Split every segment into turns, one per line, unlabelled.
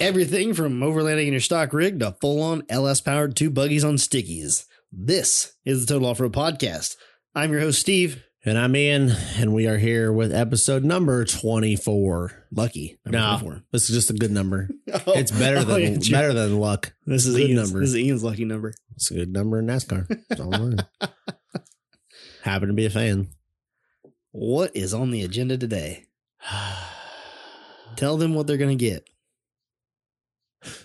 Everything from overlanding in your stock rig to full on LS powered two buggies on stickies. This is the Total Off Road Podcast. I'm your host, Steve.
And I'm Ian, and we are here with episode number 24.
Lucky.
No.
24.
This is just a good number.
Oh,
It's better
oh,
than
yeah, Jim.
better than luck.
This is
good
Ian's
number.
This is Ian's lucky number.
It's a good number in NASCAR. That's all I'm learning. Happen to be a fan.
What is on the agenda today? Tell them what they're going to get.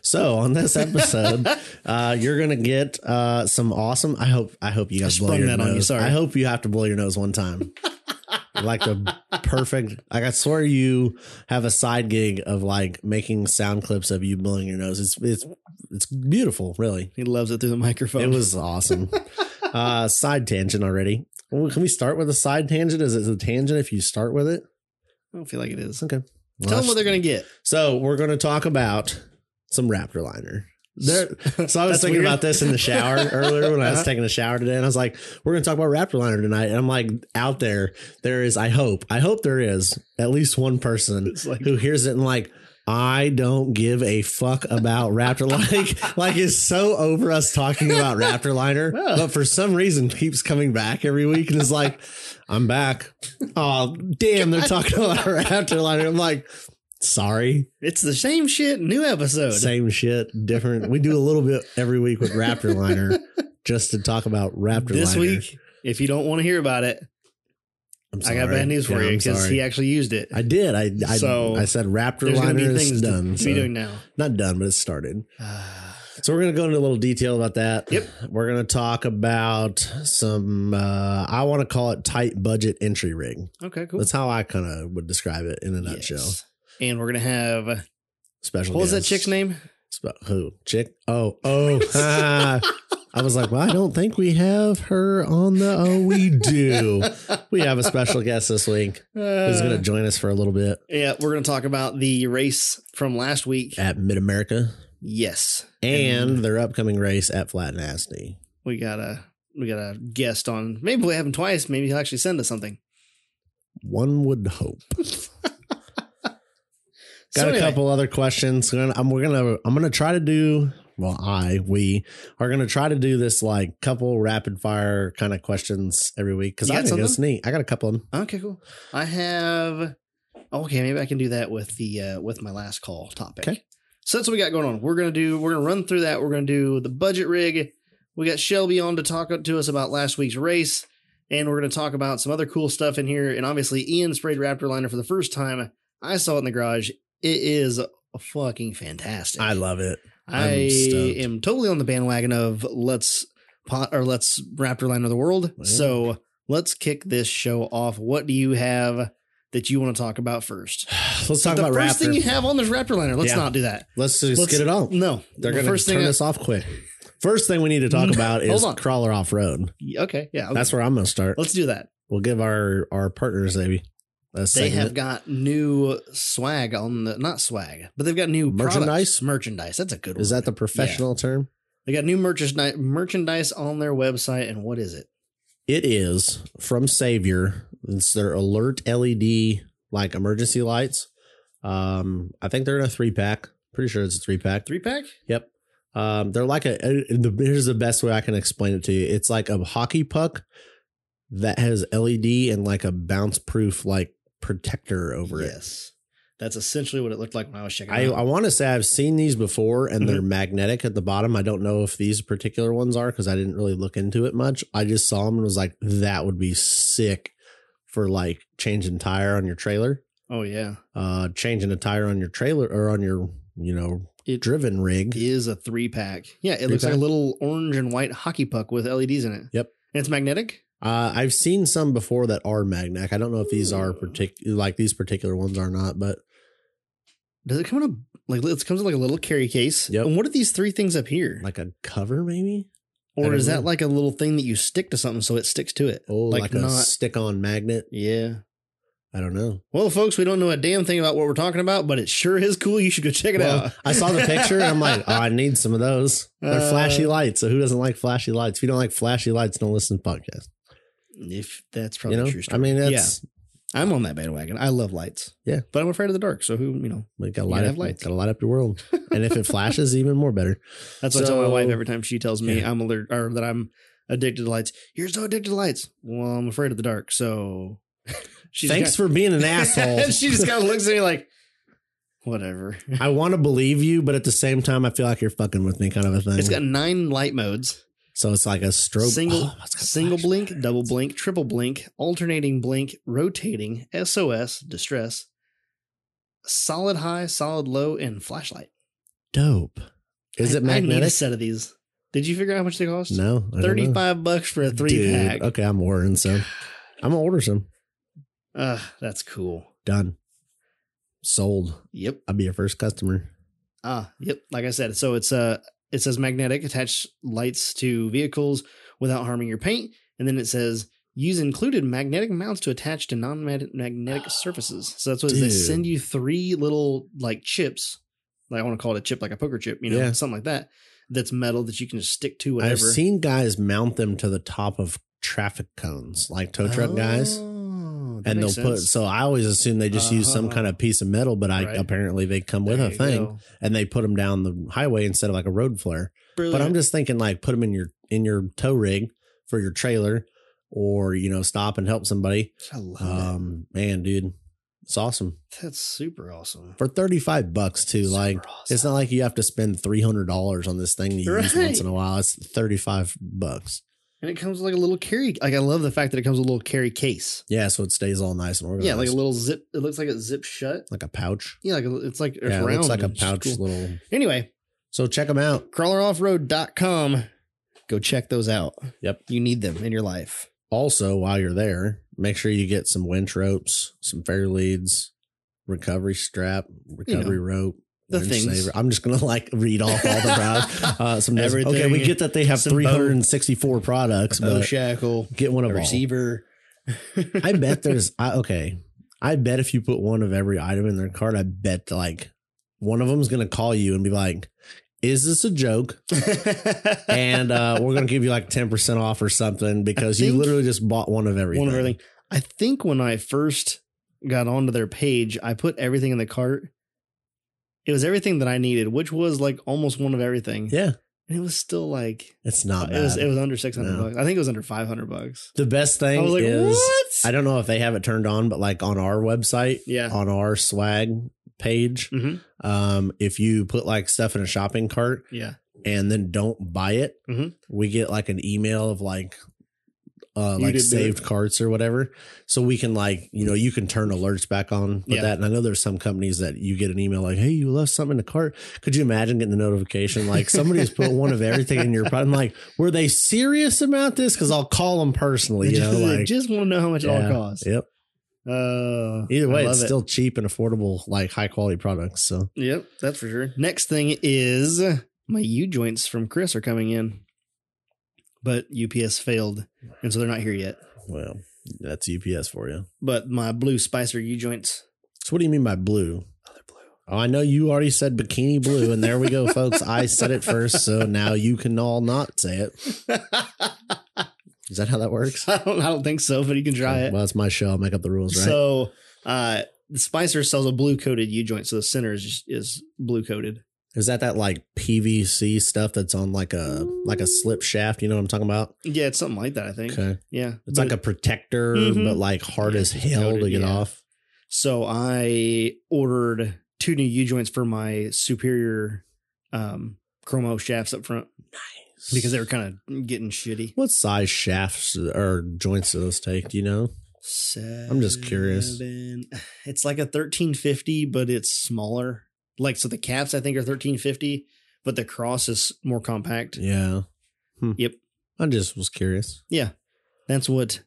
So on this episode, uh, you're gonna get uh, some awesome. I hope I hope
I
you guys blow
sprung
your
that on
nose.
you, sorry.
I hope you have to blow your nose one time. like the perfect. Like I swear you have a side gig of like making sound clips of you blowing your nose. It's it's it's beautiful, really.
he loves it through the microphone.
It was awesome. uh, side tangent already. Well, can we start with a side tangent? Is it a tangent if you start with it?
I don't feel like it is.
Okay. Well,
Tell them what they're going to get.
So we're going to talk about some Raptor liner. There, so I was
That's
thinking
weird.
about this in the shower earlier when I was
Uh-huh.
taking a shower today, and I was like, "We're going to talk about Raptor liner tonight." And I'm like, "Out there, there is. I hope. I hope there is at least one person
It's like-
who hears it and like." I don't give a fuck about Raptor like like it's so over us talking about Raptor liner,
Yeah.
but for some reason keeps coming back every week and is like, "I'm back." Oh damn, they're talking about Raptor liner. I'm like, sorry,
It's the same shit, new episode.
same shit, different. We do a little bit every week with Raptor Liner just to talk about Raptor
this
Liner.
week, if you don't want to hear about it,
I'm
I got bad news for
Yeah,
you
I'm
because
sorry.
he actually used it.
I did. I I,
So,
I said Raptor
There's going
Liner
to be
is
things
done.
to
so-
be doing now.
Not done, but it started.
Uh,
So we're gonna go into a little detail about that.
Yep.
We're gonna talk about some. uh I want to call it tight budget entry rig.
okay, cool.
That's how I kind of would describe it in a
Yes.
nutshell.
And we're gonna have uh, what
Special.
was that
guest.
chick's name?
Sp- who? Chick? Oh, oh. ah. I was like, well, I don't think we have her on the. Oh, we do. We have a special guest this week who's
Uh.
going to join us for a little bit
yeah, we're gonna talk about the race from last week.
at Mid America
Yes,
and their upcoming race at Flat Nasty.
we got a we got a guest on. Maybe we have him twice. Maybe he'll actually send us something.
One would hope. Got
So
a
anyway,
couple other questions. Gonna- I'm we're gonna I'm gonna try to do. Well, I we are gonna try to do this like couple rapid fire kind of questions every week because
You
I
got
think it's neat. I got a couple of them.
Okay, cool. I have. Okay, maybe I can do that with the uh, with my last call topic.
Okay.
So that's what we got going on. We're gonna do. We're gonna run through that. We're gonna do the budget rig. We got Shelby on to talk to us about last week's race, and we're gonna talk about some other cool stuff in here. And obviously, Ian sprayed Raptor liner for the first time. I saw it in the garage. It is fucking fantastic.
I love it.
I
I'm stoked.
am totally on the bandwagon of let's pot or let's Raptor Liner the world.
Yeah.
So let's kick this show off. What do you have that you want to talk about first?
Let's talk
the
about
first
Raptor.
thing you have on this Raptor Liner. Let's
Yeah.
not do that.
Let's just
Let's-
get it off.
No,
They're
The
going to
first
turn
thing. I- Mm,
this off quick. First thing we need to talk about
Hold
is
on.
crawler off road.
okay, yeah, okay.
That's where I'm going to start.
let's do that.
we'll give our our partners maybe a
They have
segment.
got new swag on the not swag, but they've got new products.
Merchandise?
Merchandise. That's a good.
Is
word.
that the professional term?
They got new merchandise merchandise on their website, and what is it?
It is from Savior. It's their alert LED like emergency lights. Um, I think they're in a three pack. Pretty sure it's a three pack.
Three pack.
Yep. Um, they're like a, uh, the, here's the best way I can explain it to you. It's like a hockey puck that has LED and like a bounce proof like protector over it.
yes. That's essentially what it looked like when I was checking.
I,
it out.
I want to say I've seen these before and they're
Mm-hmm.
magnetic at the bottom. I don't know if these particular ones are because I didn't really look into it much. I just saw them and was like, that would be sick for like changing tire on your trailer,
Oh yeah,
uh, changing a tire on your trailer or on your, you know,
It-
driven rig.
is a three pack. Yeah, it looks like a
Three-pack?
little orange and white hockey puck with LEDs in it.
Yep.
and it's magnetic.
Uh, I've seen some before that are magnetic. I don't know if these are
Ooh.
particular, like these particular ones are not, but
Does it come in a like? It comes in like a little carry case.
Yep.
And what are these three things up here?
like a cover maybe, I
or
don't
is that
know.
like a little thing that you stick to something so it sticks to it?
oh, like,
like,
a
not.
stick-on magnet.
yeah.
I don't know.
Well, folks, we don't know a damn thing about what we're talking about, but it sure is cool. You should go check it
Well,
out.
I saw the picture and I'm like, oh, I need some of those. They're
Uh,
flashy lights. So who doesn't like flashy lights? If you don't like flashy lights, don't listen to podcasts.
If that's
You
probably
know,
true.
I
Story.
mean, that's
I'm on that bandwagon. I love lights.
Yeah.
But I'm afraid of the dark. So who, you know,
We got to
You
light
have
up,
lights.
got to light up your world. and if it flashes, even more better.
that's what I tell my
So-
wife every time she tells me
Yeah.
I'm alert or that I'm addicted to lights. You're so addicted to lights. Well, I'm afraid of the dark. So she's
Thanks for being an asshole.
she just kind of looks at me like, whatever.
I want to believe you, but at the same time, I feel like you're fucking with me, kind of a thing.
It's got nine light modes.
so it's like a strobe. Oh,
Single-
it's got
Single
flashlight.
blink, double blink, triple blink, alternating blink, rotating, SOS, distress, solid high, solid low, and flashlight.
Dope. Is
I-
it
I need a
magnetic?
set of these. Did you figure out how much they cost?
No, I don't know.
Thirty-five bucks for a three
Dude, uh
pack.
Okay, I'm ordering some. I'm gonna order some.
Ugh, that's cool.
Done. Sold.
Yep.
I'll be your first customer.
Ah, yep. Like I said, so it's uh it says magnetic attach lights to vehicles without harming your paint, and then it says use included magnetic mounts to attach to non-magnetic surfaces. So that's what it is. they
Ah, Dude.
send you three little like chips. Like I want to call it a chip, like a poker chip, you know,
Yeah.
something like that. That's metal that you can just stick to whatever.
I've seen guys mount them to the top of traffic cones, like tow truck guys.
Oh, that
And they'll
makes
put
sense.
so I always assume they just use some
Uh-huh.
kind of piece of metal, but I
Right.
apparently they come with
There
a
you
thing
go.
and they put them down the highway instead of like a road flare. But I'm
Brilliant.
just thinking like put them in your in your tow rig for your trailer or you know stop and help somebody.
I love it.
Um man, dude, it's awesome.
That's super awesome.
for 35 bucks too
Super
like it's not like you have to spend $300 on this thing that you use
Right.
once in a while it's 35 bucks
and it comes with like a little carry. Like I love the fact that it comes with a little carry case.
yeah so it stays all nice and organized
Yeah, like a little zip. It looks like it's zip shut.
like a pouch
Yeah, like a- it's like it's
yeah,
round.
it looks like a
It's just
pouch
cool.
little
Anyway,
so check them out
crawleroffroad.com. Go check those out.
Yep.
You need them in your life.
also while you're there make sure you get some winch ropes some fair leads recovery strap recovery rope
the
winch
things.
i'm just gonna like read off all the products uh some
Everything.
okay we get that they have
Some bow-
364 products
Bow
but
shackle,
get one
a
of all.
receiver.
I bet there's I, okay. I bet if you put one of every item in their cart, I bet like one of them's gonna call you and be like, "Is this a joke?" And uh, we're gonna give you like ten percent off or something because you
think-
literally just bought one of everything.
One of everything. I think when I first got onto their page, I put everything in the cart. It was everything that I needed, which was like almost one of everything.
Yeah,
And it was still like
it's not bad.
it was it was under six hundred
No.
bucks. I think it was under five hundred bucks.
the best thing
I was like,
is
what?
I don't know if they have it turned on, but like on our website,
yeah.
on our swag page,
Mhm.
um, if you put like stuff in a shopping cart,
Yeah.
and then don't buy it,
Mhm.
we get like an email of like uh
You
like
did do
saved carts or whatever. So we can like, you know, you can turn alerts back on with
Yeah.
that. And I know there's some companies that you get an email like, hey, you left something in the cart. Could you imagine getting the notification? Like somebody has put one of everything in your product. I'm like, were they serious about this? Cause I'll call them personally,
They
you
just,
know,
they
like
just want to know how much it
Yeah.
all costs.
Yep.
Uh,
Either way,
I
it's
love it.
still cheap and affordable, like high quality products. So
Yep, that's for sure. Next thing is my U joints from Chris are coming in, but UPS failed, and so they're not here yet.
well, that's UPS for you.
But my blue Spicer U joints,
So what do you mean by blue?
oh, they're blue.
Oh, I know you already said bikini blue, and there we go, folks. I said it first, so now you can all not say it. Is that how that works?
I don't, I don't think so, but you can try it.
Well, it's my show. I'll make up the rules, right?
So, uh, the Spicer sells a blue coated U joint, so the center is just, is blue coated.
Is that that like PVC stuff that's on like a like a slip shaft? You know what I'm talking about?
Yeah, it's something like that. I think.
Okay,
Yeah,
it's
But-
like a protector,
Mhm.
but like hard
Yeah,
as
just
hell to
coated,
get
yeah.
off.
So I ordered two new U joints for my superior um chromo shafts up front because they were kind of getting shitty.
what size shafts or joints do those take? Do you know?
I'm
just curious.
It's like a 1350, but it's smaller. Like so the caps I think are 1350, but the cross is more compact.
Yeah. Hmm.
Yep.
I just was curious.
That's what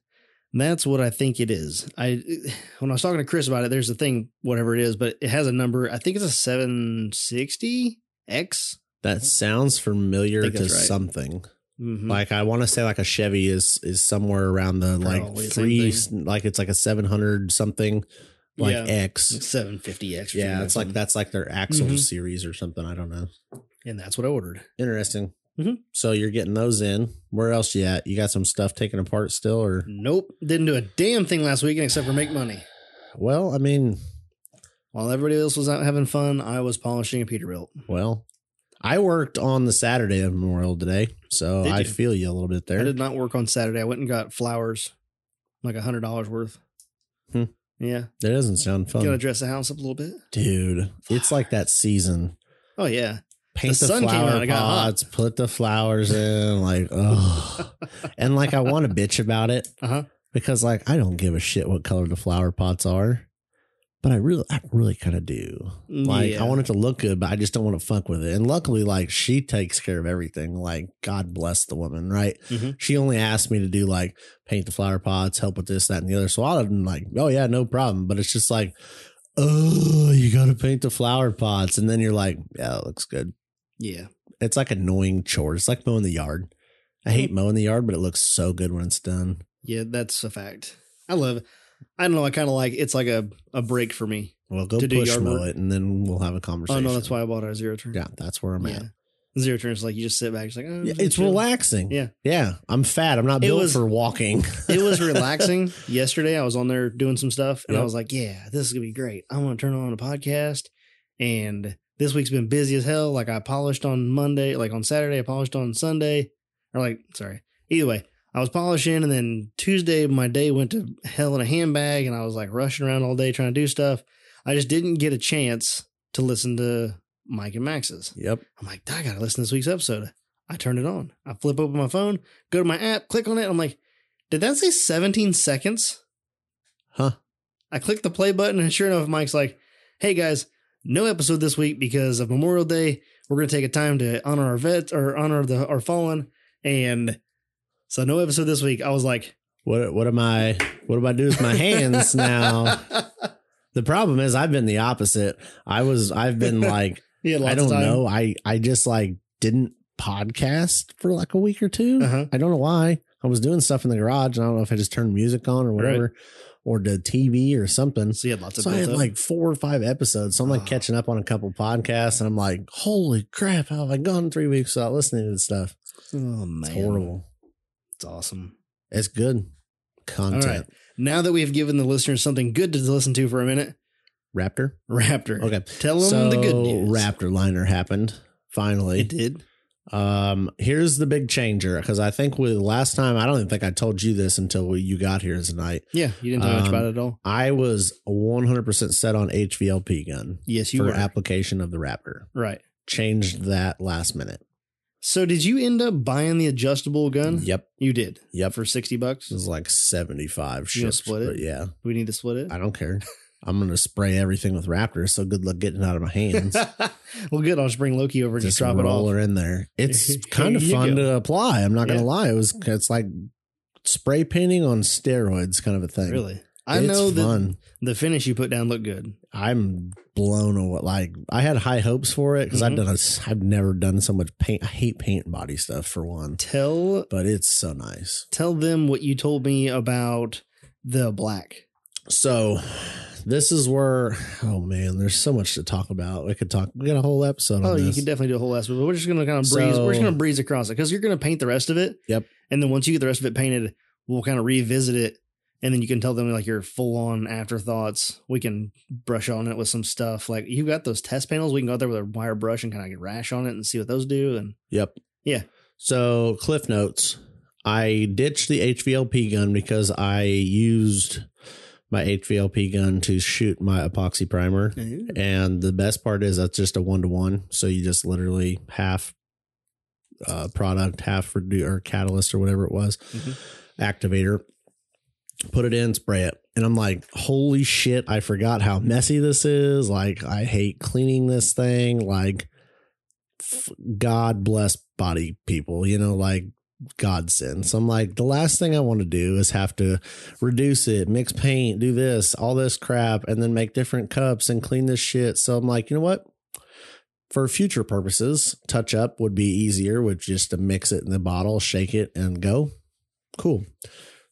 that's what I think it is. I when I was talking to Chris about it, there's a thing, whatever it is, but it has a number. I think it's a 760 X.
That sounds familiar
Think
to
that's right.
something.
Mhm.
Like I want to say like a Chevy is is somewhere around the
Probably
like
the
three
same
like it's like a seven hundred something like
Yeah.
X.
seven fifty X.
Yeah, it's like that's like their axle
Mhm.
series or something. I don't know.
and that's what I ordered.
Interesting.
Mhm.
So you're getting those in. Where else you at? You got some stuff taken apart still, or
Nope. Didn't do a damn thing last weekend except for make money.
well, I mean,
While everybody else was out having fun, I was polishing a Peterbilt.
well, I worked on the Saturday of Memorial Day, so
Did
I
you?
feel you a little bit
I
there.
did not work on Saturday. I went and got flowers, like a hundred dollars worth.
Hmm.
Yeah,
That doesn't sound fun,
gonna dress the house up a little bit.
dude. It's like that season.
Oh yeah,
Paint the,
The sun came
flower
out, it got hot.
pots, put the flowers in, like, oh, and like I want to bitch about it,
uh huh.
because like I don't give a shit what color the flower pots are, but I really I really kind of do. Like
yeah.
I want it to look good, but I just don't want to fuck with it. And luckily, like she takes care of everything. Like God bless the woman, right?
Mhm.
She only asked me to do like paint the flower pots, help with this, that, and the other. So I'll been like, oh yeah, no problem. But it's just like, oh, you got to paint the flower pots, and then you're like, yeah, it looks good.
Yeah,
It's like annoying chore. It's like mowing the yard. I
Mm-hmm.
hate mowing the yard, but it looks so good when it's done.
yeah. That's a fact. I love. It. I don't know. I kind of like. It's like a a break for me.
Well, go
to do
push
yard
mow
work.
it, and then we'll have a
Oh
conversation.
no, that's why I bought our zero turn.
Yeah, that's where I'm
Yeah.
at.
Zero turn is like you just sit back. It's like oh,
Yeah,
just
it's
chill.
relaxing.
Yeah.
yeah. I'm fat. I'm not
It
built
was-
for walking.
it was relaxing. Yesterday, I was on there doing some stuff, and I
Yep.
was like, "Yeah, this is gonna be great. I'm gonna turn on a podcast." And this week's been busy as hell. Like I polished on Monday, like on Saturday, I polished on Sunday, or like sorry. Either way, I was polishing, and then Tuesday, my day went to hell in a handbag, and I was like rushing around all day trying to do stuff. I just didn't get a chance to listen to Mike and Max's.
Yep.
I'm like, I gotta listen to this week's episode. I turned it on. I flip open my phone, go to my app, click on it. I'm like, did that say 17 seconds?
Huh.
I click the play button, and sure enough, Mike's like, hey guys, no episode this week because of Memorial Day. We're gonna take a time to honor our vets or honor the our fallen. And so no episode this week. I was like,
What what am I what am I doing with my hands now? The problem is I've been the opposite. I was I've been like
yeah,
I don't know. I I just like didn't podcast for like a week or 2
Uh-huh.
I don't know why. I was doing stuff in the garage and I don't know if I just turned music on or whatever or did TV or something.
So you had lots of
So I had
built up.
like four or five episodes. So I'm like
Oh.
catching up on a couple podcasts and I'm like, holy crap, how have I gone three weeks without listening to this stuff?
oh man,
It's horrible.
It's awesome.
It's good content.
Now that we've given the listeners something good to listen to for a minute,
Raptor.
Raptor.
Okay.
Tell them
so
the good news.
Raptor liner happened finally.
It did.
Um, here's the big changer because I think with last time I don't even think I told you this until you got here tonight.
Yeah, you didn't talk much
Um,
about it at all.
I was 100% set on HVLP gun
Yes, you
for
were
application of the Raptor.
right.
Changed that last minute.
So did you end up buying the adjustable gun?
Yep,
You did
yep. Mm.
for sixty bucks.
It was like 75
You gonna
ships,
split it?
but yeah,
We need to split it.
I don't care. I'm gonna spray everything with Raptor. So good luck getting it out of my hands.
well, good. I'll just bring Loki over and just,
just
drop it
roll
off.
her in there. It's
Here
kind of
you
fun
go.
to apply. I'm not
Yeah.
gonna lie. It was it's like spray painting on steroids, kind of a thing.
Really, I
It's
know that
fun.
the finish you put down looked good.
I'm blown away. Like I had high hopes for it because
Mhm.
I've done a s- I've never done so much paint. I hate paint and body stuff for one,
Tell
but it's so nice.
tell them what you told me about the black.
So this is where oh man, there's so much to talk about. We could talk. We got a whole episode.
Oh,
on
you
this.
could definitely do a whole last, but we're just gonna kind of breeze. we're just
So-
gonna breeze across it because you're gonna paint the rest of it.
Yep.
And then once you get the rest of it painted, we'll kind of revisit it, and then you can tell them like your full on afterthoughts. We can brush on it with some stuff like you got those test panels. We can go out there with a wire brush and kind of get rash on it and see what those do. And
Yep.
Yeah.
So Cliff Notes. I ditched the HVLP gun because I used my HVLP gun to shoot my epoxy primer. And the best part is that's just a one to one. So you just literally half uh, product, half redu- or catalyst or whatever it was,
Mhm.
activator, put it in, spray it. And I'm like, holy shit, I forgot how messy this is. Like, I hate cleaning this thing. Like, f- God bless body people, you know, like godsend. So I'm like, the last thing I want to do is have to reduce it, mix paint, do this, all this crap, and then make different cups and clean this shit. So I'm like, you know what? For future purposes, touch up would be easier with just to mix it in the bottle, shake it, and go. Cool.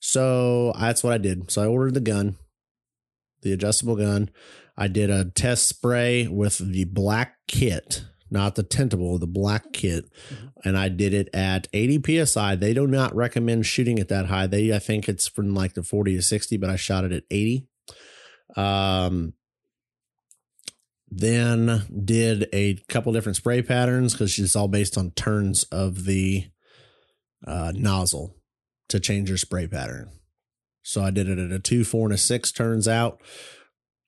So that's what I did. So I ordered the gun, the adjustable gun. I did a test spray with the black kit. not the tentable, the black kit. And I did it at 80 psi. They do not recommend shooting it that high. They, I think it's from like the 40 to 60, but I shot it at 80. Um, then did a couple different spray patterns because it's all based on turns of the uh, nozzle to change your spray pattern. So I did it at a two, four, and a six. Turns out,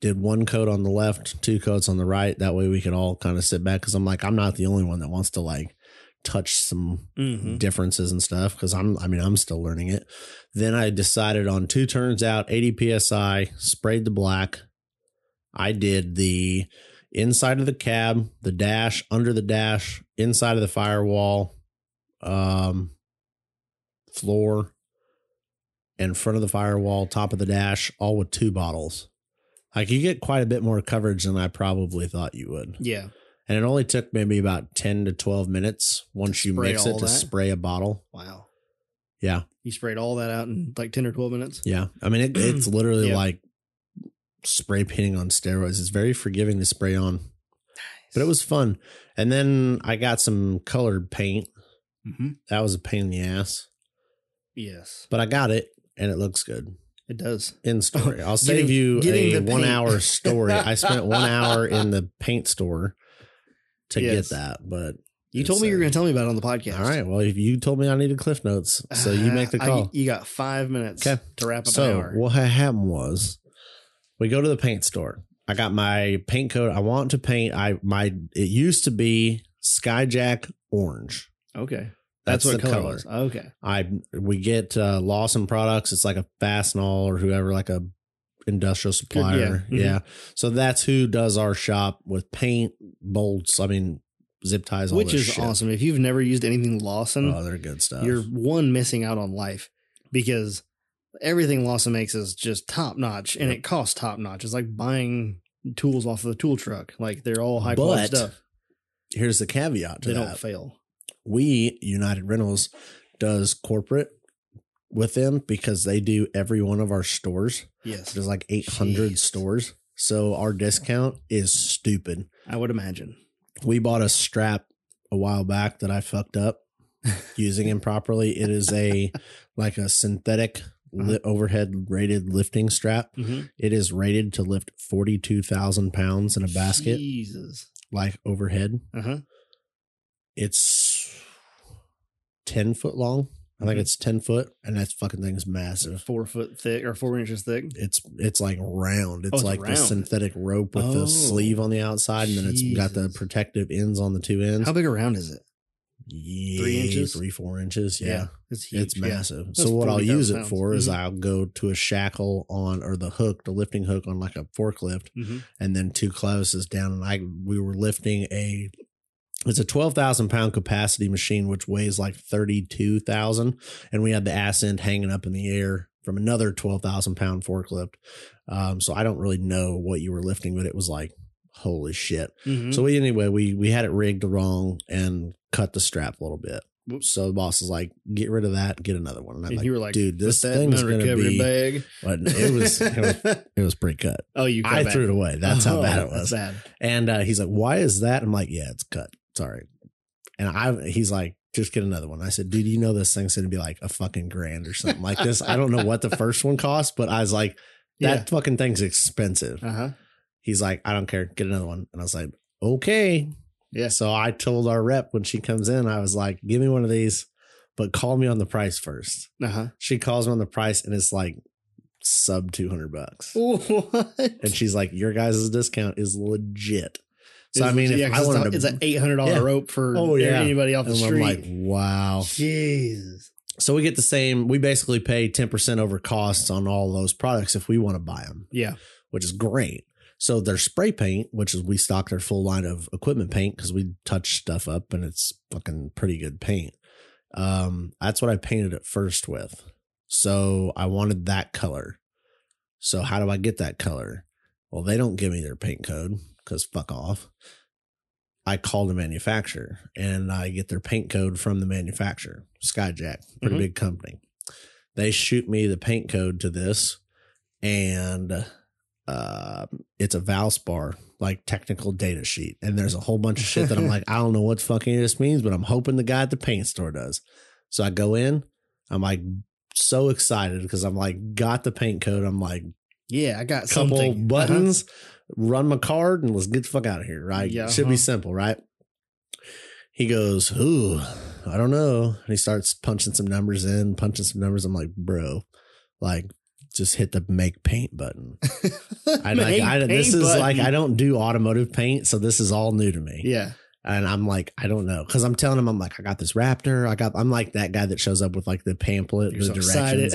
did one coat on the left, two coats on the right. That way we could all kind of sit back because I'm like, I'm not the only one that wants to like touch some
Mm-hmm.
differences and stuff because I'm I mean I'm still learning it. Then I decided on two turns out, 80 psi, sprayed the black. I did the inside of the cab, the dash, under the dash, inside of the firewall, um, floor, in front of the firewall, top of the dash, all with two bottles. Like you get quite a bit more coverage than I probably thought you would
Yeah.
and it only took maybe about 10 to 12 minutes once you
spray
mix it
all
to
that?
spray a bottle
Wow.
yeah
You sprayed all that out in like 10 or 12 minutes.
yeah i mean it, it's literally
Yeah.
like spray painting on steroids it's very forgiving to spray on but it was fun and then i got some colored paint
Mm-hmm.
that was a pain in the ass
Yes,
but i got it and it looks good
it does.
in story i'll save
Getting-
you
getting
a
the
one
paint.
hour story i spent one hour in the paint store to
Yes.
get that but
You
It's,
told me you were
uh,
going to tell me about it on the podcast.
all right well if you told me i needed cliff notes so you make the
Uh, I-
call
you got five minutes
Okay.
to wrap up an
So
hour.
what had happened was, we go to the paint store. I got my paint coat. I want to paint. I my it used to be skyjack orange.
Okay. That's, what color, was. Okay.
I we get uh, Lawson products. It's like a Fastenal or whoever, like a industrial supplier.
yeah. Mhm.
yeah. So that's who does our shop with paint bolts. I mean zip ties. All
Which
this
is
shit.
awesome. If you've never used anything Lawson,
Oh, they're good stuff.
you're one missing out on life because everything Lawson makes is just top notch and it costs top notch. It's like buying tools off of a tool truck. Like they're all high quality
But
stuff.
Here's the caveat to
They
that.
don't fail.
we United Rentals does corporate with them because they do every one of our stores.
Yes.
There's like 800
Jeez.
stores. So our discount is stupid.
I would imagine.
We bought a strap a while back that I fucked up using improperly. It is a like a synthetic li- overhead rated lifting strap.
Mhm.
It is rated to lift 42,000 pounds in a basket,
Jesus.
like overhead.
Uh huh.
It's 10 foot long. I think
Mhm.
it's 10 foot, and that fucking thing's massive.
Four foot thick or four inches thick.
It's it's like round. It's
Oh, it's
like the
round.
synthetic rope with
Oh.
the sleeve on the outside, and then it's got the
Jesus.
protective ends on the two ends.
How big around is it?
yeah,
Three inches?
three four inches. Yeah,
It's huge.
it's
yeah.
massive.
That's
So what I'll
40,000
use it
pounds.
for is
Mhm.
I'll go to a shackle on or the hook, the lifting hook on like a forklift,
Mhm.
and then two classes down. And I we were lifting a it's a twelve thousand pound capacity machine, which weighs like thirty two thousand, and we had the ass end hanging up in the air from another twelve thousand pound forklift. Um, so I don't really know what you were lifting, but it was like holy shit.
Mhm.
So we anyway we we had it rigged wrong and cut the strap a little bit.
Whoops.
So the boss is like, "Get rid of that, get another one." And I'm
And
like,
you were like,
"Dude, this
"Put that in
thing's
my
gonna
recovery
be."
bag.
But it was it was, it was pretty cut.
oh, you. Oh.
I threw it away. That's how bad it was.
That's bad.
And uh, he's like, "Why is that?" I'm like, "Yeah, it's cut. Sorry." And I, he's like, "Just get another one." I said, "Dude, you know this thing's gonna be like a fucking grand or something like this. I don't know what the first one cost, but I was like, that fucking thing's expensive."
Yeah. Uh huh.
He's like, "I don't care. Get another one." And I was like, "Okay."
Yeah.
So I told our rep when she comes in, I was like, "Give me one of these, but call me on the price first.
Uh huh.
She calls me on the price, and it's like sub two hundred bucks.
What?
And she's like, "Your guys' discount is legit." So I mean,
yeah,
if
'cause
I
it's a-
wanted to,
it's an eight hundred dollar
Yeah.
rope for
Oh, yeah.
anybody off the
and I'm
street.
like, wow.
Jesus.
So we get the same. We basically pay ten percent over costs on all those products if we want to buy them,
Yeah.
which is great. So their spray paint, which is we stock their full line of equipment paint because we touch stuff up and it's fucking pretty good paint. Um, that's what I painted it first with. So I wanted that color. So how do I get that color? Well, they don't give me their paint code because fuck off. I call the manufacturer and I get their paint code from the manufacturer, Skyjack, pretty
Mhm.
big company. They shoot me the paint code to this and uh, it's a Valspar like technical data sheet, and there's a whole bunch of shit that I'm like, I don't know what fucking this means, but I'm hoping the guy at the paint store does. So I go in, I'm like so excited because I'm like got the paint code. I'm like
Yeah, I got
couple
something. Uh-huh.
buttons, run my card, and let's get the fuck out of here. Right?
Yeah,
Should be
uh-huh.
simple, right? He goes, Ooh, I don't know. And he starts punching some numbers in, punching some numbers. I'm like, bro, like just hit the make paint button.
Uh-huh.
I, like, I,
Main
this
pain
is like
button.
I don't do automotive paint, so this is all new to me.
Yeah.
And I'm like, I don't know, because I'm telling him, I'm like, I got this Raptor. I got, I'm like that guy that shows up with like the pamphlet,
You're
the
so
directions,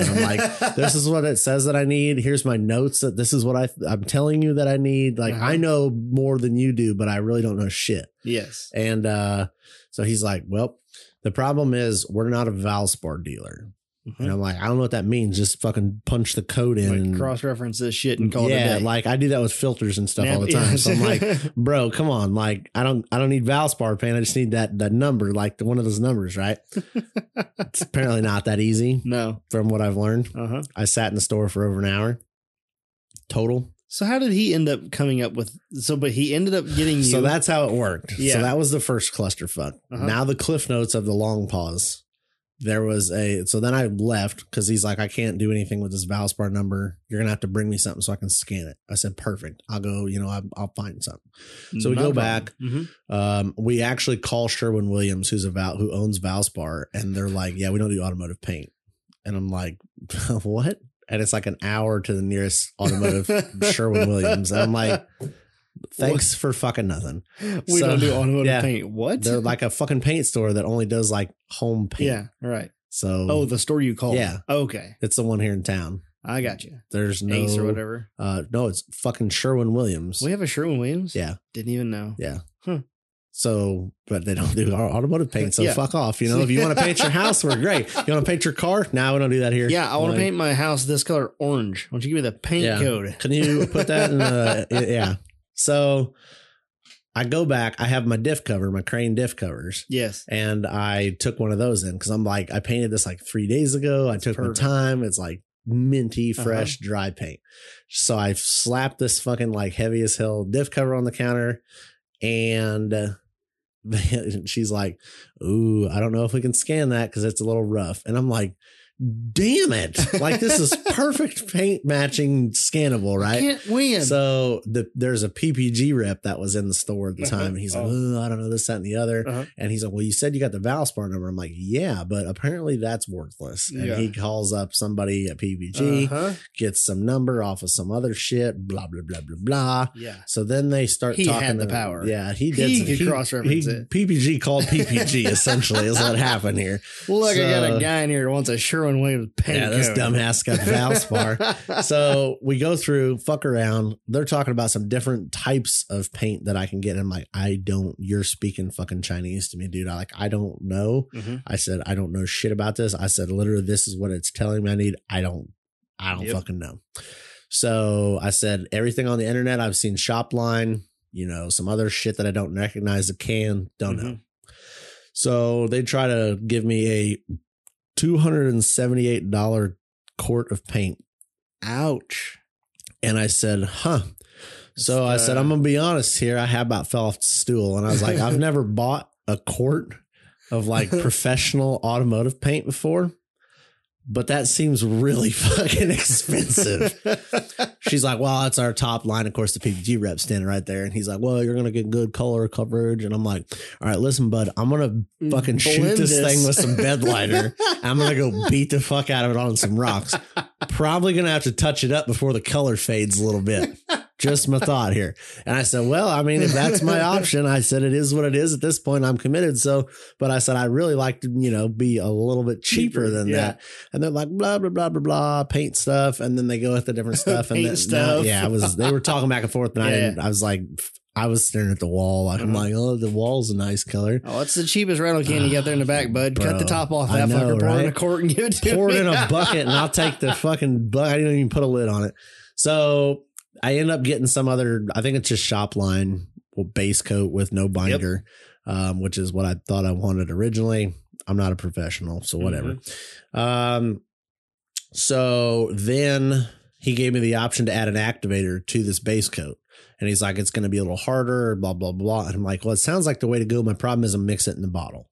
excited.
and I'm like, this is what it says that I need. Here's my notes that this is what I I'm telling you that I need. Like
Uh-huh.
I know more than you do, but I really don't know shit.
Yes.
And uh so he's like, Well, the problem is we're not a Valspar dealer. And
Mhm.
I'm like, I don't know what that means. Just fucking punch the code in.
Like
and-
cross reference this shit and call it
yeah,
a day.
like I do that with filters and stuff
Nap-
all the time. So I'm like, bro, come on. Like, I don't I don't need Valspar paint. I just need that that number, like the, one of those numbers, right? it's apparently not that easy
no.
from what I've learned.
Uh huh.
I sat in the store for over an hour total.
So how did he end up coming up with? So, but he ended up getting you.
So that's how it worked. So
Yeah.
that was the first clusterfuck.
Uh-huh.
Now the cliff notes of the long pause. There was a so then I left because he's like, I can't do anything with this Valspar number. You're gonna have to bring me something so I can scan it. I said, perfect. I'll go. You know, I, I'll find something. so we
Not
go
a problem.
back.
Mhm.
Um, we actually call Sherwin Williams, who's a Val, who owns Valspar, and they're like, "Yeah, we don't do automotive paint." And I'm like, "What?" And it's like an hour to the nearest automotive Sherwin Williams, and I'm like, "Thanks for fucking nothing."
we
so-
don't do automotive
yeah.
paint. What?
They're like a fucking paint store that only does like home paint. Um,
yeah, right.
So
Oh, the store you called.
Yeah.
Okay,
it's the one here in town.
I got you.
There's no
Ace or whatever.
Uh, no, it's fucking Sherwin Williams.
We have a Sherwin Williams.
yeah.
Didn't even know.
Yeah. So, but they don't do our automotive paint. So
Yeah.
fuck off. You know, if you want to paint your house, we're great. You want to paint your car? Now we don't do that here.
Yeah, I want
Like,
to paint my house this color orange. Why don't you give me the paint
Yeah.
code?
Can you put that in? The, yeah. So I go back. I have my diff cover, my crane diff covers,
Yes.
and I took one of those in because I'm like, I painted this like three days ago. I took
perfect.
my time. It's like minty,
Uh-huh.
fresh, dry paint. So I slapped this fucking like heavy as hell diff cover on the counter, and uh, she's like, "Ooh, I don't know if we can scan that because it's a little rough." And I'm like, "Damn it! Like this is perfect paint matching scannable,
I
right?"
can't win.
So the, there's a PPG rep that was in the store at the time, and he's like, "Oh, I don't know this, that, and the other."
Uh-huh.
And he's like, "Well, you said you got the Valspar number." I'm like, "Yeah, but apparently that's worthless." And
Yeah.
he calls up somebody at PPG,
uh-huh.
gets some number off of some other shit, blah blah blah blah blah.
Yeah.
So then they start
He
talking
had the
to-
power.
Yeah, he did.
He could cross-reference
he-
it.
PPG called PPG essentially is what happened here.
Look, I got
So-
a guy in here who wants a Sherwin Williams paint
yeah,
code.
this dumbass got Valspar. so we go through, fuck around. They're talking about some different types of paint that I can get. And I'm like, I don't. You're speaking fucking Chinese to me, dude. I like, I don't know.
Mhm.
I said, I don't know shit about this. I said, literally, this is what it's telling me I need. I don't, I don't
Yep.
fucking know. So I said, everything on the internet, I've seen Shopline, you know, some other shit that I don't recognize, that
Mm-hmm.
can, don't know. So they try to give me a $278 quart of paint.
Ouch.
And I said, huh. So
It's
I said,
the-
I'm going to be honest here. I had about fell off the stool. And I was like, I've never bought a quart of like professional automotive paint before, but that seems really fucking expensive. She's like, well, that's our top line. Of course, the PPG rep standing right there. And he's like, well, you're going to get good color coverage. And I'm like, all right, listen, bud, I'm going to fucking shoot
Blend
this,
this.
thing with some bed liner. I'm going to go beat the fuck out of it on some rocks. Probably going to have to touch it up before the color fades a little bit. Just my thought here. And I said, well, I mean, if that's my option, I said, it is what it is at this point. I'm committed. So, but I said, I really like to, you know, be a little bit cheaper
Cheaper,
than
yeah.
that and they're like blah blah blah blah blah paint stuff and then they go with the different stuff and
Paint
then
stuff.
yeah i was they were talking back and forth and i
Yeah.
didn't, i was like i was staring at the wall i'm
Mhm.
like oh the wall's a nice color
Oh, it's the cheapest rattle can you got there in the back, bud. Cut the
Bro,
top off
I
that fucker,
know,
pour it in a
right?
quart and give it to
pour it
me.
in a bucket and i'll take the fucking bucket i didn't even put a lid on it so i end up getting some other i think it's just shop line well, base coat with no binder um, which is what i thought i wanted originally i'm not a professional so whatever Um, so then he gave me the option to add an activator to this base coat. And he's like, it's going to be a little harder, blah, blah, blah. And I'm like, well, it sounds like the way to go. My problem is I mix it in the bottle.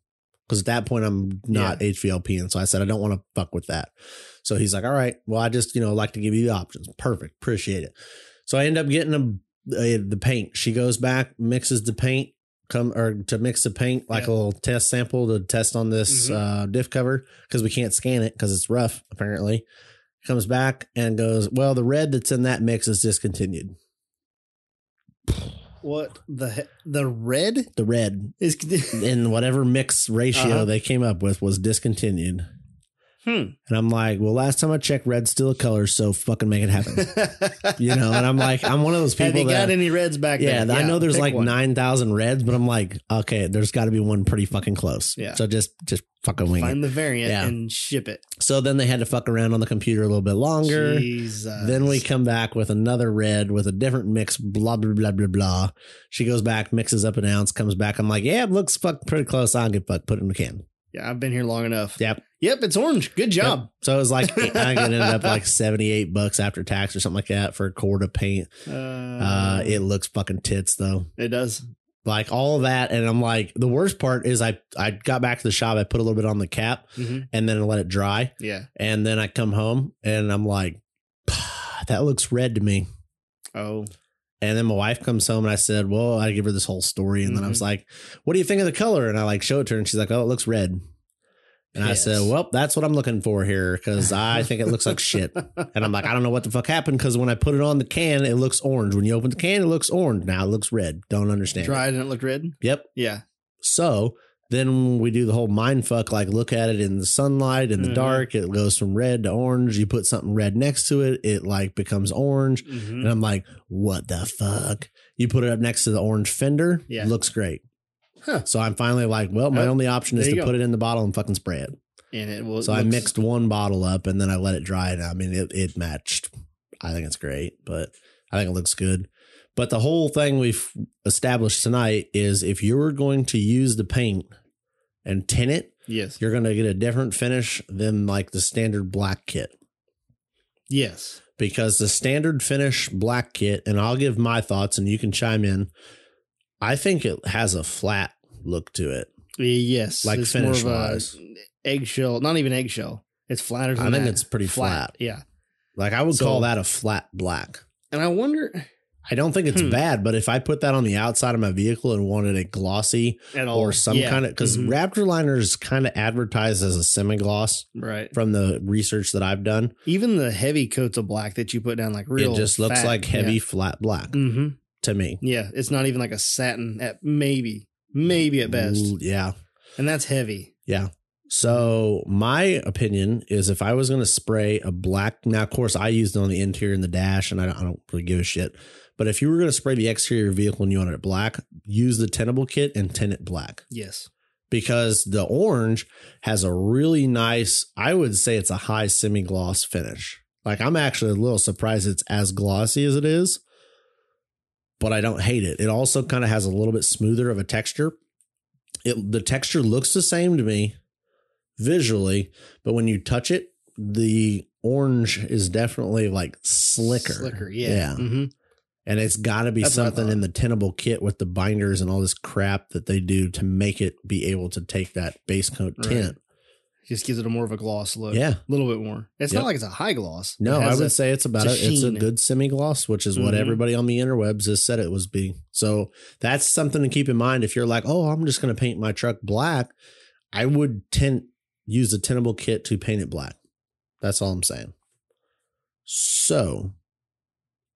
Because at that point, I'm not HVLP. And so I said, I don't want to fuck with that. So he's like, all right, well, I just, you know, like to give you the options. Perfect. Appreciate it. So I end up getting a, a, the paint. She goes back, mixes the paint, come or to mix the paint like
Yeah.
a little test sample to test on this
Mhm.
uh, diff cover because we can't scan it because it's rough apparently. Comes back and goes, well, the red that's in that mix is discontinued.
What the he- the red
The red
is?
in whatever mix ratio
Uh-huh.
they came up with was discontinued.
hmm.
And I'm like, well, last time I checked, red's still a color, so fucking make it happen. you know, and I'm like, I'm one of those people
Have you
that
got any reds back
Yeah,
there?
I know there's
pick
like
one.
nine thousand reds, but I'm like, okay, there's got to be one pretty fucking close.
Yeah.
So just just fucking wing
Find the variant
Yeah.
and ship it.
it. So then they had to fuck around on the computer a little bit longer.
Jesus.
Then we come back with another red with a different mix. Blah blah blah blah blah. She goes back, mixes up an ounce, comes back. I'm like, yeah, it looks fuck pretty close. I don't give a fuck. Put it in the can.
Yeah, I've been here long enough.
Yep.
Yep, it's orange. Good job.
So it was like I think it ended up like seventy eight bucks after tax or something like that for a quart of paint. Uh, it
it
looks fucking tits though.
it does.
like all of that and i'm like the worst part is i i got back to the shop i put a little bit on the cap
Mhm.
and then I let it dry
Yeah.
and then i come home and i'm like that looks red to me
Oh,
and then my wife comes home and i said well i give her this whole story and then i
Mhm.
was like what do you think of the color and i like showed it to her and she's like oh it looks red and i
Piss.
said well that's what i'm looking for here because i think it looks like shit and i'm like i don't know what the fuck happened because when i put it on the can it looks orange when you open the can it looks orange now it looks red don't understand it.
dried and it looked red.
yep
Yeah.
So then we do the whole mind fuck, like look at it in the sunlight, in the
Mhm.
dark, it goes from red to orange. You put something red next to it, it like becomes orange.
Mhm.
And I'm like, what the fuck? You put it up next to the orange fender,
Yeah.
looks great.
Huh.
So I'm finally like, well, my
Oh,
only option is
there
to
you go.
put it in the bottle and fucking spray it.
And it was.
so I mixed one bottle up and then I let it dry. And I mean, it, it matched. I think it's great, but I think it looks good. But the whole thing we've established tonight is if you're going to use the paint and tint it,
Yes.
you're going to get a different finish than like the standard black kit
Yes.
because the standard finish black kit, and I'll give my thoughts and you can chime in. I think it has a flat look to it.
Yes.
Like finish
a
wise.
eggshell. Not even eggshell. It's flatter than
I think
that.
it's pretty flat.
Yeah.
Like I would
So-
call that a flat black.
And I wonder
I don't think it's
Hmm.
bad, but if I put that on the outside of my vehicle and wanted a glossy
at all
or some
Oh, Yeah.
kind of because
Mhm.
Raptor liners kind of advertised as a semi gloss
right.
from the research that I've done.
Even the heavy coats of black that you put down, like real,
it just looks
fat-
like heavy flat black
Yeah. Mm-hmm.
to me.
Yeah, it's not even like a satin at maybe, maybe at best,
L- Yeah.
and that's heavy.
So my opinion is if I was going to spray a black, now of course I used it on the interior and the dash, and I don't, I don't really give a shit. But if you were going to spray the exterior of your vehicle and you wanted it black, use the tintable kit and tint it black.
Yes.
because the orange has a really nice, I would say it's a high semi gloss finish. Like I'm actually a little surprised it's as glossy as it is, but I don't hate it. It also kind of has a little bit smoother of a texture. It the texture looks the same to me visually, but when you touch it, the orange is definitely like slicker.
Slicker. Yeah. hmm
And it's got to be
That's what I
something
thought.
in the tenable kit with the binders and all this crap that they do to make it be able to take that base coat
Right.
tint.
Just gives it a more of a gloss look.
Yeah.
A little bit more. It's
Yep.
not like it's a high gloss.
No,
It
I
has
would
a-
say it's about it.
it's a
It's a
sheen.
good semi gloss, which is what
Mhm.
everybody on the interwebs has said it was be. So that's something to keep in mind. If you're like, oh, I'm just going to paint my truck black, I would tint use the tintable kit to paint it black. That's all I'm saying. So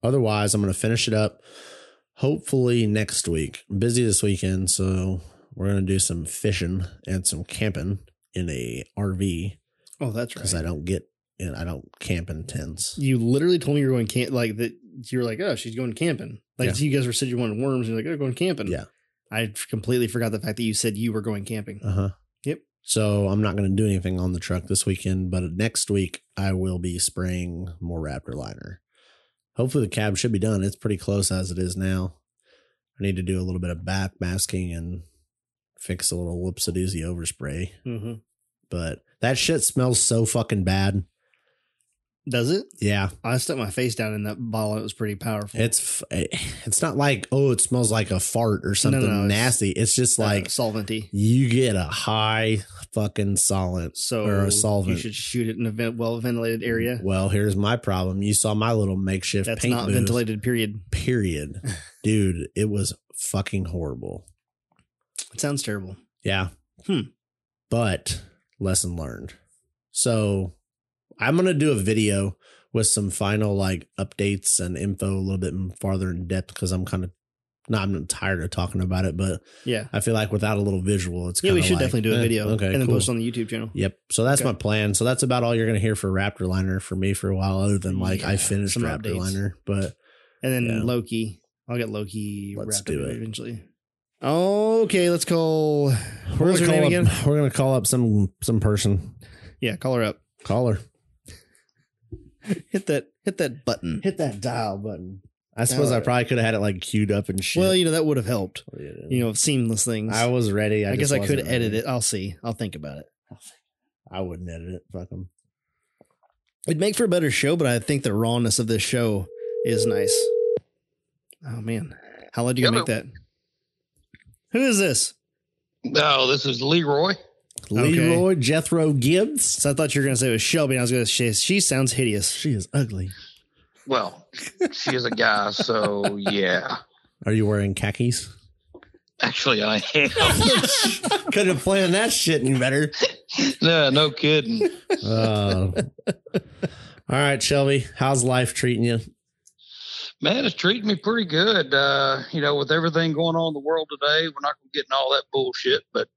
otherwise, I'm going to finish it up. Hopefully next week. busy this weekend, so we're going to do some fishing and some camping in a RV
oh, that's
because
right.
I don't get and I don't camp in tents.
You literally told me you were going camp like that. You were like, oh, she's going camping. Like
Yeah.
you guys were said you wanted worms. And you're like, oh, going camping.
Yeah.
I completely forgot the fact that you said you were going camping.
Uh huh.
Yep.
So I'm not going to do anything on the truck this weekend, but next week I will be spraying more Raptor liner. Hopefully the cab should be done. It's pretty close as it is now. I need to do a little bit of back masking and fix a little whoopsie doozy overspray,
Mm-hmm.
but that shit smells so fucking bad.
Does it?
Yeah,
I stuck my face down in that bottle. It was pretty powerful.
it's f- eh, it's not like oh, it smells like a fart or something
no, it's-
nasty. It's just
Uh,
like
solventy.
you get a high fucking solvent.
So
or a solvent.
you should shoot it in a vent, well ventilated area.
Well, here's my problem. You saw my little makeshift
That's
paint
not
booth.
ventilated. Period.
Period, dude. It was fucking horrible.
It sounds terrible.
Yeah.
Hmm.
But lesson learned. So I'm going to do a video with some final like updates and info a little bit farther in depth because I'm kind of not I'm tired of talking about it, but
Yeah.
I feel like without a little visual, it's
Yeah, we
kinda
should
like,
definitely do a
eh,
video
okay,
and then
cool.
post it on the YouTube channel.
Yep. So that's
Okay.
my plan. So that's about all you're going to hear for Raptor Liner for me for a while, other than like I
Yeah,
finished
some
Raptor
updates.
Liner. But
And then
Yeah.
Loki. I'll get Loki
Let's
wrapped
do
up
it.
eventually. Okay, let's call.
we're
What was her name again?
going to call up, we're going to call up some some person.
Yeah, call her up.
Call her.
Hit that. Hit that button.
hit that dial button. I suppose I
Dial it.
probably could have had it like queued up and shit.
Well, you know that would have helped.
Yeah.
You know, seamless things.
I
I,
was ready. I,
guess
just
I could
wasn't
edit
ready.
it. I'll see. I'll think about it.
I wouldn't edit it. Fuck 'em.
It'd make for a better show, but I think the rawness of this show is nice. Oh man, how loud you gonna make that? Who is this?
No, this is Leroy.
Okay.
Leroy Jethro Gibbs.
So I thought you were gonna say it was Shelby, and I was gonna say she sounds hideous.
She is ugly.
Well, she is a guy, so yeah.
Are you wearing khakis?
Actually, I am.
could have planned that shit any better.
no, no kidding.
Oh. all right, Shelby. How's life treating you?
Man, it's treating me pretty good. Uh, you know, with everything going on in the world today, we're not going to get into all that bullshit, but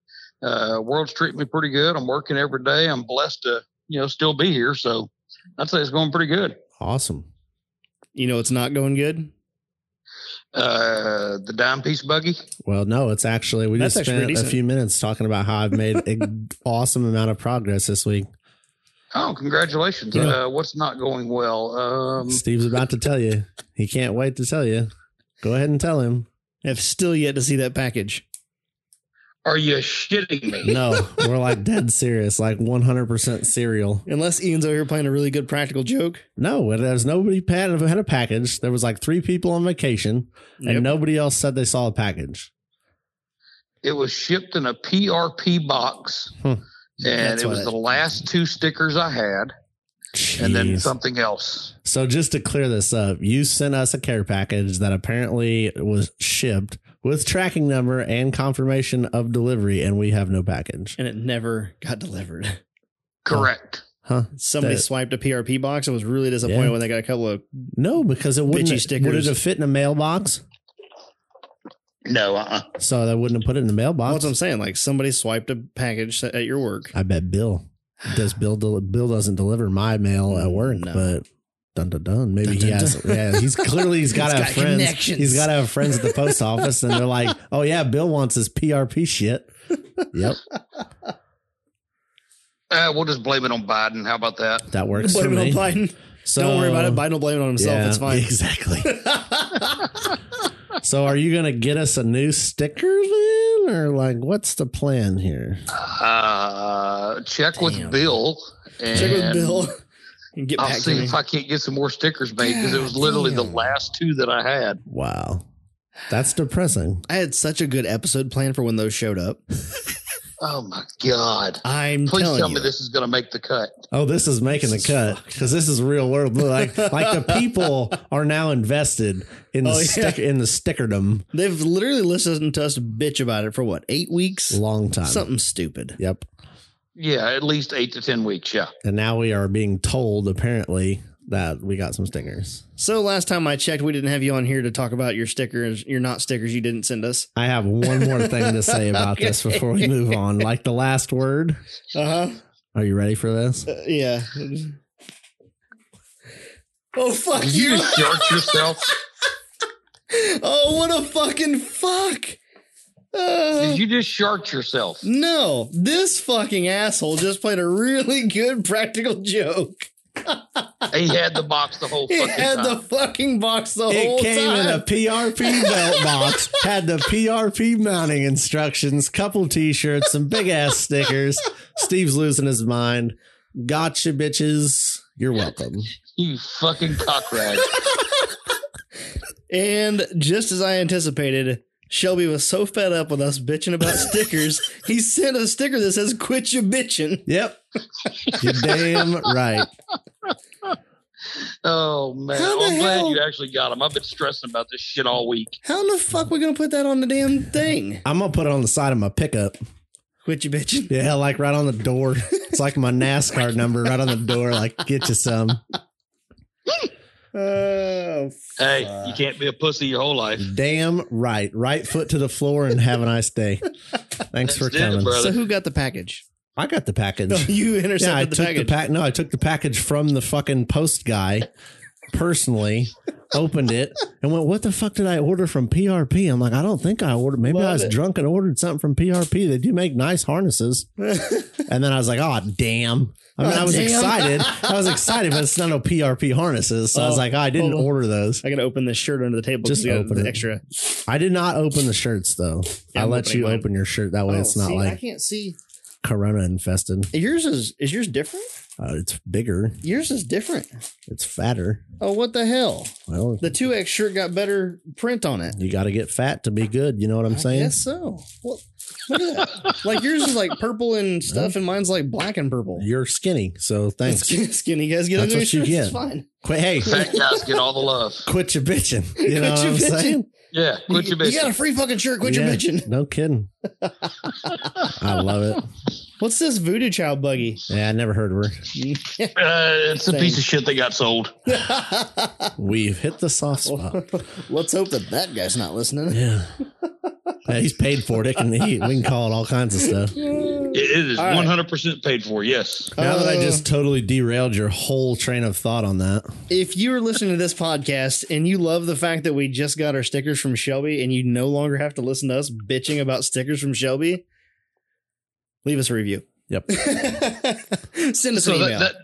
uh, world's treating me pretty good. I'm working every day. I'm blessed to, you know, still be here. So I'd say it's going pretty good.
Awesome.
You know, it's not going good.
Uh, the dime piece buggy.
Well, no, it's actually we
That's
just
actually pretty
spent a
decent.
few minutes talking about how I've made an awesome amount of progress this week.
Oh, congratulations.
Yeah.
Uh, what's not going well? Um,
Steve's about to tell you. He can't wait to tell you. Go ahead and tell him.
I've still yet to see that package.
are you shitting me?
No, we're like dead serious, like 100% serial.
Unless Ian's over here playing a really good practical joke.
No, there was nobody had had a package. There was like three people on vacation, and
Yep.
nobody else said they saw a package.
It was shipped in a PRP box,
Hmm.
and
That's
it
what
was
it-
the last two stickers I had, and then
Jeez.
something else.
So just to clear this up, you sent us a care package that apparently was shipped with tracking number and confirmation of delivery, and we have no package.
and it never got delivered.
Correct.
Huh?
Somebody
That-
swiped a PRP box and was really disappointed
Yeah.
when they got a couple of.
No, because it wouldn't.
Bitchy
Would it
stickers.
have fit in a mailbox?
No, uh-uh.
So they wouldn't have put it in the
Well,
mailbox.
That's what I'm saying. Like somebody swiped a package at your work.
I bet Bill does. Bill del- Bill doesn't deliver my mail at work,
No.
but dun dun dun. Maybe
Dun,
he
dun,
has.
dun.
Yeah, he's clearly he's got to
He's
have
got
friends.
connections.
He's got to have friends at the post office, and they're like, "Oh yeah, Bill wants his PRP shit." Yep,
Uh, we'll just blame it on Biden. How about that?
that works for
Blame it on
me.
Biden.
So,
Don't worry about it. Biden will blame it on himself.
yeah,
it's fine.
Exactly. so, are you gonna get us a new sticker then, or like, what's the plan here?
Uh, check
Damn.
with Bill. And
Check with Bill and get
I'll
back
see
to me.
if I can't get some more stickers made because it was
God
literally the
damn.
last two that I had.
Wow, that's depressing.
I had such a good episode planned for when those showed up.
Oh my God.
I'm
Please
telling
tell
you,
me this is going to make the cut.
Oh, this is making
This is
the cut because this is real world. Like, like the people are now invested in the
Oh, yeah.
stick in the stickerdom.
they've literally listened to us bitch about it for what eight weeks,
Long time.
something stupid.
Yep.
Yeah, at least eight to 10 weeks. Yeah.
And now we are being told apparently that we got some stickers.
So last time I checked, we didn't have you on here to talk about your stickers, your not stickers you didn't send us.
I have one more thing to say about this before we move on. Like the last word.
Uh-huh.
Are you ready for this?
Uh Yeah. Oh fuck
Did you
you!
just jerk yourself?
Oh what a fucking fuck! Uh,
Did you just shart yourself?
no, this fucking asshole just played a really good practical joke.
He had the box the whole
He
fucking
had
time.
the fucking box the whole
It came
time.
in a PRP belt box, had the PRP mounting instructions, couple t-shirts, some big ass stickers. Steve's losing his mind. Gotcha, bitches. You're welcome.
You fucking cockrag.
And just as I anticipated, Shelby was so fed up with us bitching about stickers, he sent a sticker that says "Quit your bitching."
yep. You're damn right.
Oh man,
How the
I'm glad
hell-
you actually got him. I've been stressing about this shit all week.
How in the fuck we gonna put that on the damn thing?
I'm gonna put it on the side of my pickup.
Quit your bitching.
Yeah, like right on the door. It's like my NASCAR number right on the door. Like, get you some.
Oh, fuck.
Hey, you can't be a pussy your whole life.
Damn right. Right foot to the floor and have a nice day. Thanks for
That's it,
coming.
brother.
So who got the package?
I got the
No,
package.
you intercepted
Yeah, I
the
took
package.
the pack. No, I took the package from the fucking post guy personally. opened it and went, "What the fuck did I order from PRP?" I'm like, "I don't think I ordered. Maybe
Love
I was
it.
drunk and ordered something from PRP. They do make nice harnesses." And then I was like, "Oh damn." I mean,
Aw,
I was
damn.
excited. I was excited, but it's not no PRP harnesses. So I was
Oh,
like, oh, I didn't
hold on.
order those.
I gotta open this shirt under the table.
Just
Just got
open
the
it.
extra.
I did not open the shirts though.
Yeah,
I
I'm
let
opening
you
mine. Oh,
open your shirt. That way, it's not
see, I
like
can't see.
corona infested.
Yours is is yours different?
Uh, it's bigger.
Yours is different.
It's fatter.
Oh, what the hell?
Well,
The two X shirt got better print on it.
you got to get fat to be good. You know what I'm
I
saying?
guess so. Well, look at that. like yours is like purple and stuff, and mine's like black and purple.
You're skinny, so thanks.
Skin- Skinny guys get
That's
a new
what you
shirt.
get.
It's fine.
Quit. Hey,
Fat guys get all the love.
quit your bitching. You know what
Quit
I'm
your bitching.
saying?
Yeah, quit
you,
your
you got a
bitch.
free fucking shirt. Quit
Yeah,
your bitching.
No kidding. I love it.
What's this voodoo child buggy?
Yeah, I never heard of her.
Uh, it's a
Same.
piece of shit that got sold.
We've hit the soft
Oh.
spot.
Let's hope that that guy's not listening.
Yeah. Yeah, he's paid for it. It can he, we can call it all kinds of stuff.
It, it is
All right.
100% paid for. Yes.
Now that I
Uh,
just totally derailed your whole train of thought on that,
If you are listening to this podcast and you love the fact that we just got our stickers from Shelby and you no longer have to listen to us bitching about stickers from Shelby, leave us a review.
Yep.
Send us
So
an
that,
email.
that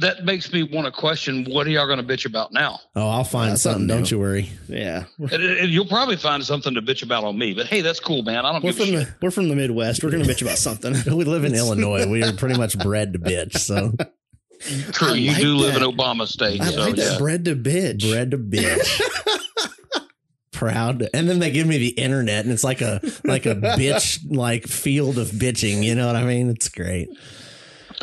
that makes me want to question what are y'all going to bitch about now?
oh, I'll find
Uh, something
something. Don't
new.
you worry.
yeah.
And- and you'll probably find something to bitch about on me, but hey, that's cool, man. I don't
We're
give a
from
shit.
the we're from the Midwest. We're gonna bitch about something.
We live in Illinois. We are pretty much bred to bitch. So
True,
I
you
like
do live in
that.
Obama state,
I
so
like
yeah.
that bread to bitch.
bred to bitch. Proud, to- and then they give me the internet, and it's like a like a bitch like field of bitching. You know what I mean? It's great.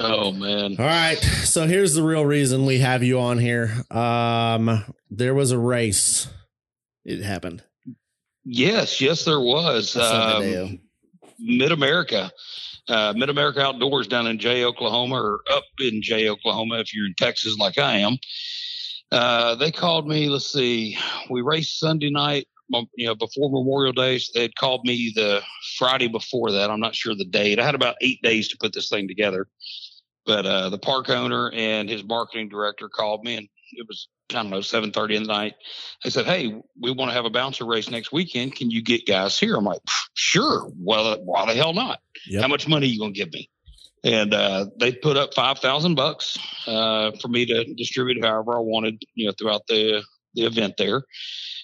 Oh man,
All right. So here's the real reason we have you on here. Um, there was a race.
It happened.
yes, yes, there was
I saw the
um,
video.
Mid America, uh, Mid America Outdoors down in Jay, Oklahoma, or up in Jay, Oklahoma, if you're in Texas like I am. Uh, they called me. Let's see, we raced Sunday night. um, You know, before Memorial Day, so they had called me the Friday before that. I'm not sure the date. I had about eight days to put this thing together. but uh, the park owner and his marketing director called me, and it was I don't know seven thirty in the night. They said, "Hey, we want to have a bouncer race next weekend. Can you get guys here?" I'm like, "Sure. Well, why the hell not?
Yep.
How much money you gonna give me?" And uh, they put up five thousand bucks uh, for me to distribute however I wanted, you know, throughout the the event there.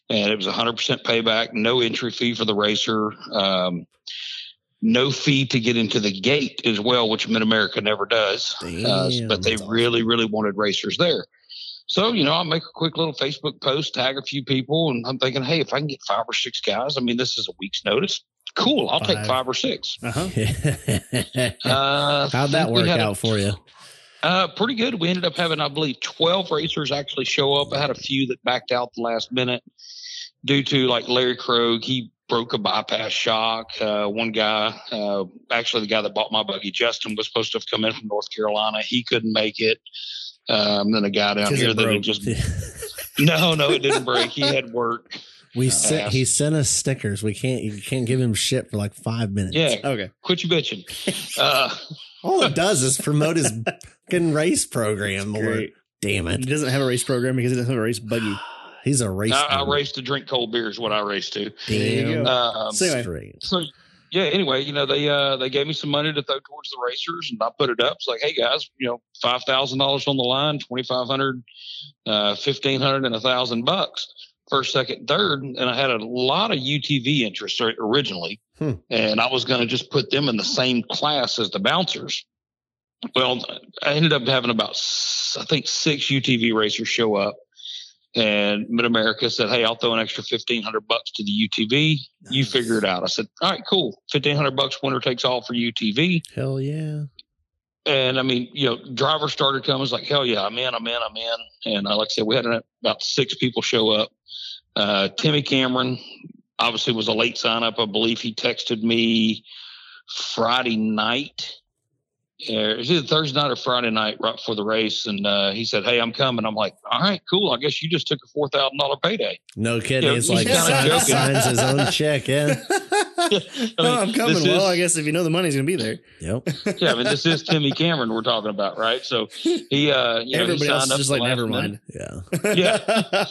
And it was 100% payback, no entry fee for the racer. Um, no fee to get into the gate as well, which Mid America never does. Uh,
Damn,
but they
that's awesome.
really, really wanted racers there. So, you know, I'll make a quick little Facebook post, tag a few people, and I'm thinking, hey, if I can get five or six guys, I mean, this is a week's notice. Cool. I'll take
Five.
five or six.
Uh-huh.
Uh,
How'd that
we
work
had a-
out for you?
uh, pretty good. We ended up having, I believe, 12 racers actually show up. I had a few that backed out the last minute due to like Larry Krog. He broke a bypass shock. Uh, one guy, uh, actually, the guy that bought my buggy, Justin, was supposed to have come in from North Carolina. He couldn't make it. Um, then a guy down
'Cause it
here that
broke.
had just no, no, it didn't break. He had work.
we sent he sent us stickers. We can't you can't give him shit for like five minutes.
Yeah,
Okay.
quit your bitching. Uh,
All it does is promote his fucking race program. Lord.
Great.
Damn
It
it.
doesn't have a race program because it doesn't have a race buggy.
He's a race.
I, I
owner.
raced to drink cold beer is what I raced to.
There you
Damn
go.
Um,
So anyway,
straight.
so yeah anyway you know they uh they gave me some money to throw towards the racers and i put it up it's like hey guys you know five thousand dollars on the line 2500 uh 1500 and a thousand bucks first second third and i had a lot of utv interest or- originally
Hmm.
and i was going to just put them in the same class as the bouncers Well, I ended up having about s- I think six UTV racers show up, and Mid America said, "Hey, I'll throw an extra fifteen hundred bucks to the UTV. You
Nice.
figure it out." I said, "All right, cool. Fifteen hundred bucks, winner takes all for UTV."
Hell yeah.
And I mean, you know, drivers started coming. It's like, hell yeah, I'm in, I'm in, I'm in. And uh, like I said, we had about six people show up. Uh, Timmy Cameron obviously was a late sign up. I believe he texted me Friday night. Or it was either Thursday night or Friday night right before the race. And uh, he said, hey, I'm coming. I'm like, all right, cool. I guess you just took a $4,000 payday.
No kidding.
Yeah,
it's
he's
like
kinda
sign,
joking.
signs his own check. Yeah.
oh,
I mean,
I'm coming.
this
Well,
is-
I guess if you know the money's going to be there.
Yep.
yeah, I mean, this is Timmy Cameron we're talking about, right? So he, uh, you know, he
Everybody
signed
else is
up
just
the
like,
last
never
minute.
mind.
Yeah.
Yeah.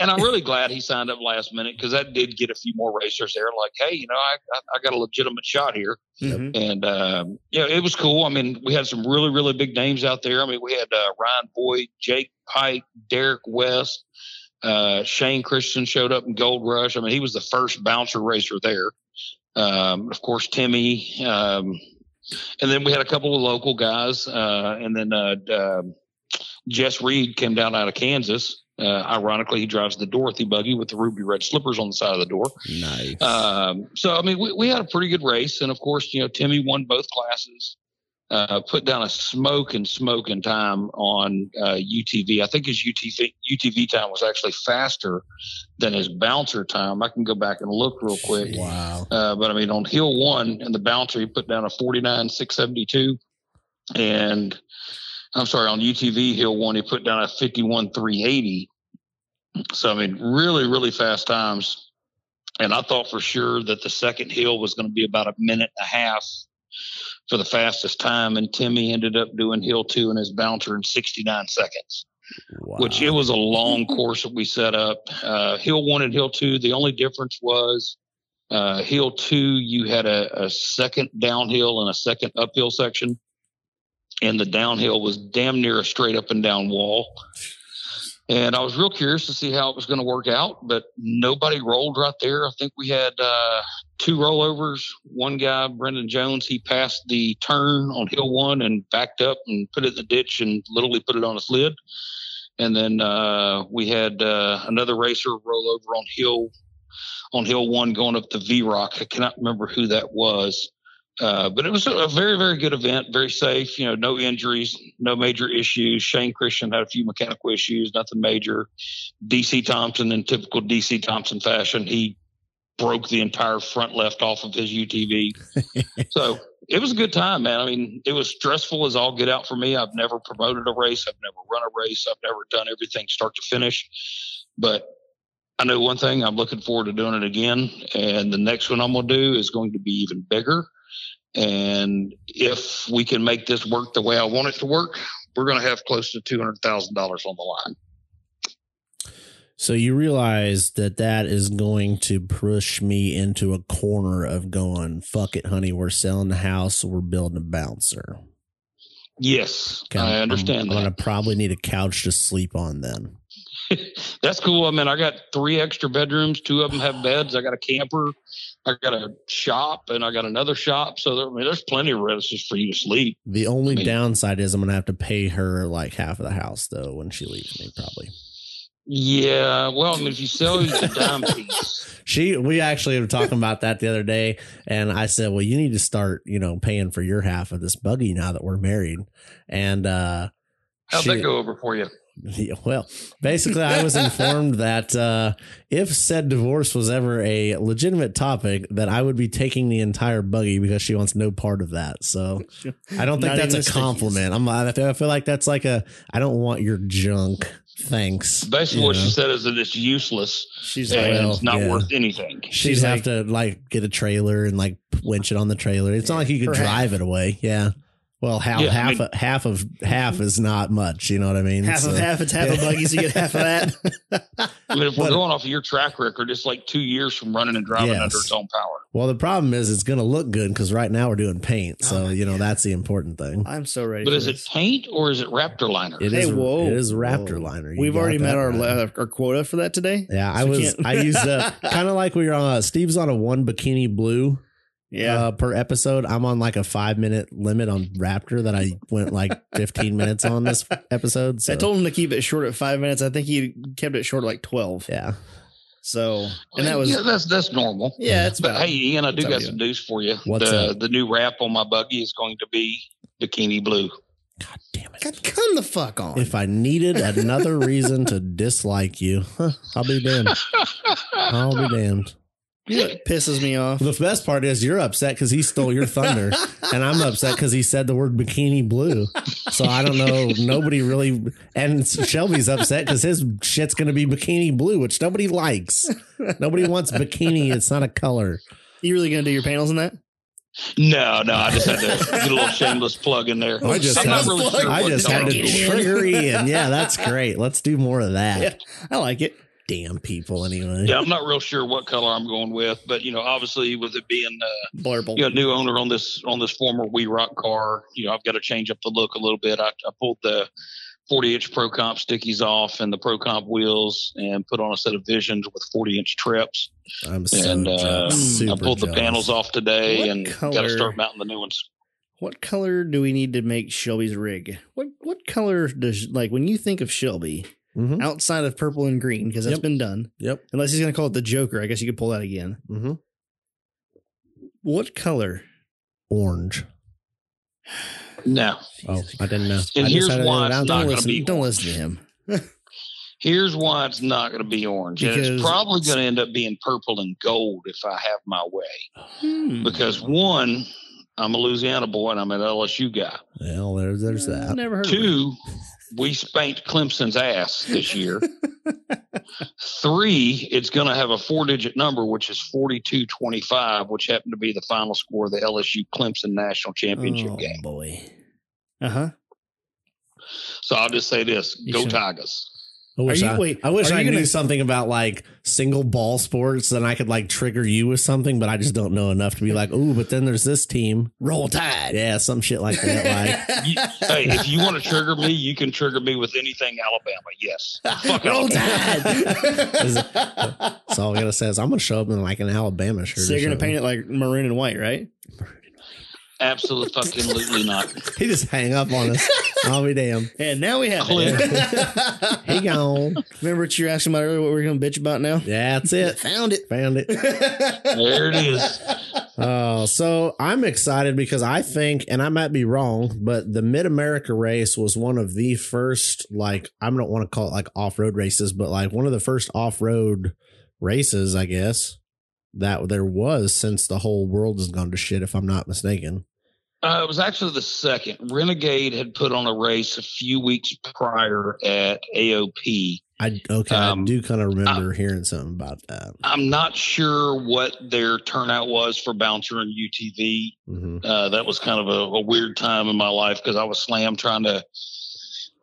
And I'm really glad he signed up last minute because that did get a few more racers there. Like, hey, you know, I I, I got a legitimate shot here,
Mhm.
and um, yeah, it was cool. I mean, we had some really really big names out there. I mean, we had uh, Ryan Boyd, Jake Pike, Derek West, uh, Shane Christian showed up in Gold Rush. I mean, he was the first bouncer racer there. Um, of course, Timmy, um, and then we had a couple of local guys, uh, and then uh, d- um Jess Reed came down out of Kansas. Uh, ironically, he drives the Dorothy buggy with the ruby red slippers on the side of the door.
Nice.
Um, so, I mean, we, we had a pretty good race. And of course, you know, Timmy won both classes, uh, put down a smoke and smoke and time on uh, UTV. I think his UTV, UTV time was actually faster than his bouncer time. I can go back and look real quick.
wow.
Uh, but I mean, on hill one and the bouncer, he put down a 49, 672. And I'm sorry, on UTV hill one, he put down a 51, 380. So, I mean, really, really fast times. And I thought for sure that the second hill was going to be about a minute and a half for the fastest time. And Timmy ended up doing hill two and his bouncer in 69 seconds
wow.
which it was a long course that we set up. Uh, hill one and hill two, the only difference was uh, hill two, you had a, a second downhill and a second uphill section. And the downhill was damn near a straight up and down wall. And I was real curious to see how it was going to work out, but nobody rolled right there. I think we had uh, two rollovers. One guy, Brendan Jones, he passed the turn on hill one and backed up and put it in the ditch and literally put it on his lid. And then uh, we had uh, another racer roll over on hill on hill one going up the V Rock. I cannot remember who that was, uh, but it was a, a very very good event, very safe. You know, no injuries, no major issues. Shane Christian had a few mechanical issues, nothing major. DC Thompson, in typical DC Thompson fashion, he broke the entire front left off of his UTV. so. It was a good time, man. I mean, it was stressful as all get out for me. I've never promoted a race. I've never run a race. I've never done everything start to finish. But I know one thing. I'm looking forward to doing it again. And the next one I'm going to do is going to be even bigger. And if we can make this work the way I want it to work, we're going to have close to $200,000 on the line.
So you realize that that is going to push me into a corner of going, fuck it, honey. We're selling the house. We're building a bouncer.
Yes,
Okay,
I
I'm-
understand
I'm
that.
gonna probably need a couch to sleep on then.
That's cool. I mean, I got three extra bedrooms. Two of them have beds. I got a camper. I got a shop, and I got another shop. So there, I mean, there's plenty of residences for you to sleep.
The only
I mean-
downside is I'm gonna have to pay her like half of the house though when she leaves me. Probably
Yeah. Well, I mean, if you sell it, it's a dime piece.
she. We actually were talking about that the other day, and I said, "Well, you need to start, you know, paying for your half of this buggy now that we're married." And uh,
How'd
she-
that go over for you?
Yeah, well, basically, I was informed that uh, if said divorce was ever a legitimate topic, that I would be taking the entire buggy because she wants no part of that. So I don't think
Not even
that's
the
a
stickies.
compliment. I'm, I feel I feel like that's like a I don't want your junk. Thanks.
Basically,
You
what
know?
she said is that it's useless
She's
and
like,
Yeah.
it's not
Well,
worth anything.
She'd
She's
have
like-
to like get a trailer and like winch it on the trailer. It's not like you could
Her half.
drive it away. Yeah. Well, how,
Yeah, I
half
mean-
of, half of half is not much. You know what I mean?
half of
So-
half, it's uh, half of
Yeah.
buggies. You get half of that.
I mean, if we're
But-
going off of your track record, it's like two years from running and driving
Yes.
under its own power.
Well, the problem is it's going to look good because right now we're doing paint. So,
Oh,
you know,
yeah.
that's the important thing.
I'm so ready.
But
for
is it
this.
paint or is it Raptor liner?
It
Hey,
is-
whoa,
it is Raptor
whoa.
liner. You
We've
got
already
that
met our
right.
uh, our quota for that today.
Yeah, I
so we
was,
can't-
I used a kind of like we were on, Steve's on a one bikini blue
Yeah.
uh, per episode. I'm on like a five minute limit on Raptor that I went like 15 minutes on this episode. So
I told him to keep it short at five minutes. I think he kept it short like twelve.
yeah,
So, and that was
yeah, that's that's normal.
yeah, it's
But
about
hey, Ian, I do
That's how
got
we
some news for you.
What's
the
up?
the new wrap on my buggy is going to be bikini blue.
God damn it.
God, come the fuck on.
If I needed another reason to dislike you, huh, I'll be damned. I'll be damned.
you know what pisses me off?
The best part is you're upset because he stole your thunder, and I'm upset because he said the word bikini blue. So I don't know. Nobody really, and Shelby's upset because his shit's gonna be bikini blue, which nobody likes. Nobody wants bikini. It's not a color.
you really gonna do your panels in that?
no, no, I just had to get a little shameless plug in there.
I just
I'm not
had-
really sure
I
what
just
color
had
Get
to
it in.
trigger Ian. Yeah, that's great. Let's do more of that.
Yeah. I like it.
Damn people, anyway.
yeah, I'm not real sure what color I'm going with, but you know, obviously with it being uh,
Blurple.
you know new owner on this on this former We Rock car, you know, I've got to change up the look a little bit. I, I pulled the 40 inch Pro Comp stickies off and the Pro Comp wheels and put on a set of Visions with 40 inch trips.
I'm so
and uh,
jealous.
I
Super
pulled the
jealous.
panels off today
What
and got
color?
to start mounting the new ones.
What color do we need to make Shelby's rig? What what color does like when you think of Shelby
Mhm.
outside of purple and green because that's
Yep.
been done.
Yep.
Unless he's gonna call it the Joker, I guess you could pull that again.
hmm
What color?
Orange.
No,
Oh, I didn't know.
And
I
here's
decided
why
it
it's
out.
not
Don't
gonna
listen.
be
Don't listen to him.
here's why it's not going to be orange. And
Because-
it's probably going to end up being purple and gold if I have my way.
Hmm.
Because one, I'm a Louisiana boy and I'm an LSU guy.
Well, there's there's
Uh,
that.
Never heard of it.
Two, we spanked Clemson's ass this year. Three, it's going to have a four digit number, which is 4225, which happened to be the final score of the LSU Clemson National Championship
Oh,
game.
boy. Uh huh.
So I'll just say this
You
go
should-
Tigers.
I wish
you-
I,
wait,
I wish
are
I
you
knew
gonna-
something about like single ball sports, then I could like trigger you with something, but I just don't know enough to be like, ooh, but then there's this team.
Roll Tide.
Yeah, some shit like that. Like
You- hey, if you want to trigger me, you can trigger me with anything Alabama. Yes. Fuck
Roll
Alabama.
Is
Tide.
that's all I gotta say is I'm gonna show up in like an Alabama shirt.
so
or
you're gonna
something.
paint it like maroon and white, right?
Absolutely fucking literally not.
He just hang up on us. I'll be damned.
And now we have
He
it.
gone.
Remember what you were asking about earlier? What we're gonna bitch about now?
Yeah, that's it.
Found it.
Found it.
There it is.
Oh, so I'm excited because I think, and I might be wrong, but the Mid America race was one of the first, like, I don't want to call it like off road races, but like one of the first off road races, I guess, that there was since the whole world has gone to shit, if I'm not mistaken.
Uh, it was actually the second. Renegade had put on a race a few weeks prior at AOP.
I, okay, I
Um,
do kind of remember hearing something about that.
I'm not sure what their turnout was for Bouncer and UTV.
hmm
Uh, that was kind of a, a weird time in my life because I was slammed trying to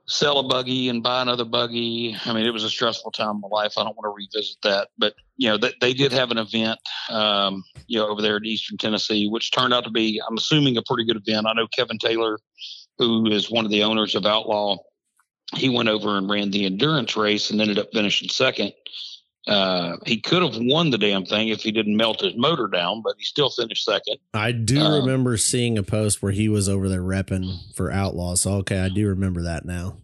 sell a buggy and buy another buggy. I mean, it was a stressful time in my life. I don't want to revisit that. But, you know, they, they did have an event, um, you know, over there in Eastern Tennessee, which turned out to be, I'm assuming, a pretty good event. I know Kevin Taylor, who is one of the owners of Outlaw, he went over and ran the endurance race and ended up finishing second. Uh, he could have won the damn thing if he didn't melt his motor down, but he still finished second.
I do
Um,
remember seeing a post where he was over there repping for Outlaw. So, okay, I do remember that now.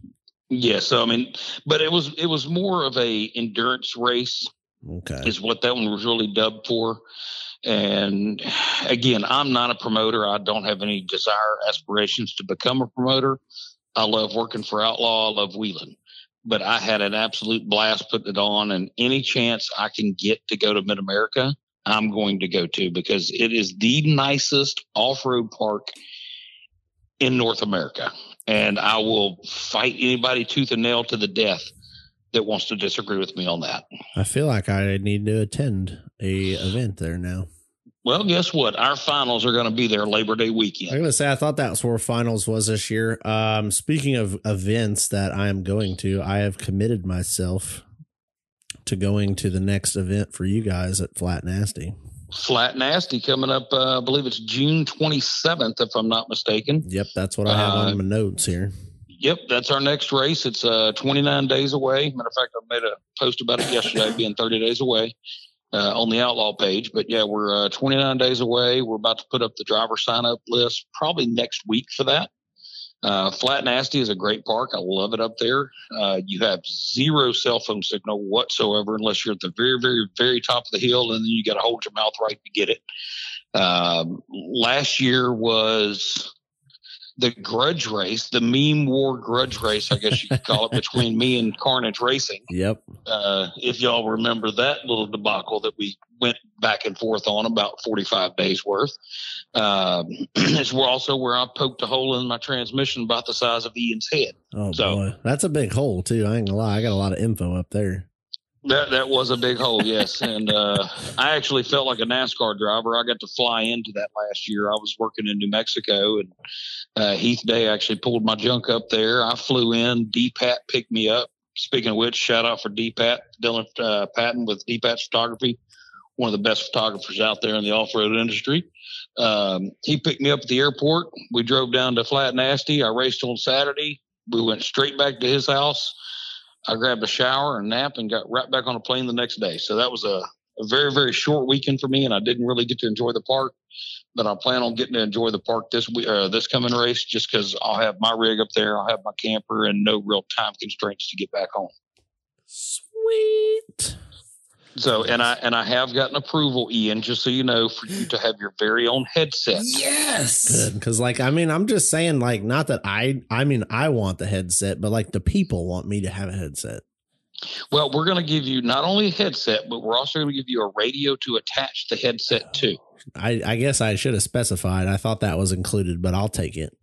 Yeah, so I mean, but it was it was more of a endurance race
Okay.
is what that one was really dubbed for. And again, I'm not a promoter. I don't have any desire aspirations to become a promoter. I love working for Outlaw. I love wheeling. But I had an absolute blast putting it on, and any chance I can get to go to Mid America, I'm going to go to because it is the nicest off road park in North America. And I will fight anybody tooth and nail to the death that wants to disagree with me on that.
I feel like I need to attend a event there now.
Well, guess what? Our finals are going to be there Labor Day
I'm
weekend.
gonna say I thought that was where finals was this year. Um, speaking of events that I am going to, I have committed myself to going to the next event for you guys at Flat Nasty.
Flat Nasty coming up, uh, I believe it's June 27th, if I'm not mistaken.
Yep, that's what I have
Uh,
on my notes here.
Yep, that's our next race. It's uh, 29 days away. Matter of fact, I made a post about it yesterday, being 30 days away. uh, on the outlaw page. But yeah, we're uh, 29 days away. We're about to put up the driver sign up list probably next week for that. Uh, Flat Nasty is a great park. I love it up there. Uh, you have zero cell phone signal whatsoever unless you're at the very, very, very top of the hill, and then you got to hold your mouth right to get it. Um, last year was the grudge race, the meme war grudge race, I guess you could call it, between me and Carnage Racing.
Yep.
Uh, if y'all remember that little debacle that we went back and forth on about 45 days worth. Um, it's where- also where I poked a hole in my transmission about the size of Ian's head.
Oh
So-
boy, that's a big hole too. I ain't gonna lie, I got a lot of info up there.
That that was a big hole, yes. And uh, I actually felt like a NASCAR driver. I got to fly into that last year. I was working in New Mexico, and uh, Heath Day actually pulled my junk up there. I flew in. D Pat picked me up. Speaking of which, shout out for D Pat Dylan uh, Patton with D Pat's Photography, one of the best photographers out there in the off road industry. Um, he picked me up at the airport. We drove down to Flat Nasty. I raced on Saturday. We went straight back to his house. I grabbed a shower and nap and got right back on a plane the next day. So that was a, a very, very short weekend for me, and I didn't really get to enjoy the park. But I plan on getting to enjoy the park this we- uh, this coming race, just because I'll have my rig up there, I'll have my camper, and no real time constraints to get back home.
Sweet.
So, and I and I have gotten approval, Ian, just so you know, for you to have your very own headset.
Yes.
Good, because like I mean, I'm just saying, like, not that I, I mean, I want the headset, but like the people want me to have a headset.
Well, we're going to give you not only a headset, but we're also going to give you a radio to attach the headset to.
I, I guess I should have specified. I thought that was included, but I'll take it.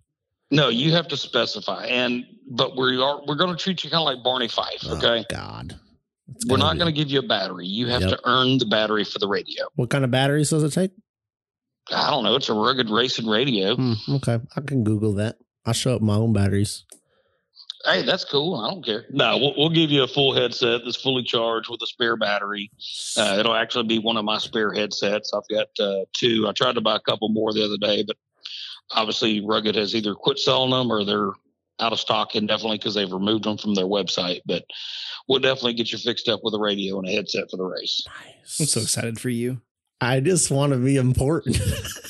No, you have to specify, and but we are we're going to treat you kind of like Barney Fife.
Oh,
Okay,
God, It's
we're
gonna
not
be-
going to give you a battery. You have
Yep.
to earn the battery for the radio.
What kind of batteries does it take?
I don't know. It's a rugged racing radio.
Hmm, okay, I can Google that. I'll show up my own batteries.
Hey, that's cool. I don't care. No, we'll, we'll give you a full headset that's fully charged with a spare battery. Uh, it'll actually be one of my spare headsets. I've got uh, two. I tried to buy a couple more the other day, but obviously Rugged has either quit selling them or they're out of stock indefinitely because they've removed them from their website. But we'll definitely get you fixed up with a radio and a headset for the race.
I'm so excited for you.
I just want to be important.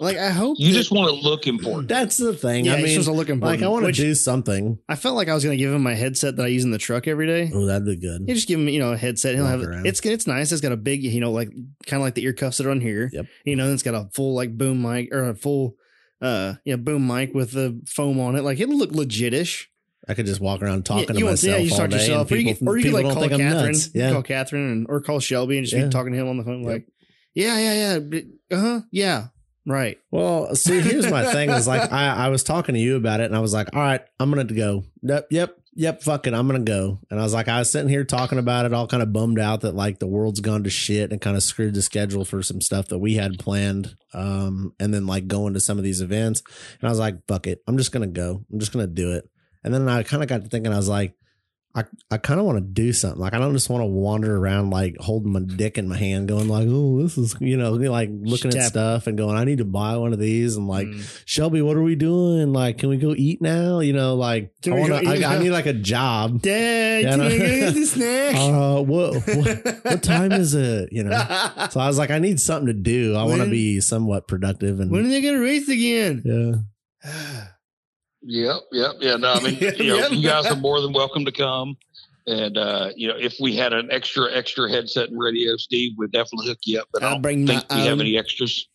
Like I hope
You
that-
just want to look important.
That's the thing.
Yeah,
I mean,
looking
like I want to do something.
I felt like I was going to give him my headset that I use in the truck every day.
Oh, that'd be good.
You just give him, you know, a headset. He'll
Walk
have
around.
it's it's nice. It's got a big, you know, like kind of like the ear cuffs that are on here.
Yep.
You know, it's got a full like boom mic or a full, uh, yeah, boom mic with the foam on it. Like it'll look legitish.
I could just walk around
Yeah,
talking
you
to
want-
myself.
Yeah, you
all
talk to
day and
yourself, or you
people-
could, or you could
people
like
don't
call
think I'm
Catherine,
nuts. Yeah.
call Catherine, and or call Shelby and just
Yeah.
be talking to him on the phone,
Yep.
like, yeah, yeah, yeah, uh huh, yeah, right.
Well, see, here's my thing is like I, I was talking to you about it and I was like, all right, I'm gonna go. Yep, yep, yep, fuck it, I'm gonna go. And I was like, I was sitting here talking about it, all kind of bummed out that like the world's gone to shit and kind of screwed the schedule for some stuff that we had planned. Um, and then like going to some of these events. And I was like, fuck it, I'm just gonna go. I'm just gonna do it. And then I kind of got to thinking, I was like, I, I kind of want to do something. Like I don't just want to wander around like holding my dick in my hand, going like, "Oh, this is," you know, like looking at
Step.
stuff and going, "I need to buy one of these." And like,
Mm.
Shelby, what are we doing? Like, can we go eat now? You know, like I
Can we
want
go eat
to. I, I
now?
need like a job.
Dad,
Yeah,
can
no.
I get the snack?
Uh, what, what what time is it? You know. So I was like, I need something to do. I want to
When-
be somewhat productive and
when are they gonna race again?
yeah.
Yep, yep, yeah. No, I mean, you know,
Yep.
you guys are more than welcome to come. And uh, you know, if we had an extra extra headset and radio, Steve would definitely hook you up. But I
I'll
don't
bring my
think we have
own.
any extras.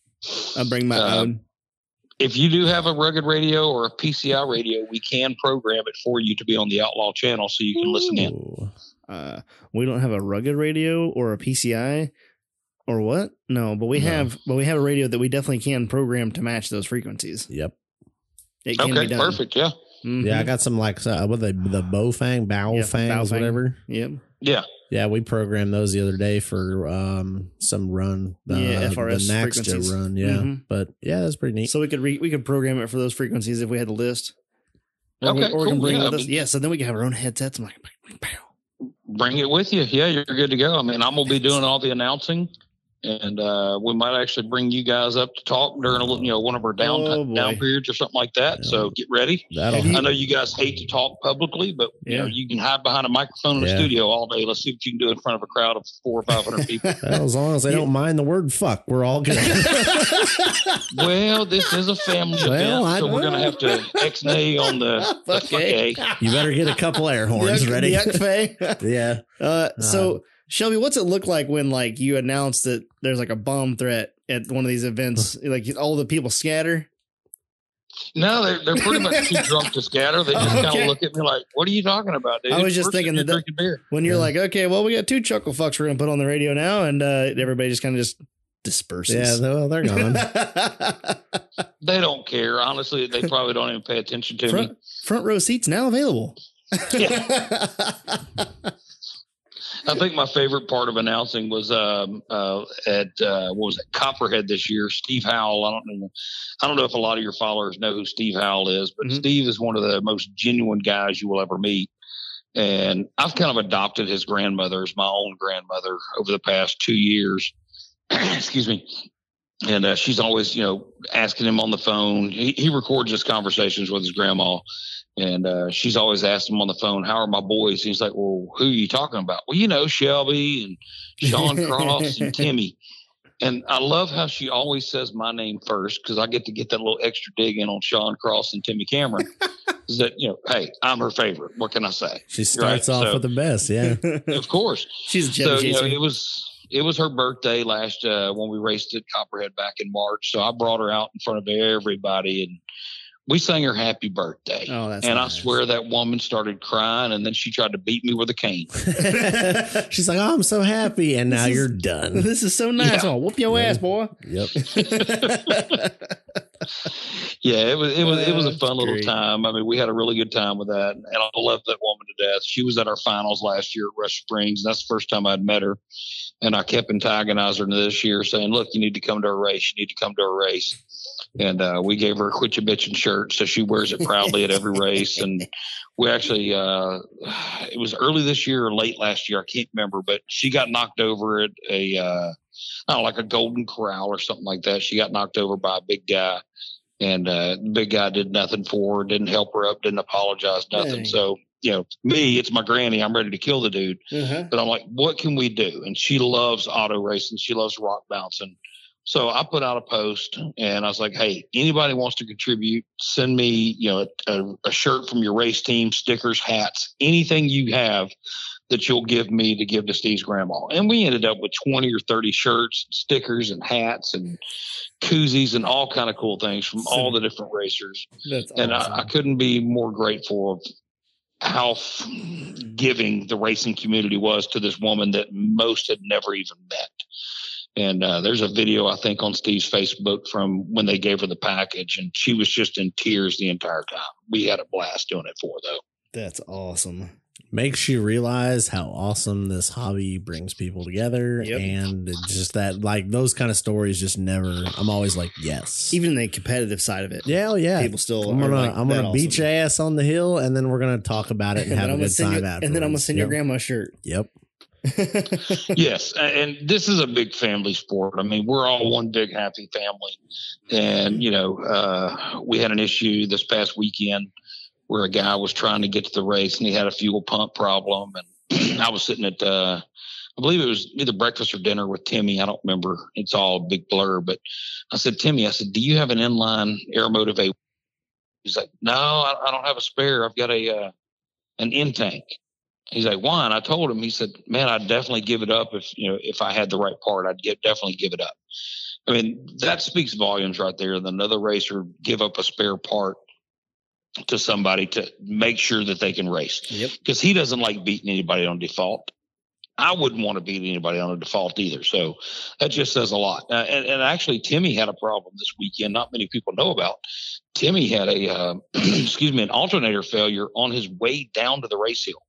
I'll bring my
Uh,
own.
If you do have a rugged radio or a PCI radio, we can program it for you to be on the Outlaw channel, so you can listen in.
Ooh.
Uh, we don't have a rugged radio or a PCI or what? No, but we
No.
have, but we have a radio that we definitely can program to match those frequencies.
Yep.
It can
Okay,
be done.
perfect. Yeah,
Mhm.
Yeah, I got some like uh, what are they the bow fang, bow
Yeah,
fangs,
Baofeng.
whatever.
Yep.
yeah.
Yeah, we programmed those the other day for um some run. Uh,
Yeah, FRS
the Naxta
frequencies.
run. Yeah,
Mhm.
but yeah, that's pretty neat.
So we could re- we could program it for those frequencies if we had the list. Or we,
Okay,
or we can
cool.
bring
Yeah,
it with
I
us. Yeah, so then we can have our own headsets. I'm like, bang, bang, pow.
Bring it with you. Yeah, you're good to go. I mean, I'm gonna be doing all the announcing and uh, we might actually bring you guys up to talk during a little, you know one of our down
Oh, boy.
down periods or something like that. So get ready.
That'll
Have you-
I know you guys hate to talk publicly, but you know
Yeah.
you can hide behind a microphone in the
Yeah.
studio all day. Let's see what you can do in front of a crowd of four or five hundred people.
Well, as long as they don't mind the word fuck, we're all good.
well, this is a family
Well,
event,
I
so we're gonna
know.
have to ex nay on the, the
Fuck
fuck
eh.
eh.
you better get a couple air horns
Yuck-
ready.
yuck fey.
Yeah.
Uh,
Um,
so Shelby, what's it look like when like you announce that there's like a bomb threat at one of these events? like all the people scatter.
No, they're, they're pretty much too drunk to scatter. They just kind
Okay.
of look at me like, "What are you talking about, dude?"
I was just
First,
thinking
you're
that-
drinking beer.
When you're
Yeah.
like, okay, well, we got two chuckle fucks we're gonna put on the radio now, and uh, everybody just kind of just
Yeah.
disperses.
Well, they're gone.
They don't care. Honestly, they probably don't even pay attention to me.
front, front row seats now available.
I think my favorite part of announcing was um, uh, at uh, what was it Copperhead this year. Steve Howell. I don't know. I don't know if a lot of your followers know who Steve Howell is, but
Mhm.
Steve is one of the most genuine guys you will ever meet. And I've kind of adopted his grandmother as my own grandmother over the past two years. Excuse me. And uh, she's always, you know, asking him on the phone. He, he records his conversations with his grandma. And uh, she's always asking him on the phone, "How are my boys?" And he's like, "Well, who are you talking about?" Well, you know, Shelby and Sean Cross and Timmy. And I love how she always says my name first because I get to get that little extra dig in on Sean Cross and Timmy Cameron. is that you know, hey, I'm her favorite. What can I say?
She starts
Right,
off
so-
with the best. Yeah.
Of course.
She's a
so
jelly
you know,
chaser.
it was it was her birthday last uh, when we raced at Copperhead back in March. So I brought her out in front of everybody and we sang her happy birthday.
oh, that's
and I
nice.
swear that woman started crying, and then she tried to beat me with a cane.
She's like, oh, I'm so happy. And now
This is-
you're done.
This is so nice.
Yeah.
Oh, whoop your
Yeah.
ass, boy.
Yep.
Yeah, it was it was it was a
That's
fun little
great.
time. I mean, we had a really good time with that, and I love that woman to death. She was at our finals last year at Rush Springs. And that's the first time I'd met her, and I kept antagonizing her this year, saying, "Look, you need to come to a race. You need to come to a race." And uh, we gave her a "Quit Your Bitching" shirt, so she wears it proudly at every race. And we actually, uh, it was early this year or late last year, I can't remember, but she got knocked over at a. Uh, I don't know, like a golden corral or something like that. She got knocked over by a big guy, and uh, the big guy did nothing for her, didn't help her up, didn't apologize, nothing.
Dang.
So, you know, me, it's my granny. I'm ready to kill the dude.
Uh-huh.
But I'm like, what can we do? And she loves auto racing. She loves rock bouncing. So I put out a post and I was like, hey, anybody wants to contribute, send me, you know, a, a shirt from your race team, stickers, hats, anything you have that you'll give me to give to Steve's grandma. And we ended up with 20 or 30 shirts, stickers and hats and koozies and all kind of cool things from all the different racers.
That's
And uh, I, I
awesome.
couldn't be more grateful of how f- giving the racing community was to this woman that most had never even met. And uh, there's a video I think on Steve's Facebook from when they gave her the package, and she was just in tears the entire time. We had a blast doing it for her, though.
That's awesome.
makes you realize how awesome this hobby brings people together
Yep.
and it's just that like those kind of stories just never i'm always like yes
Even the competitive side of it.
yeah oh, yeah
People still.
i'm gonna
are like,
i'm
that
gonna beat
awesome.
your ass on the hill and then we're gonna talk about it and
then
have a
I'm gonna
good
send
time
you-
afterwards.
And then I'm gonna send your
Yep.
grandma a shirt.
yep
yes, a- and this is a big family sport. I mean, we're all one big happy family, and you know, uh, we had an issue this past weekend where a guy was trying to get to the race and he had a fuel pump problem, and I was sitting at, uh, I believe it was either breakfast or dinner with Timmy. I don't remember. It's all a big blur, but I said, Timmy, I said, do you have an inline air motive? A-" He's like, no, I, I don't have a spare. I've got a uh, an in tank. He's like, why? And I told him, he said, man, I'd definitely give it up if, you know, if I had the right part, I'd get, definitely give it up. I mean, that speaks volumes right there. That another racer give up a spare part to somebody to make sure that they can race
yep.
because he doesn't like beating anybody on default. I wouldn't want to beat anybody on a default either. So that just says a lot. Uh, and, and actually, Timmy had a problem this weekend. Not many people know about. Timmy had a uh, excuse me an alternator failure on his way down to the race hill.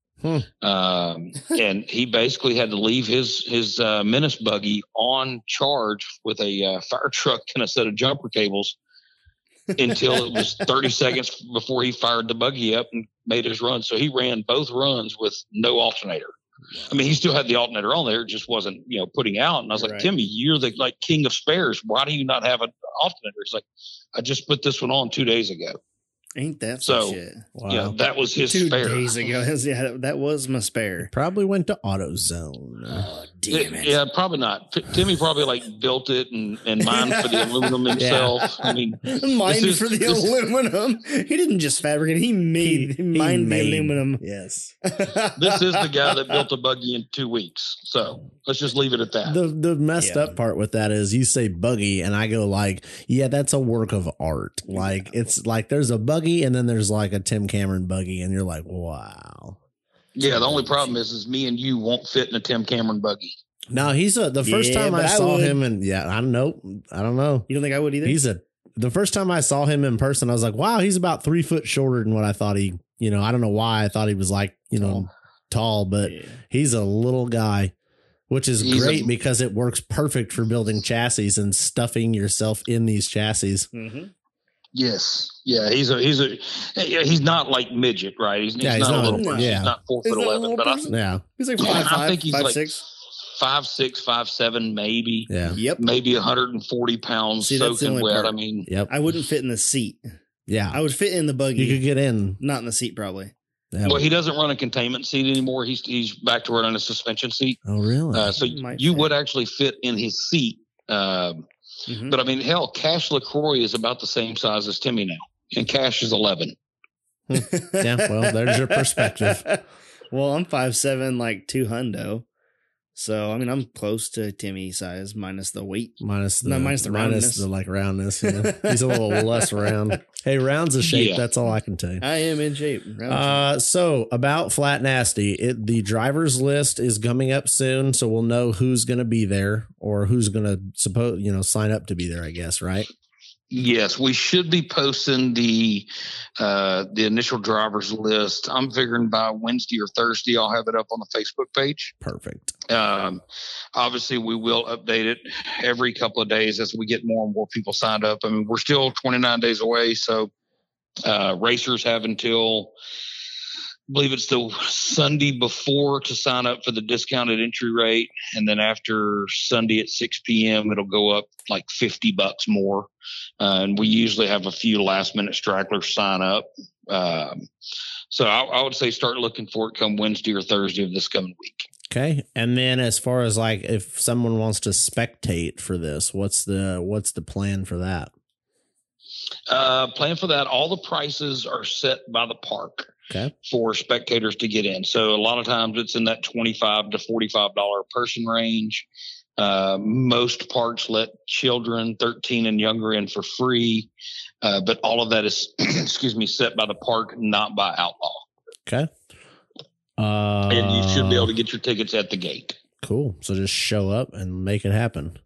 Um, and he basically had to leave his his uh, menace buggy on charge with a uh, fire truck and a set of jumper cables until it was 30 seconds before he fired the buggy up and made his run. So he ran both runs with no alternator I mean, he still had the alternator on there; it just wasn't, you know, putting out. And I was like,
Right.
Timmy, you're the like king of spares. Why do you not have an alternator? He's like, I just put this one on two days ago.
Ain't that some
So,
shit?
Wow.
Yeah, that was his
Two
spare.
days ago. yeah, that- that was my spare.
Probably went to AutoZone.
Oh
It-
damn it!
Yeah, probably not. T- Timmy probably like built it and, and mined for the aluminum himself. I mean,
Mined
This is-
for the
this-
aluminum. He didn't just fabricate; he made he, mined
made-
the aluminum.
Yes.
this is the guy that built a buggy in two weeks. So let's just leave it at that.
The the messed
Yeah.
up part with that is you say buggy and I go like, yeah, that's a work of art. Like it's like there's a buggy and then there's like a Tim Cameron buggy and you're like, wow.
yeah, the only problem is, is me and you won't fit in a Tim Cameron buggy.
No, he's a the first
Yeah,
time I
but I
saw
would-
him and yeah, I don't know. I don't know.
You don't think I would either?
He's a the first time I saw him in person, I was like, wow, he's about three foot shorter than what I thought he. You know, I don't know why I thought he was like you know tall, but
Yeah.
he's a little guy, which is
He's a-
great because it works perfect for building chassis and stuffing yourself in these chassis.
Mhm.
Yes. Yeah, he's a he's a yeah, he's not like midget, right? He's, he's
Yeah, he's
not,
not-
a little person.
yeah.
He's not four
He's
foot
not a
eleven,
little
but I,
person.
Yeah,
He's like
I
five, five,
think he's
five,
like
six.
five six, five seven, maybe
yeah,
Yep.
maybe 140 pounds
See, that's the
soaking
only
wet.
part.
I mean,
yep,
I wouldn't fit in the seat.
yeah.
I would fit in the
You
buggy,
could get in.
not in the seat probably.
Yeah.
well, he doesn't run a containment seat anymore. He's he's back to running a suspension seat.
oh, really?
Uh, so
Might
you
fit.
would actually fit in his seat. Um,
Mhm.
but I mean, hell, Cash Lacroix is about the same size as Timmy now, and Cash is 11.
Hmm. Yeah, well, there's your perspective.
well, I'm five seven, like two hundo. So I mean, I'm close to Timmy size minus the weight.
minus the
No, minus the roundness.
the like roundness. you know? he's a little less round. Hey, round's a shape.
Yeah.
That's all I can tell you.
I am in shape. Round
Uh, so about Flat Nasty, it, the drivers list is coming up soon, so we'll know who's going to be there or who's going to suppose you know sign up to be there. I guess right.
Yes, we should be posting the uh, the initial drivers list. I'm figuring by Wednesday or Thursday, I'll have it up on the Facebook page.
Perfect.
Um, obviously, we will update it every couple of days as we get more and more people signed up. I mean, we're still 29 days away, so uh, racers have until I believe it's the Sunday before to sign up for the discounted entry rate, and then after Sunday at 6 p.m., it'll go up like 50 bucks more. Uh, and we usually have a few last minute stragglers sign up. Um, so I, I would say start looking for it come Wednesday or Thursday of this coming week.
Okay, and then as far as like if someone wants to spectate for this, what's the what's the plan for that?
Uh, plan for that. All the prices are set by the park
Okay.
for spectators to get in. So a lot of times it's in that twenty-five to forty-five dollar person range. Uh, most parks let children thirteen and younger in for free, uh, but all of that is, excuse me, set by the park, not by Outlaw.
Okay. Uh,
And you should be able to get your tickets at the gate.
Cool. So just show up and make it happen.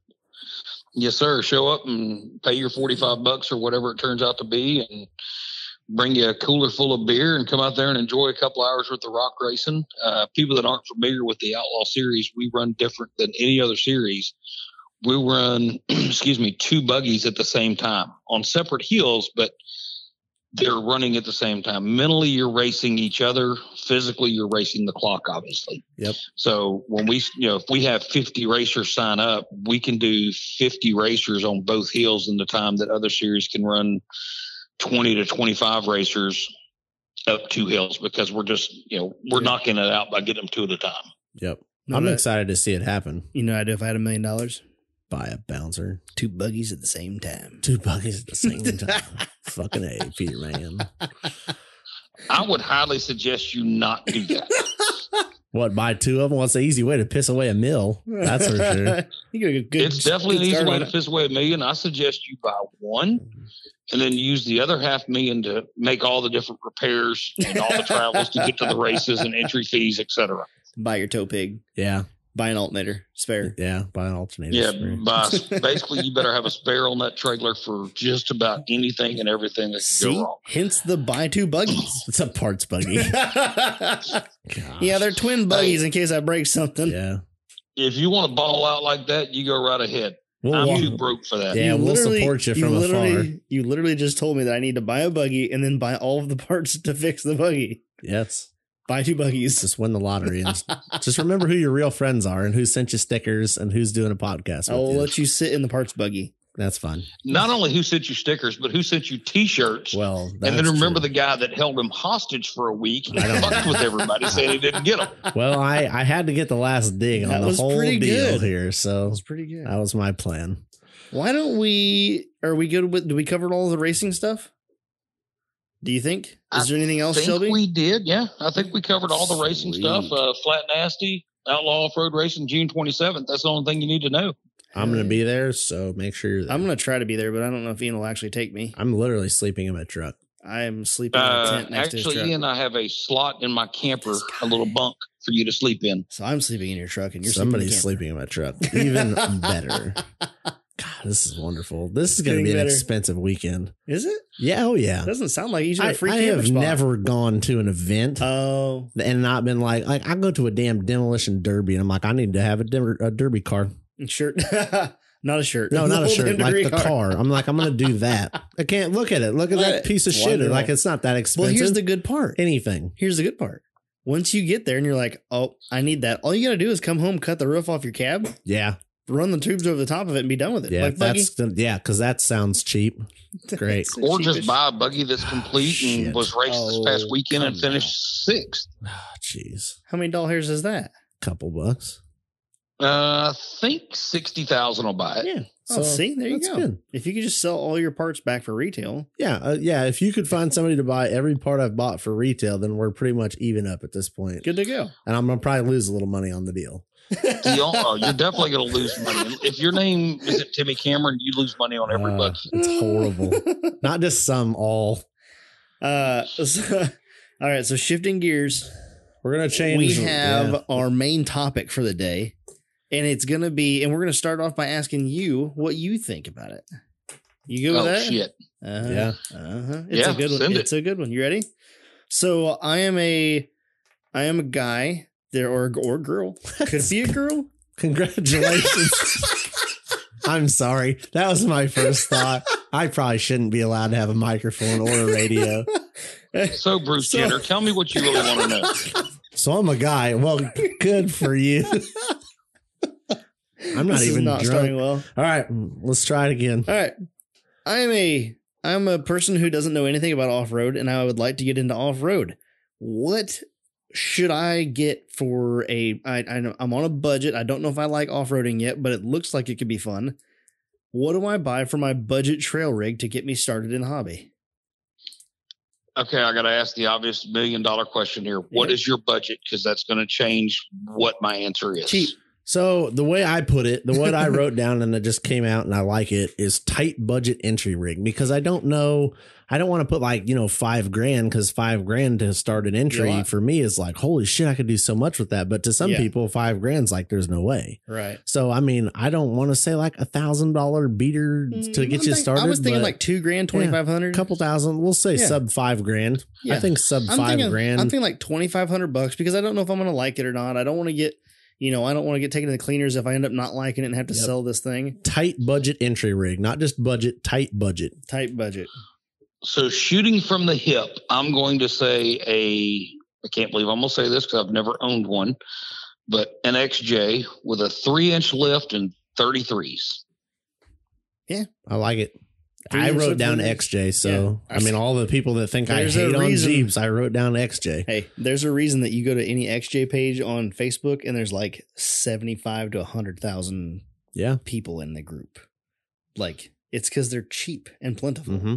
Yes, sir. Show up and pay your forty-five bucks or whatever it turns out to be, and bring you a cooler full of beer and come out there and enjoy a couple hours worth of rock racing. Uh, people that aren't familiar with the Outlaw Series, we run different than any other series. We run, excuse me, two buggies at the same time on separate heels, but they're running at the same time. Mentally, you're racing each other. Physically, you're racing the clock, obviously.
Yep.
So when we, you know, if we have 50 racers sign up, we can do 50 racers on both heels in the time that other series can run 20 to 25 racers up two hills because we're just, you know, we're knocking it out by getting them two at a time.
Yep.
two.
I'm
You know what-
excited to see it happen.
You know, what I'd do if I had a million dollars,
Buy a bouncer.
two buggies at the same time.
Two buggies at the same time. Fucking A, Peter Man.
I would highly suggest you not do that.
What, buy two of them? What's the easy way to piss away a mill? That's for sure.
you get a good.
it's definitely an
good
easy
start
way
on
to
it.
piss away a million. I suggest you buy one and then use the other half million to make all the different repairs and all the travels to get to the races and entry fees, etc.
Buy your tow pig.
Yeah.
Buy an alternator. Spare.
Yeah. Buy an alternator.
Yeah,
screw.
by, basically, you better have a spare on that trailer for just about anything and everything that can
See,
go wrong.
hence the buy two buggies.
It's a parts buggy.
yeah,
Gosh.
they're twin buggies in case I break something.
Yeah.
If you want to ball out like that, you go right ahead.
We'll
I'm
walk-
too broke for that.
Yeah. we'll
literally-
support you from
literally,
afar.
You literally just told me that I need to buy a buggy and then buy all of the parts to fix the buggy.
Yes.
Buy two buggies.
Just win the lottery and just remember who your real friends are and who sent you stickers and who's doing a podcast.
I
With
will
you.
let you sit in the parts buggy.
That's fun.
Not only who sent you stickers, but who sent you T-shirts.
Well,
and then
that's
remember
true.
the guy that held him hostage for a week
I
and
don't-
fucked with everybody, saying he didn't get them.
well, I I had to get the last dig on
That
the
was
whole
pretty
deal
good.
here, so
That's pretty good.
that was my plan.
Uh, Why don't we? Are we good with? Do we cover all the racing stuff? Do you think? Is
I
there anything
I
else,
think
Shelby?
we did. Yeah, I think we covered all the racing stuff.
Sweet.
Uh, flat nasty, outlaw off road racing, June twenty seventh. That's the only thing you need to know.
I'm gonna be there, so make sure you're there.
I'm gonna try to be there, but I don't know if Ian will actually take me.
I'm literally sleeping in my truck.
I'm sleeping in a
Uh,
tent next to his
actually,
truck.
Ian, I have a slot in my camper,
This
a little
guy.
bunk for you to sleep in.
so I'm sleeping in your truck, and you're
Somebody's
sleeping.
sleeping in my truck. Even better. God, this is wonderful. This is going to
Getting
be an
better.
expensive weekend.
in Is it?
Yeah, oh yeah.
Doesn't sound like it. you should
I,
have free
I
camper
have
spot.
never gone to an event
Oh,
and not been like, like I go to a damn demolition derby and I'm like, I need to have a, dem- a derby car.
shirt. not a shirt.
No,
The
not a
old
shirt, like
Henry
the car. I'm like, I'm going to do that. I can't look at it. Look at
Look at
that
it.
piece of shit.
Wonderful.
Like it's not that expensive.
Well, here's the good part.
anything.
Here's the good part. Once you get there and you're like, oh, I need that. All you got to do is come home, cut the roof off your cab,
Yeah,
run the tubes over the top of it, and be done with it.
yeah.
Like, buggy.
that's the, yeah, because that sounds cheap. great.
It's the
Or
cheapest-
just buy a buggy that's complete
Shit.
and was raced this past
Oh,
weekend and
come
finished sixth.
Ah, Jeez,
How many doll hairs is that?
couple bucks.
Uh, I think sixty thousand will buy it.
Yeah.
oh, see, there you
that's
go.
good.
If you could just sell all your parts back for retail,
Yeah, uh, yeah. If you could find somebody to buy every part I've bought for retail, then we're pretty much even up at this point.
good to go.
And I'm gonna probably lose a little money on the deal.
You all- oh, you're definitely going to lose money if your name isn't Timmy Cameron. You lose money on every
Uh,
buggy.
It's horrible. Not just some all.
uh, so- all right. So shifting gears,
We're gonna change.
we have
yeah.
our main topic for the day, and it's going to be, and we're going to start off by asking you what you think about it. You good with
Oh
that?
shit!
Uh-huh.
Yeah.
Uh-huh. It's
Yeah,
a good one.
send it.
It's a good one. You ready? So I am a I am a guy there or or girl. Could be a girl.
Congratulations. I'm sorry. That was my first thought. I probably shouldn't be allowed to have a microphone or a radio.
So Bruce
So-
Jenner, tell me what you really want to know.
So I'm a guy. Well, good for you. I'm not
This is
even
not
drunk.
starting well.
All right, let's try it again.
All right. I am a I'm a person who doesn't know anything about off-road and I would like to get into off-road. What should I get for a I I know I'm on a budget. I don't know if I like off-roading yet, but it looks like it could be fun. What do I buy for my budget trail rig to get me started in hobby?
Okay, I got to ask the obvious million dollar question here. What
Yeah.
is your budget? Because that's going to change what my answer is.
Cheap.
So the way I put it, the what I wrote down and it just came out and I like it is tight budget entry rig because I don't know I don't want to put like, you know, five grand because five grand to start an
Be a
entry
lot.
for me is like, holy shit, I could do so much with that. But to some
Yeah.
people, five grand's like there's no way.
Right.
So I mean, I don't want to say like a thousand dollar beater to
Mm,
get
I'm
you
think-
started.
I was thinking
but
like two grand, twenty five
a
hundred.
couple thousand, we'll say
Yeah.
sub five grand. I
Yeah.
think sub
I'm
five
thinking,
grand.
I'm thinking like twenty five hundred bucks because I don't know if I'm gonna like it or not. I don't want to get, you know, I don't want to get taken to the cleaners if I end up not liking it and have to
Yep.
sell this thing.
tight budget entry rig, not just budget, tight budget.
Tight budget.
So shooting from the hip, I'm going to say a. I can't believe I'm going to say this because I've never owned one, but an XJ with a three inch lift and 33s.
I like it.
Three
I
years
wrote
of
down
freedom.
XJ, so
Yeah.
I mean, all the people that think
There's
I
a
hate on
reason.
Jeeps, I wrote down XJ.
Hey, there's a reason that you go to any XJ page on Facebook and there's like seventy five to hundred thousand
Yeah.
people in the group. Like it's because they're cheap and plentiful.
hmm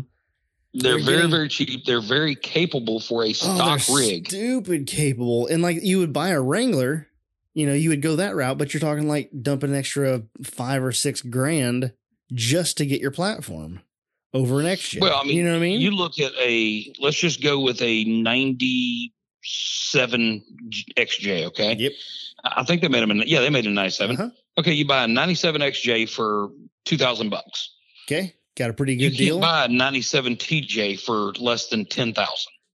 They're
You're
very,
getting-
very cheap. They're very capable for a
Oh,
stock
they're
rig.
Stupid capable. And like you would buy a Wrangler, you know, you would go that route, but you're talking like dumping an extra five or six grand just to get your platform over an extra.
Well, I mean,
you know what I mean?
you look at a let's just go with a 97 xj okay
Yep.
i I think they made them in yeah they made a 97
Uh-huh.
okay you buy a 97 xj for 2000 bucks
okay. Got a pretty
you
good
can't
deal.
buy a 97 tj for less than 10000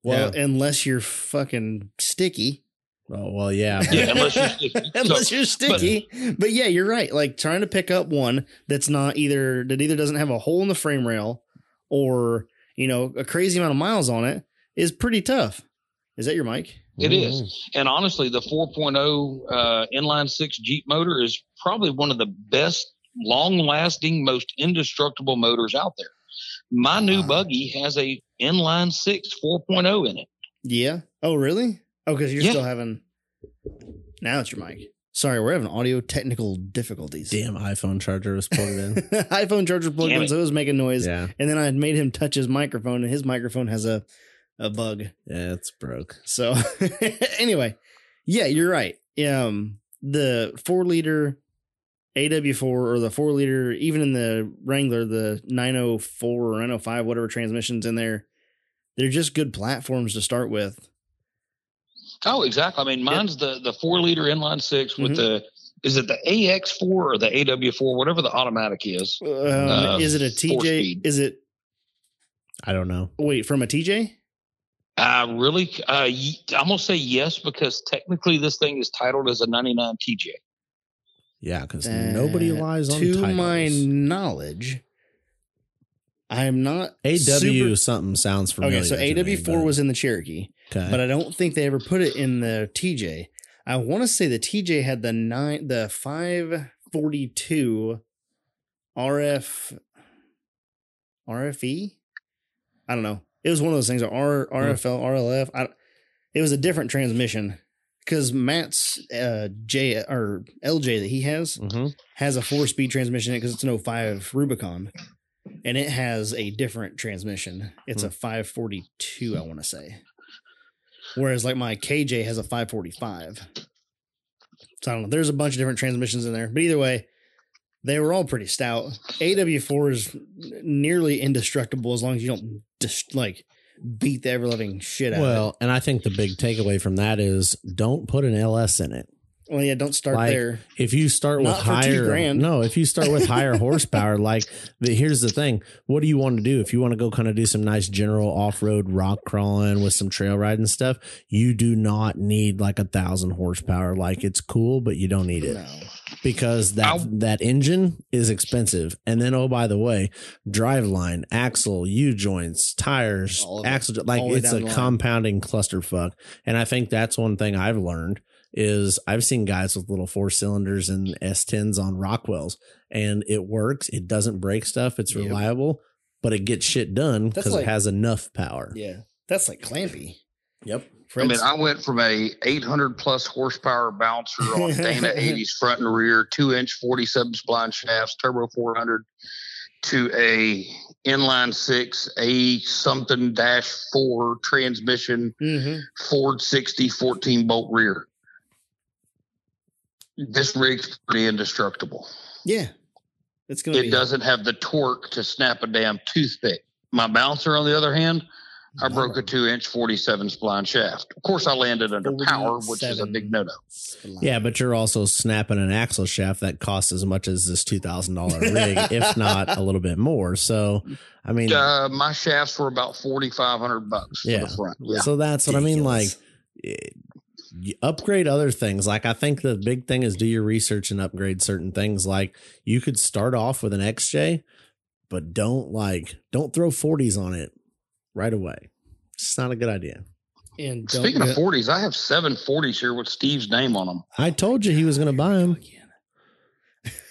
Well, unless you're fucking sticky.
Oh well, yeah. but-
Yeah, unless you're sticky.
Unless
So-
you're sticky. But, yeah, you're right. Like trying to pick up one that's not either that either doesn't have a hole in the frame rail or, you know, a crazy amount of miles on it is pretty tough. Is that your mic?
It is. And honestly, the 4.0 uh, inline six Jeep motor is probably one of the best, long lasting, most indestructible motors out there. My new
Wow.
buggy has a inline six 4.0 in it.
Yeah. Oh, really? Oh, because you're
Yeah.
still having. Now it's your mic. Sorry, we're having audio technical difficulties.
Damn iPhone charger was plugged in.
iPhone charger plugged
Damn
in,
it.
so it was making noise.
yeah,
And then I had made him touch his microphone, and his microphone has a, a bug.
yeah, it's broke.
So anyway, yeah, you're right. Um, the four liter AW4 or the four liter, even in the Wrangler, the 904 or 905, whatever transmissions in there, they're just good platforms to start with.
Oh, exactly. I mean, mine's the, the four liter inline six with
Mhm.
the, is it the AX4 or the AW4, whatever the automatic is?
Um,
Uh,
is it a
four
TJ?
speed.
Is it
I don't know.
wait from a TJ?
I really, uh, y- I'm going to say yes because technically this thing is titled as a 99 TJ.
Yeah, because nobody
Uh,
lies on
to
titles.
my knowledge, I'm not
AW
super-
something sounds familiar.
Okay, so
to me,
AW4
but-
was in the Cherokee,
okay.
but I don't think they ever put it in the TJ. I want to say the TJ had the nine, the 542 RF RFE. E? I don't know. It was one of those things. R RFL RLF. I, it was a different transmission because Matt's uh, J or LJ that he has
Mhm.
has a four speed transmission because it's an 05 Rubicon and it has a different transmission. It's
Hmm.
a 542, I want to say. Whereas like my KJ has a 545. So I don't know. There's a bunch of different transmissions in there, but either way, they were all pretty stout. AW4 is nearly indestructible as long as you don't just like beat the ever loving shit out of
well, and I think the big takeaway from that is don't put an LS in it.
it. Well, yeah, don't start
like,
there.
If you start
Not
with
for two
higher,
grand.
no, if you start with higher horsepower, like the, here's the thing: what do you want to do? If you want to go kind of do some nice general off road rock crawling with some trail riding stuff, you do not need like a thousand horsepower. Like it's cool, but you don't need it.
No.
because that
Ow.
that engine is expensive. And then oh by the way, drive line, axle, U joints, tires,
All of it.
axle like
All the way
it's
down
a
the line.
compounding clusterfuck. And I think that's one thing I've learned is I've seen guys with little four cylinders and S10s on Rockwells and it works. It doesn't break stuff. It's
Yep.
reliable, but it gets shit done
That's
because
like-
it has enough power.
Yeah. That's like clampy.
Yep.
I mean,
Fred's-
I went from a 800 plus horsepower bouncer on Dana 80s front and rear, two inch 47 spline shafts, turbo 400, to a inline six, a something dash four transmission,
Mhm.
Ford 60 14 bolt rear. This rig's pretty indestructible.
Yeah. It's gonna be
It doesn't have the torque to snap a damn toothpick. My bouncer, on the other hand, I broke a two inch 47 spline shaft. Of course, I landed under power, which is a
47.
big no no.
Mm-hmm.
Yeah, but you're also snapping an axle shaft that costs as much as this two thousand dollar rig, if not a little bit more. So, I mean,
Uh, my shafts were about 4,500 bucks for
Yeah.
the front. Yeah.
so that's what I mean. Like,
Ridiculous.
it- you upgrade other things. Like, I think the big thing is do your research and upgrade certain things. Like, you could start off with an XJ, but don't like don't throw forties on it right away. It's not a good idea.
and don't
Speaking of
get-
40s, I have seven 40s here with Steve's name on them.
Oh
I told you he was going to buy them.
Again.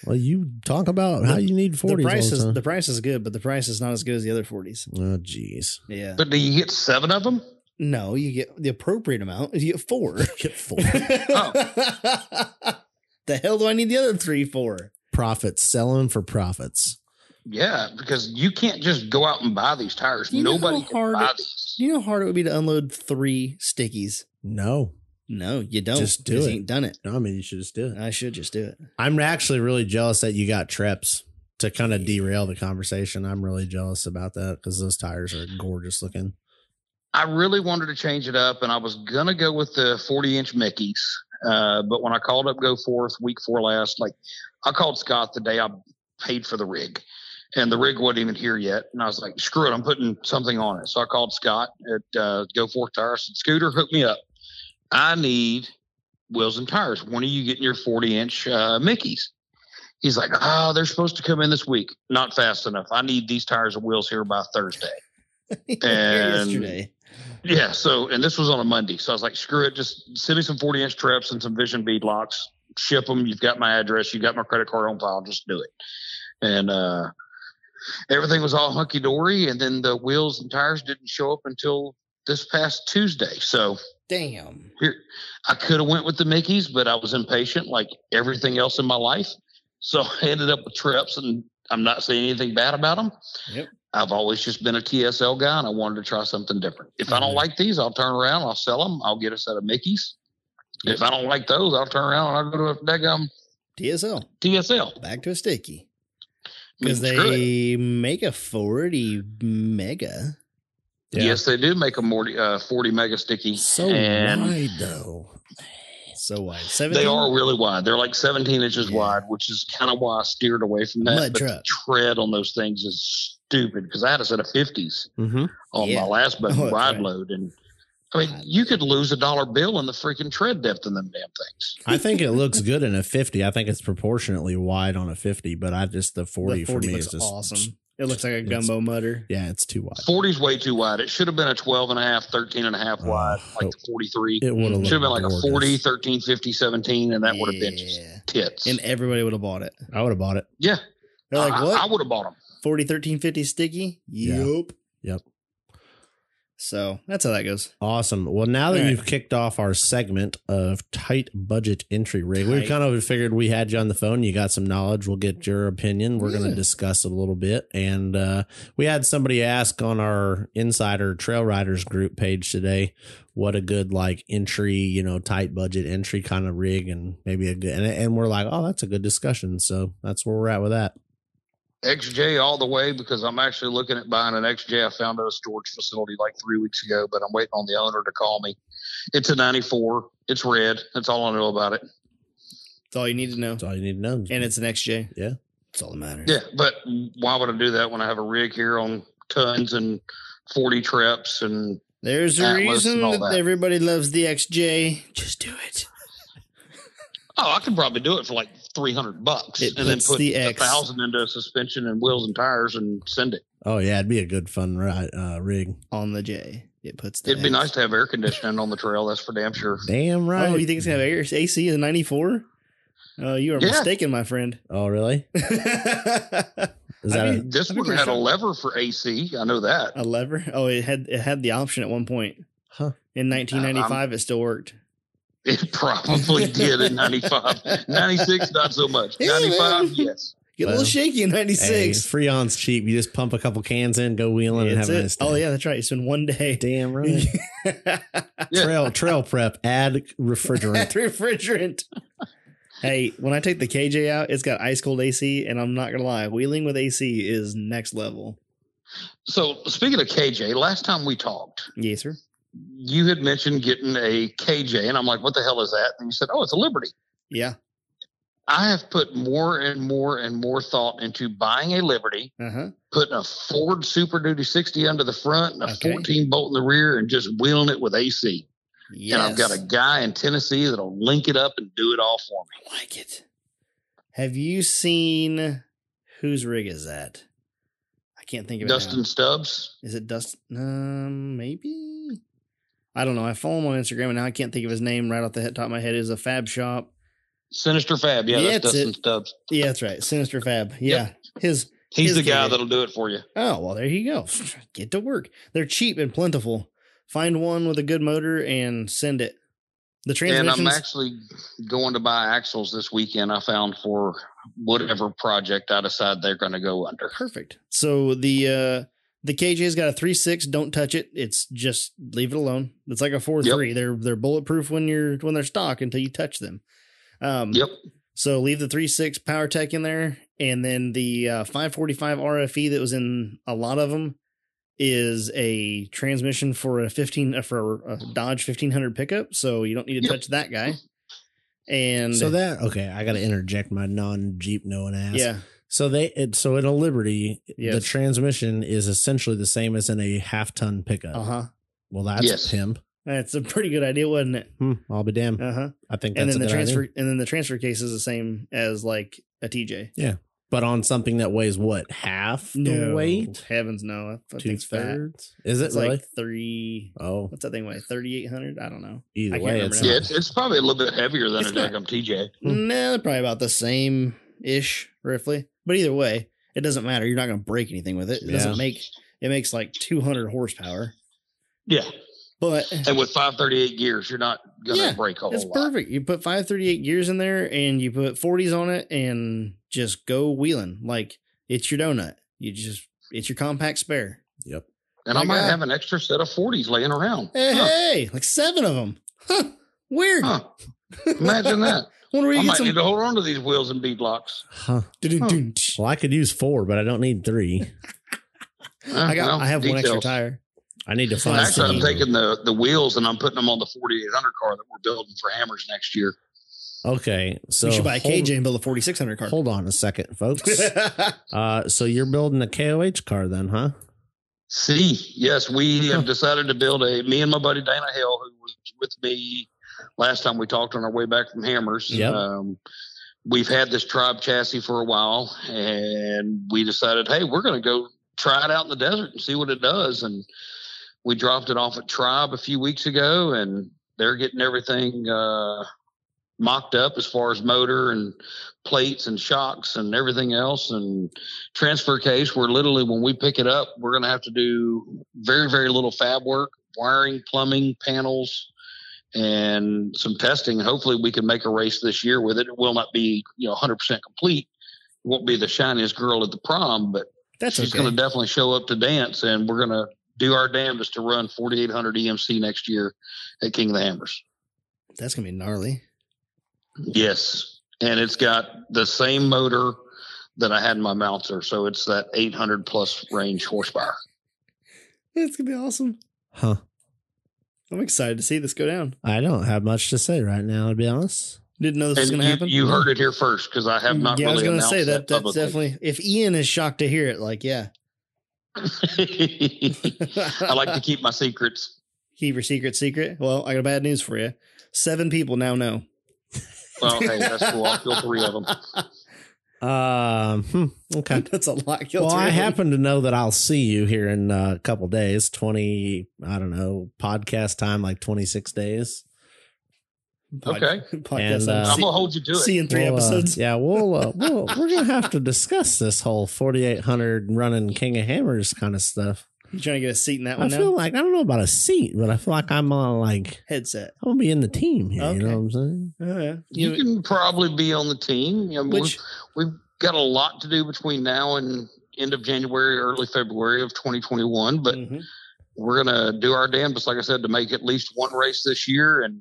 Well, you talk about how you need
the
forties.
price is the price is good, but the price is not as good as the other forties.
oh, jeez.
Yeah.
But do you get seven of them?
no, you get the appropriate amount. You get four.
Get four.
the hell do I need the other three for?
profits, selling for profits.
Yeah, because you can't just go out and buy these tires.
You know
Nobody
how
can
hard
buy
it-
these.
Do you know how hard it would be to unload three stickies?
No,
No, you don't.
Just do
because
it.
You ain't done it.
no, I mean you should just do it.
I should just do it.
I'm actually really jealous that you got treps to kind of derail the conversation. I'm really jealous about that because those tires are gorgeous looking.
I really wanted to change it up, and I was gonna go with the 40 inch Mickey's. Uh, but when I called up Go Forth week four last, like I called Scott the day I paid for the rig, and the rig wasn't even here yet. And I was like, screw it, I'm putting something on it. So I called Scott at uh, Go Forth Tires and Scooter, hook me up. I need wheels and tires. When are you getting your 40 inch uh, Mickey's? He's like, oh, they're supposed to come in this week. Not fast enough. I need these tires and wheels here by Thursday.
Here
And-
yesterday.
Yeah. So, and this was on a Monday. So I was like, screw it. Just send me some 40 inch trips and some vision bead locks. Ship them. You've got my address. You've got my credit card on file. Just do it. And, uh, everything was all hunky dory. And then the wheels and tires didn't show up until this past Tuesday. So
Damn.
here, I could have went with the Mickeys, but I was impatient like everything else in my life. So I ended up with trips and I'm not saying anything bad about them.
Yep.
I've always just been a TSL guy and I wanted to try something different. If
Mm-hmm.
I don't like these, I'll turn around, I'll sell them, I'll get a set of Mickeys. If I don't like those, I'll turn around and I'll go to a daggum
TSL.
TSL.
Back to a sticky
I mean,
because
screw it.
they make a forty mega.
Yeah.
Yes, they do make a 40, uh, 40 mega sticky.
So
and
wide though.
So wide. Seventeen.
they are really wide. They're like 17 inches
Yeah.
wide, which is kind of why I steered away from that.
Mud
but
truck.
the tread on those things is stupid because I had a set of 50s.
Mm-hmm.
on
Yeah.
my last
Oh,
button
that's
ride
right.
load. And I mean,
Ride
you could lose a dollar bill in the freaking tread depth in them damn things.
I think it looks good in a 50. I think it's proportionately wide on a 50, but I just the
The
40,
forty
for me
looks
is just
awesome. It looks like a
it's-
gumbo mutter.
Yeah, it's too wide.
40's way too wide. It should have been a 12 and a half, 13 and a half wide,
Oh,
like the 43.
It would have
Should've
looked
Should have been like a 40,
gorgeous.
13, 50, 17, and that would have been just
Yeah.
tits.
And everybody would have bought it.
I would have bought it.
yeah.
They're like,
I-
what?
I, would have bought them.
40 13 50 sticky
Yeah.
Yup.
Yep.
so that's how that goes
Awesome. Well, now that
All right.
you've kicked off our segment of tight budget entry rig, we
Tight.
kind of figured we had you on the phone. You got some knowledge. We'll get your opinion. We're going
Yeah.
to discuss it a little bit. And uh, we had somebody ask on our insider trail riders group page today what a good like entry, you know, tight budget entry kind of rig and maybe a good. And, and we're like, oh, that's a good discussion. So that's where we're at with that.
XJ all the way because I'm actually looking at buying an XJ I found at a storage facility like three weeks ago, but I'm waiting on the owner to call me. It's a 94. It's red. That's all I know about it.
that's all you need to know
That's all you need to know.
and it's an xj
Yeah.
that's all that matters
Yeah, but why would I do that when I have a rig here on tons and 40 trips and
there's a
Atlas and
reason
all
that,
that.
everybody loves the xj just do it
oh, I could probably do it for like 300 bucks
It
and then
puts
put
the
a
X-
thousand into suspension and wheels and tires and send it.
oh, yeah. It'd be a good fun ride, uh, rig.
on the j it puts the
It'd be
X.
nice to have air conditioning on the trail. That's for damn sure.
Damn right.
oh you think it's gonna have air ac in the 94 oh you are
Yeah.
mistaken my friend
Oh, really? Is that
I
a-
mean-
This
I'd be
one
pretty
had a
sure.
lever for AC. I know that.
a lever oh it had it had the option at one point
Huh.
in 1995 it still worked
It probably did in 95. 96, not so much.
Yeah,
95,
man.
yes.
get a
Well,
little shaky in 96
Hey, Freon's cheap. You just pump a couple cans in, go wheeling, and
That's
have a
it.
nice day.
Oh yeah, that's right. It's been one day.
damn right.
Yeah.
Trail trail prep. Add refrigerant.
refrigerant. hey, when I take the KJ out, it's got ice cold AC, and I'm not gonna lie, wheeling with AC is next level.
So, speaking of KJ, last time we talked,
Yes, sir.
you had mentioned getting a KJ, and I'm like, what the hell is that? And you said, oh, it's a Liberty.
Yeah.
I have put more and more and more thought into buying a Liberty,
Uh huh.
putting a Ford Super Duty 60 under the front and a
Okay.
14 bolt in the rear, and just wheeling it with AC.
Yes.
And I've got a guy in Tennessee that'll link it up and do it all for me.
I like it. Have you seen whose rig is that? I can't think of it. now.
Dustin Stubbs.
Is it Dustin? Um, maybe. I don't know. I follow him on Instagram, and now I can't think of his name right off the he- top of my head. It Is a Fab Shop.
Sinister Fab, yeah,
Yeah,
that's
it's
Dustin
it.
Stubbs.
Yeah, that's right. Sinister Fab. Yeah, his
He's
His
the guy
KJ.
that'll do it for you.
Oh, well, there you go. Get to work. They're cheap and plentiful. Find one with a good motor and send it. The
And
transmissions.
I'm actually going to buy axles this weekend. I found for whatever project I decide they're going to go under.
perfect. So the uh the KJ's got a three six. Don't touch it. It's just leave it alone. It's like a four three. They're they're bulletproof when you're when they're stock until you touch them. Um,
Yep.
So leave the 3.6 PowerTech in there, and then the uh, 545 RFE E that was in a lot of them is a transmission for a 15 uh, for a Dodge 1500 pickup. So you don't need to
Yep.
touch that guy. And
so that okay, I got to interject my non Jeep knowing ass.
yeah,
So they it, so in a Liberty, the
Yes.
transmission is essentially the same as in a half ton pickup.
uh huh.
Well, that's
Yes.
pimp.
That's a pretty good idea, wasn't it?
Hmm, I'll be damned.
Uh huh.
I think that's
And then
a
the
good
transfer
idea.
and then the transfer case is the same as like a TJ.
Yeah. but on something that weighs what half the weight?
Heavens, no. I, I think
Two
it's fat.
thirds? Is it
It's
really?
like three.
oh,
What's that thing weigh? Thirty eight hundred? I don't know.
either
can't
way,
remember
it's
Yeah,
not.
it's, it's probably a little bit heavier than
It's
a
not-
daggum TJ.
Hmm.
Nah, they're probably about the same ish, roughly. But either way, it doesn't matter. You're not going to break anything with it. It
Yeah.
doesn't make. It makes like 200 horsepower,
Yeah,
but
and with 538 gears, you're not gonna
Yeah,
break a whole
it's
lot.
perfect. You put 538 gears in there and you put 40s on it and just go wheeling like it's your donut. You just it's your compact spare.
Yep.
And
My
I might
God.
have an extra set of 40s laying around.
Hey,
Huh,
hey, like seven of them. Huh, weird.
huh. Imagine that.
Wonder where
I
you get
might
some.
need to hold on to these wheels and bead locks.
Huh.
Dun-dun-dun.
Well, I could use four, but I don't need three.
Uh,
I got. I have one extra
time.
tire.
I need to
Oh,
find
Actually, I'm
some.
taking the, the wheels and I'm putting them on the 4800 car that we're building for Hammers next year.
Okay, so
you should buy a
hold-
KJ and build a 4600 car.
Hold on a second, folks. uh, so you're building a KOH car then, huh?
See, yes, we have decided to build a. Me and my buddy Dana Hill, who was with me last time we talked on our way back from Hammers.
Yep.
Um, we've had this tribe chassis for a while, and we decided, hey, we're going to go try it out in the desert and see what it does. And we dropped it off at Tribe a few weeks ago, and they're getting everything uh, mocked up as far as motor and plates and shocks and everything else. And transfer case, we're literally when we pick it up, we're going to have to do very, very little fab work, wiring, plumbing, panels, and some testing. Hopefully, we can make a race this year with it. It will not be, you know, 100% complete. It won't be the shiniest girl at the prom, but
That's
she's
okay.
going to definitely show up to dance, and we're going to do our damnedest to run 4800 EMC next year at King of the Hammers.
That's gonna be gnarly.
Yes, and it's got the same motor that I had in my Mouncer, so it's that 800 plus range horsepower.
It's gonna be awesome.
Huh.
I'm excited to see this go down.
I don't have much to say right now, to be honest.
Didn't know this was
And
gonna
you,
happen. Mm-hmm.
you heard it here first because I have not
yeah, I
really
was
announced
gonna say
that,
that. that's
publicly.
definitely. If Ian is shocked to hear it, like yeah,
I like to keep my secrets.
keep your secret secret. Well, I got bad news for you. Seven people now know.
Well, hey, that's cool. I'll kill three of them.
Um, hmm, okay.
that's a lot. Kill
Well,
three
I
of them.
happen to know that I'll see you here in uh, a couple days, 20, I don't know, podcast time, like 26 days.
Pod-
Okay.
podcast.
And, uh,
I'm
I'm
gonna hold you to it.
see you in 3
We'll, uh,
episodes.
yeah, we'll, uh, we'll we're gonna have to discuss this whole 4800 running King of Hammers kind of stuff.
You trying to get a seat in that
I
one now?
feel like I don't know about a seat, but I feel like I'm on like
Headset.
I'm gonna be in the team here.
Okay.
You know what I'm saying?
Oh yeah.
you, can probably be on the team. You know,
which
we've, we've got a lot to do between now and end of January, early February of 2021, but
mhm.
we're gonna do our damnedest, like I said, to make at least one race this year and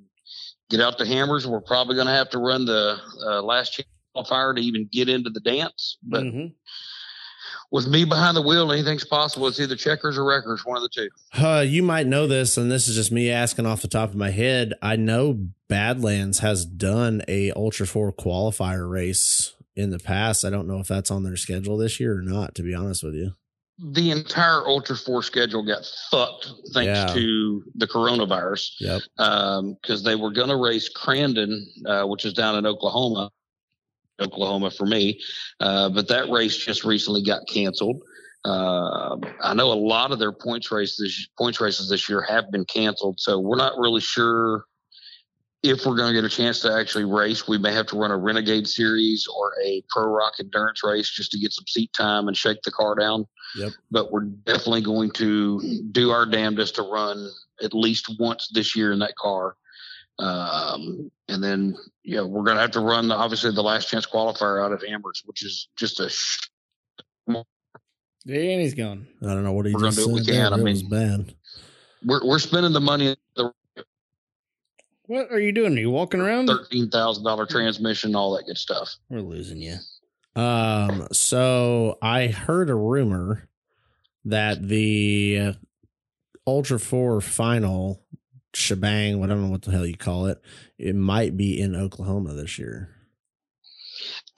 get out the hammers. We're probably gonna have to run the uh, last chance qualifier to even get into the dance. But
Mhm.
with me behind the wheel, anything's possible. It's either checkers or wreckers, one of the two.
Uh, you might know this, and this is just me asking off the top of my head. I know Badlands has done a Ultra Four qualifier race in the past. I don't know if that's on their schedule this year or not. To be honest with you,
The entire Ultra Four schedule got fucked thanks
Yeah.
to the coronavirus.
Yep.
because um, they were going to race Crandon, uh, which is down in Oklahoma, Oklahoma for me. Uh, but that race just recently got canceled. Uh, I know a lot of their points races points races this year have been canceled, so we're not really sure if we're going to get a chance to actually race. We may have to run a Renegade Series or a Pro Rock Endurance race just to get some seat time and shake the car down.
Yep.
But we're definitely going to do our damnedest to run at least once this year in that car. Um, and then, you know, we're going to have to run, obviously, the last chance qualifier out of Amherst, which is just a sh-
And he's gone.
I don't know what he
We're gonna
just
do what
said.
we can.
there.
I
It was
mean-
bad.
we're, we're spending the money on the
What are you doing? Are you walking around?
$13,000 transmission, all that good stuff.
We're losing you.
Um, so I heard a rumor that the Ultra Four final shebang, I don't know what the hell you call it, it might be in Oklahoma this year.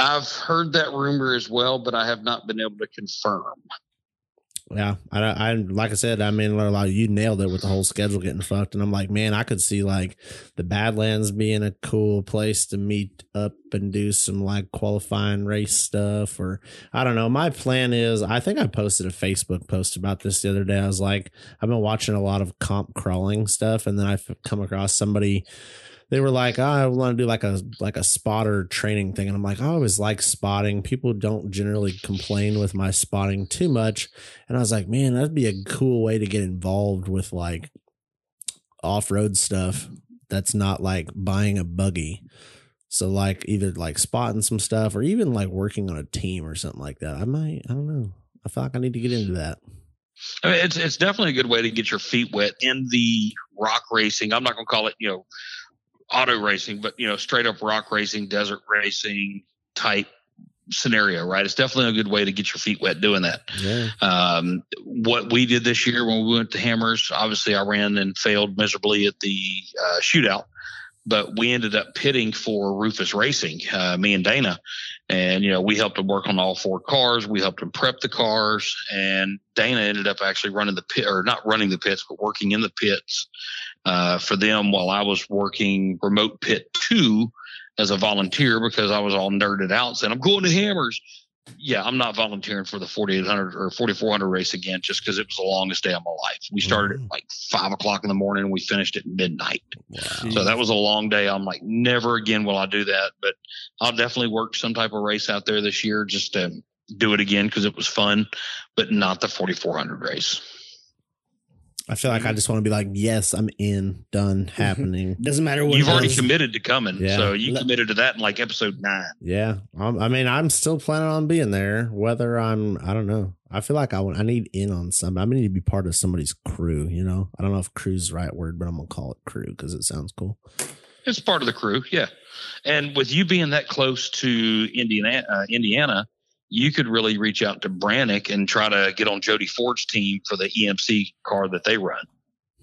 I've heard that rumor as well, but I have not been able to confirm.
Yeah, I, I like I said, I mean, like, you nailed it with the whole schedule getting fucked, and I'm like, man, I could see like the Badlands being a cool place to meet up and do some like qualifying race stuff or I don't know. My plan is I think I posted a Facebook post about this the other day. I was like, I've been watching a lot of comp crawling stuff, and then I've come across somebody. They were like, oh, I want to do like a like a spotter training thing, and I'm like, I always like spotting. People don't generally complain with my spotting too much, and I was like, man, that'd be a cool way to get involved with like off road stuff. That's not like buying a buggy. So like either like spotting some stuff or even like working on a team or something like that. I might I don't know. I feel like I need to get into that.
I mean, it's it's definitely a good way to get your feet wet in the rock racing. I'm not gonna call it you know auto racing, but you know straight up rock racing, desert racing type scenario. Right? It's definitely a good way to get your feet wet doing that.
Yeah.
Um, what we did this year when we went to Hammers, obviously I ran and failed miserably at the uh, shootout but we ended up pitting for Rufus Racing, uh, me and Dana. And, you know, we helped him work on all four cars. We helped him prep the cars. And Dana ended up actually running the pit, or not running the pits, but working in the pits uh, for them while I was working remote pit two as a volunteer because I was all nerded out saying, I'm going to Hammers. Yeah, I'm not volunteering for the 4800 or 4400 race again just because it was the longest day of my life. We started at like five o'clock in the morning and we finished at midnight. So that was a long day. I'm like, never again will I do that. But I'll definitely work some type of race out there this year just to do it again because it was fun, but not the 4400 race.
I feel like I just want to be like, yes, I'm in, done, happening.
Doesn't matter what.
You've
it
already
is.
committed to coming.
Yeah.
So you committed to that in like episode nine.
yeah. Um, I mean, I'm still planning on being there, whether I'm, I don't know. I feel like I, want- I need in on some. I need to be part of somebody's crew, you know? I don't know if crew's the right word, but I'm going to call it crew because it sounds cool.
It's part of the crew. Yeah. And with you being that close to Indiana, uh, Indiana, you could really reach out to Brannick and try to get on Jody Ford's team for the EMC car that they run.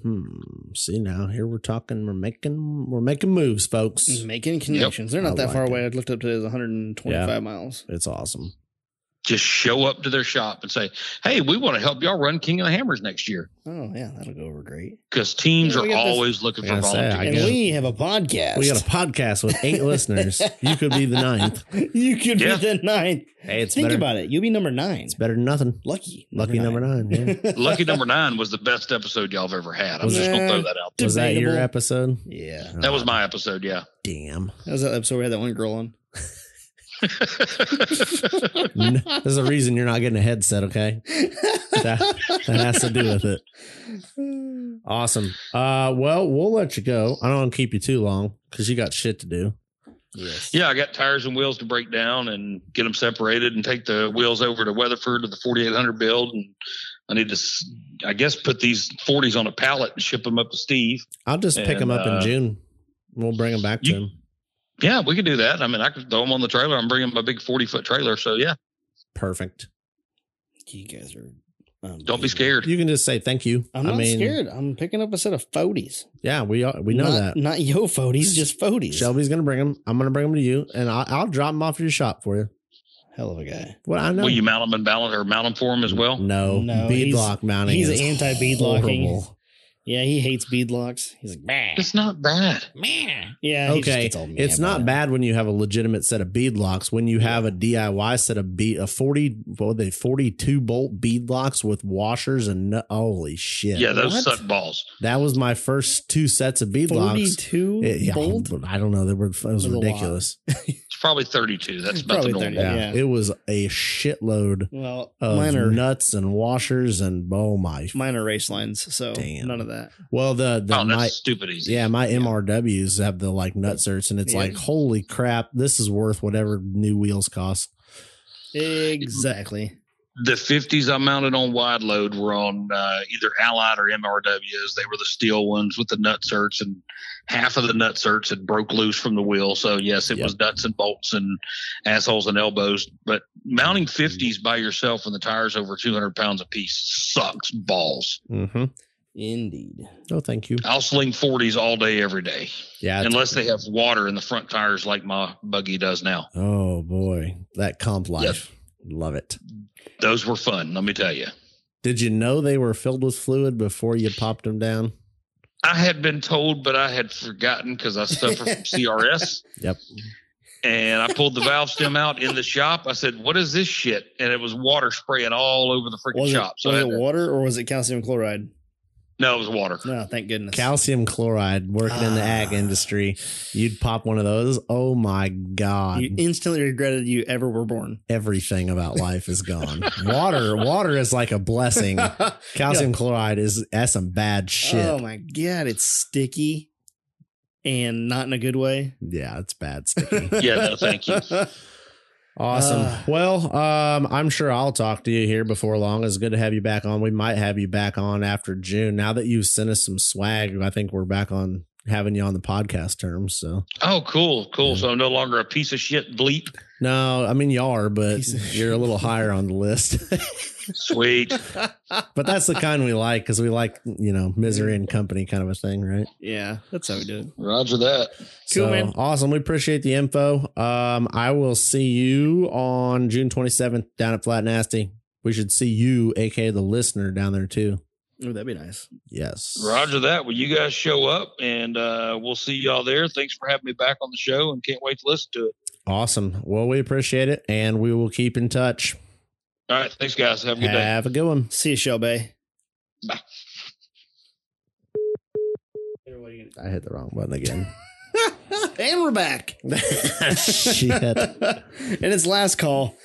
Hmm. See now, here we're talking, we're making, we're making moves, folks.
Making connections. They're not
I
that
like
far
it.
away. I looked up to it as 125 miles.
It's awesome.
Just show up to their shop and say, Hey, we want to help y'all run King of the Hammers next year.
Oh yeah, that'll go over great.
because teams
Yeah,
are
we got this-
always looking
I
for
gotta say, I
volunteers.
And
guess.
we have a podcast.
We got a podcast with eight listeners. You could be the ninth.
you could
Yeah.
be the ninth.
Hey, it's
Think
better.
about it. You'll be number nine.
it's better than nothing.
Lucky.
Lucky number nine. Yeah.
Lucky number nine was the best episode y'all have ever had. I'm
Was
just
it-
gonna throw that out.
Was that your
Debatable.
episode?
Yeah.
That was my episode, yeah.
damn.
That was that episode we had that one girl on.
N- There's a reason you're not getting a headset. Okay, that, that has to do with it. Awesome. Uh, well, we'll let you go. I don't want to keep you too long because you got shit to do.
Yes.
yeah, I got tires and wheels to break down and get them separated and take the wheels over to Weatherford to the 4800 build. And I need to, s- I guess, put these 40s on a pallet and ship them up to Steve.
I'll just pick
And,
him up in
uh,
June. We'll bring him back to
you-
him.
Yeah, we could do that. I mean, I could throw them on the trailer. I'm bringing my big 40 foot trailer. So yeah,
Perfect.
You guys are.
don't
unbelievable.
be scared.
You can just say thank you.
I'm
I
not
mean,
scared. I'm picking up a set of foties.
Yeah, we are, we know
not,
that.
Not yo foties, just foties.
Shelby's gonna bring him. I'm gonna bring him to you, and I'll, I'll drop him off at your shop for you.
Hell of a guy.
Well, I know.
Will you mount them and balance or mount them for them as well?
No,
No,
beadlock mounting.
he's
is
anti-bead locking.
horrible.
Yeah, he hates beadlocks. He's like, man.
It's not bad.
Yeah. he just
Okay,
gets all mad
it's
about
not
it.
bad when you have a legitimate set of beadlocks. When you have a DIY set of bead, a forty, what were they forty-two bolt beadlocks with washers and nu- holy shit!
Yeah, those
What?
suck balls.
that was my first two sets of beadlocks.
42
It- yeah,
bolt?
I don't know. They were it was
a lot.
ridiculous.
It's probably 32. That's
It's
about the
probably 32.
normal.
Yeah.
yeah, it was a shitload
Well,
of
mine are,
nuts and washers and oh my
mine are race lines, so
Damn.
none of that.
Well, the the
oh, that's
my
stupid easy.
yeah my MRWs have the like nut certs, and it's
Yeah.
like holy crap, this is worth whatever new wheels cost.
Exactly.
The 50s I mounted on wide load were on uh, either Allied or MRWs. They were the steel ones with the nut certs, and half of the nut certs had broke loose from the wheel. So, yes, it
Yep.
was nuts and bolts and assholes and elbows. But mounting
Mm-hmm.
50s by yourself when the tire's over 200 pounds apiece sucks balls.
Mm-hmm.
Indeed.
No, Oh, thank
Uh,
you.
I'll sling 40s all day, every day,
Yeah. it's-
unless they have water in the front tires like my buggy does now.
oh boy, that comp life, love it.
Those were fun, let me tell you.
Did you know they were filled with fluid before you popped them down?
I had been told, but I had forgotten because I suffer from CRS.
Yep.
And I pulled the valve stem out in the shop. I said, "What is this shit?" And it was water spraying all over the freaking
Was it,
shop. So I
was
had
it
to-
water or was it calcium chloride?
no, it was water.
No, thank goodness.
Calcium chloride working in the ag
Ah.
industry. You'd pop one of those. Oh my God.
you instantly regretted you ever were born.
Everything about life is gone. water, water is like a blessing. Calcium chloride is that's some bad shit.
Oh my god, it's sticky and not in a good way.
yeah, it's bad sticky.
Yeah, no, thank you.
Awesome.
Uh,
well, um, I'm sure I'll talk to you here before long. It's good to have you back on. We might have you back on after June. Now that you've sent us some swag, I think we're back on having you on the podcast terms. So
Oh, cool, cool.
Yeah.
So I'm no longer a piece of shit bleep.
no, I mean you are, but
Piece of
you're a little higher on the list.
Sweet.
but that's the kind we like because we like you know misery and company kind of a thing, right?
Yeah, that's how we do it.
Roger that.
so
man.
awesome. We appreciate the info. Um, I will see you on June 27th down at Flat Nasty. We should see you, aka the listener, down there too.
Oh, that'd be nice.
Yes,
Roger that. Well, you guys show up, and uh, we'll see y'all there. Thanks for having me back on the show, and can't wait to listen to it.
Awesome. Well, we appreciate it and we will keep in touch.
All right, thanks, guys. Have a good day.
Have a good one.
See you, Shelby.
Bye.
I hit the wrong button again.
and we're back.
Shit.
and it's last call.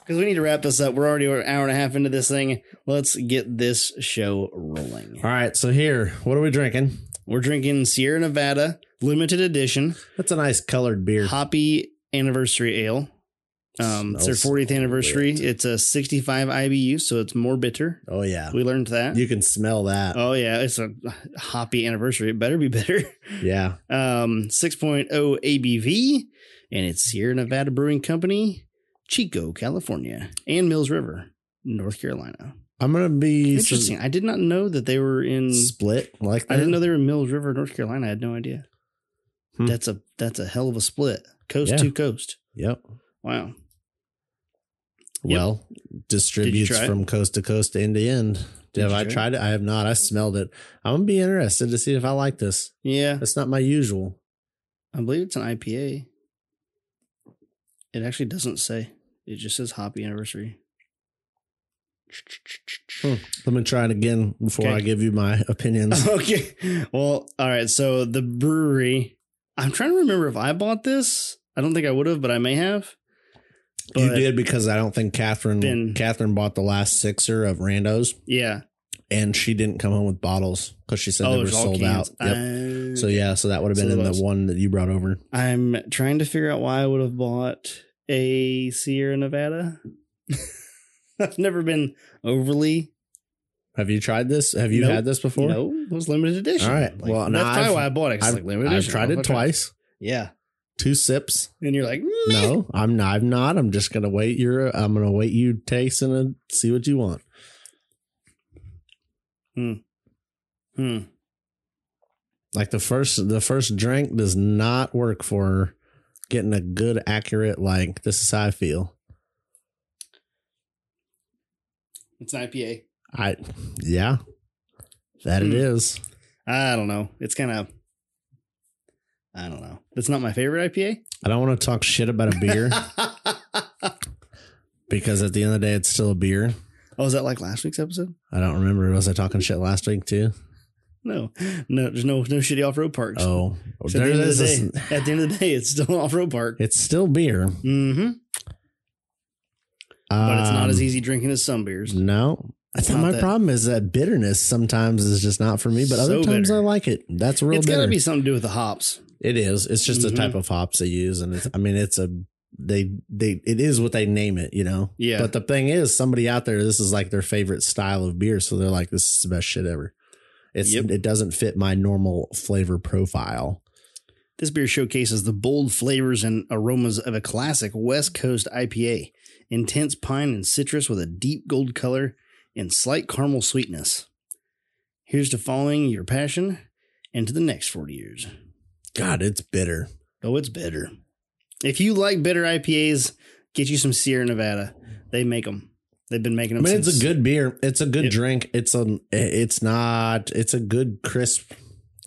Because we need to wrap this up. We're already an hour and a half into this thing. Let's get this show rolling.
All right. So, here, what are we drinking?
We're drinking Sierra Nevada limited edition
That's a nice colored beer.
hoppy anniversary ale. Um, it's their
Smells
40th anniversary.
lit.
It's a 65 IBU, so it's more bitter.
Oh, yeah.
We learned that.
You can smell that.
oh yeah, it's a hoppy anniversary. It better be bitter.
Yeah.
Um, 6.0 ABV, and it's Sierra Nevada Brewing Company, Chico, California, and Mills River, North Carolina.
I'm going to be s-
Interesting. I did not know that they were in.
split like that.
I didn't know they were in Mills River, North Carolina. I had no idea.
Hmm.
That's a that's a hell of a split, coast
Yeah.
to coast.
Yep.
Wow. Yep.
Well, distributes
try it?
from coast to coast to end to end.
Did
have
you
I
try it?
tried it? I have not. I smelled it. I'm going to be interested to see if I like this.
Yeah,
That's not my usual.
I believe it's an IPA. It actually doesn't say. It just says Hoppy Anniversary.
Hmm. Let me try it again before
Okay.
I give you my opinions.
okay. Well, all right. So the brewery, I'm trying to remember if I bought this. I don't think I would have, but I may have.
you
But,
did because I don't think Catherine
Been-
Catherine bought the last sixer of Randos,
Yeah.
and she didn't come home with bottles because she said
oh,
they
it
were
was all
sold
cans.
out. Yep.
I-
so yeah, so that would have
So
been in
it
the
was.
one that you brought over.
I'm trying to figure out why I would have bought a Sierra Nevada. I've never been overly.
Have you tried this? Have you
Nope.
had this before?
No, it was limited edition.
All right.
Like,
Well,
that's
now
probably
I've-
why I bought it. 'cause
I've,
it's like limited
I've
edition.
tried
I'll
it
try
twice,
Yeah,
two sips.
and you're like, no.
No, I'm not. I'm not. I'm just gonna wait. Your I'm gonna wait you taste and uh, see what you want.
Hmm.
Like the first the first drink does not work for getting a good accurate like this is how I feel.
It's an IPA.
I yeah. That it
Hmm.
is.
I don't know. It's kind of. I don't know. That's not my favorite IPA.
I don't want to talk shit about a beer because at the end of the day it's still a beer.
oh, is that like last week's episode?
I don't remember was I talking shit last week too?
No, no. There's no no shitty off road parks.
Oh.
So at,
there
the end
it
of
is.
the day, at the end of the day, it's still an off road park.
It's still beer.
Mm-hmm. But it's not
Um,
as easy drinking as some beers.
No. That's
It's
not
not
my
that-
problem is that bitterness sometimes is just not for me, but
So
other times
bitter.
I like it. That's real
It's got
bitter.
to be mm-hmm. something to do with the hops.
It is. It's just a type of hops they use, and it's. I mean, it's a they they. It is what they name it, you know.
Yeah.
But the thing is, somebody out there, this is like their favorite style of beer, so they're like, "This is the best shit ever." It's
Yep.
it doesn't fit my normal flavor profile.
This beer showcases the bold flavors and aromas of a classic West Coast IPA. Intense pine and citrus with a deep gold color and slight caramel sweetness. Here's to following your passion and to the next 40 years.
God, it's bitter.
Oh, it's bitter. If you like bitter IPAs, get you some Sierra Nevada. They make them. They've been making
I
them
mean,
since
it's a good beer. It's a good
Yep.
drink. It's a. It's not. It's a good crisp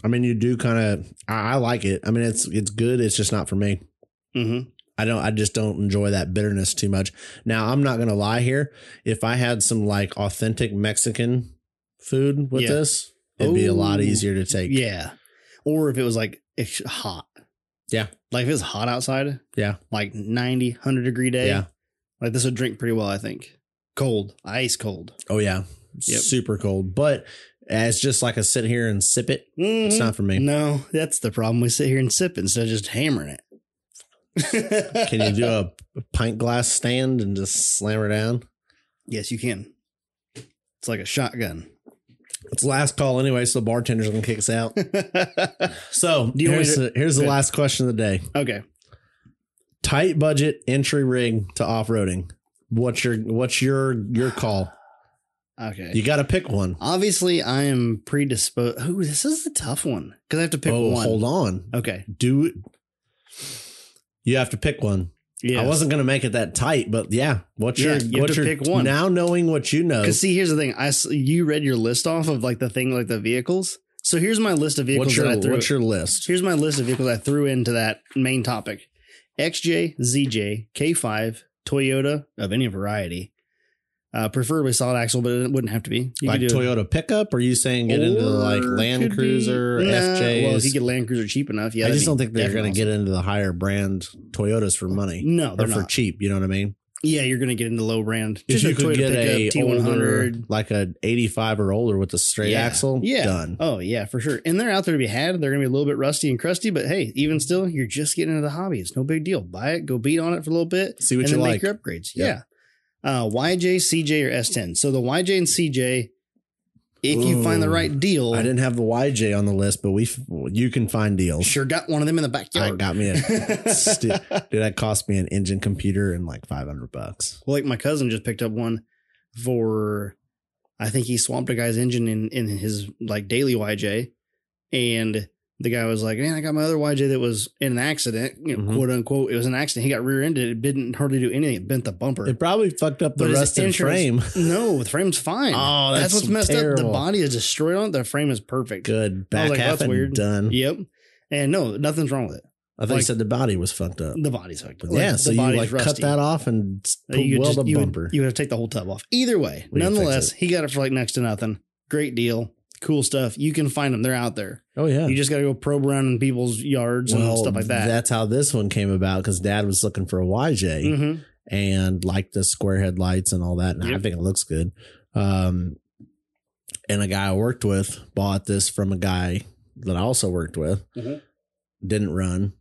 I mean, you do kind of. I, I like it. I mean, it's it's good. It's just not for me.
Mm-hmm.
I don't I just don't enjoy that bitterness too much. Now, I'm not going to lie here. If I had some like authentic Mexican food with
Yeah. Oh,
this, it'd be a lot
Ooh.
easier to take.
Yeah. Or if it was like it's hot.
Yeah.
Like if it's hot outside.
Yeah.
Like 90, 100 degree day.
Yeah.
Like this would drink pretty well, I think. Cold, ice cold.
Oh yeah.
Yep.
Super cold. But as just like a sit here and sip it, it's
Mhm.
not for me.
No, that's the problem. We sit here and sip instead of just hammering it.
Can you do a pint glass stand and just slam her down?
Yes, you can. It's like a shotgun.
It's last call anyway, so the bartender's gonna kick us out. So
Do you want me
here's,
to-
the, here's the
Good.
last question of the day.
okay.
Tight budget entry rig to off roading. What's your what's your your call?
Okay.
You got to pick one.
Obviously, I am predisposed. Oh, this is the tough one because I have to pick
oh,
one.
hold on.
Okay.
Do it. You have to pick one.
Yeah.
I wasn't going to make it that tight, but yeah. What's
Yeah,
your
you have
what's
to
your
pick one.
now knowing what you know?
Because see, here's the thing. I s- you read your list off of like the thing, like the vehicles. So here's my list of
What's
vehicles
your
that I threw.
what's your list?
here's my list of vehicles I threw into that main topic: XJ, ZJ, K5, Toyota of any variety. Uh, preferably solid axle, but it wouldn't have to be. You
Like
could do
Toyota pickup? Are you saying get into
Or
like
could
Land
be-
Cruiser,
Nah,
FJs?
Well, if you get Land Cruiser cheap enough, yeah.
I
that'd
just don't
be
think they're
definitely
going to get into the higher brand Toyotas for money
awesome. No,
or
they're
for
not.
cheap. You know what I mean?
Yeah, you're going to get into low brand.
If
Just
you
a
could
Toyota
get a
pickup,
older,
T100.
like a eighty five or older with a straight
Yeah.
axle,
Yeah.
done.
Oh yeah, for sure. And they're out there to be had. They're going to be a little bit rusty and crusty, but hey, even still, you're just getting into the hobby. It's no big deal. Buy it, go beat on it for a little bit,
See what
and
you
then
like.
make your upgrades.
Yeah.
Yeah. Uh, YJ, CJ, or S10. So the YJ and CJ, if you find the
Ooh.
right deal,
I didn't have the YJ on the list, but we f- you can find deals.
sure got one of them in the
I
backyard.
got me a sti- dude. That cost me an engine computer and like five hundred bucks.
Well, like my cousin just picked up one for, I think he swapped a guy's engine in in his like daily YJ, and the guy was like, "Man, I got my other YJ that was in an accident, you know,
Mhm.
quote unquote. It was an accident. He got rear-ended. It didn't hardly do anything. It bent the bumper.
It probably fucked up the
But is it
rusted frame.
insurance- no, the frame's fine.
Oh,
that's, what's messed up. The
terrible.
body is destroyed on it. The frame is perfect.
Good
I was
back
like,
half
that's
and
weird.
done.
Yep. And no, nothing's wrong with it.
I think you
Like-
said the body was fucked up.
The body's hooked. Like,
yeah,
the
so you
body's
like cut
rusty.
that off and s-
Uh, you could
put, weld
just-
a
you would-
bumper.
you would have to take the whole tub off. Either way,
We can fix
nonetheless, he got it for like next to nothing. Great deal. Cool stuff. You can find them. They're out there.
oh yeah,
You just got to go probe around in people's yards and stuff like that.
That's how this one came about because Dad was looking for a YJ.
Mhm.
and like the square headlights and all that. And I
Yep.
think it looks good. Um, and a guy I worked with bought this from a guy that I also worked with.
Mhm.
Didn't run.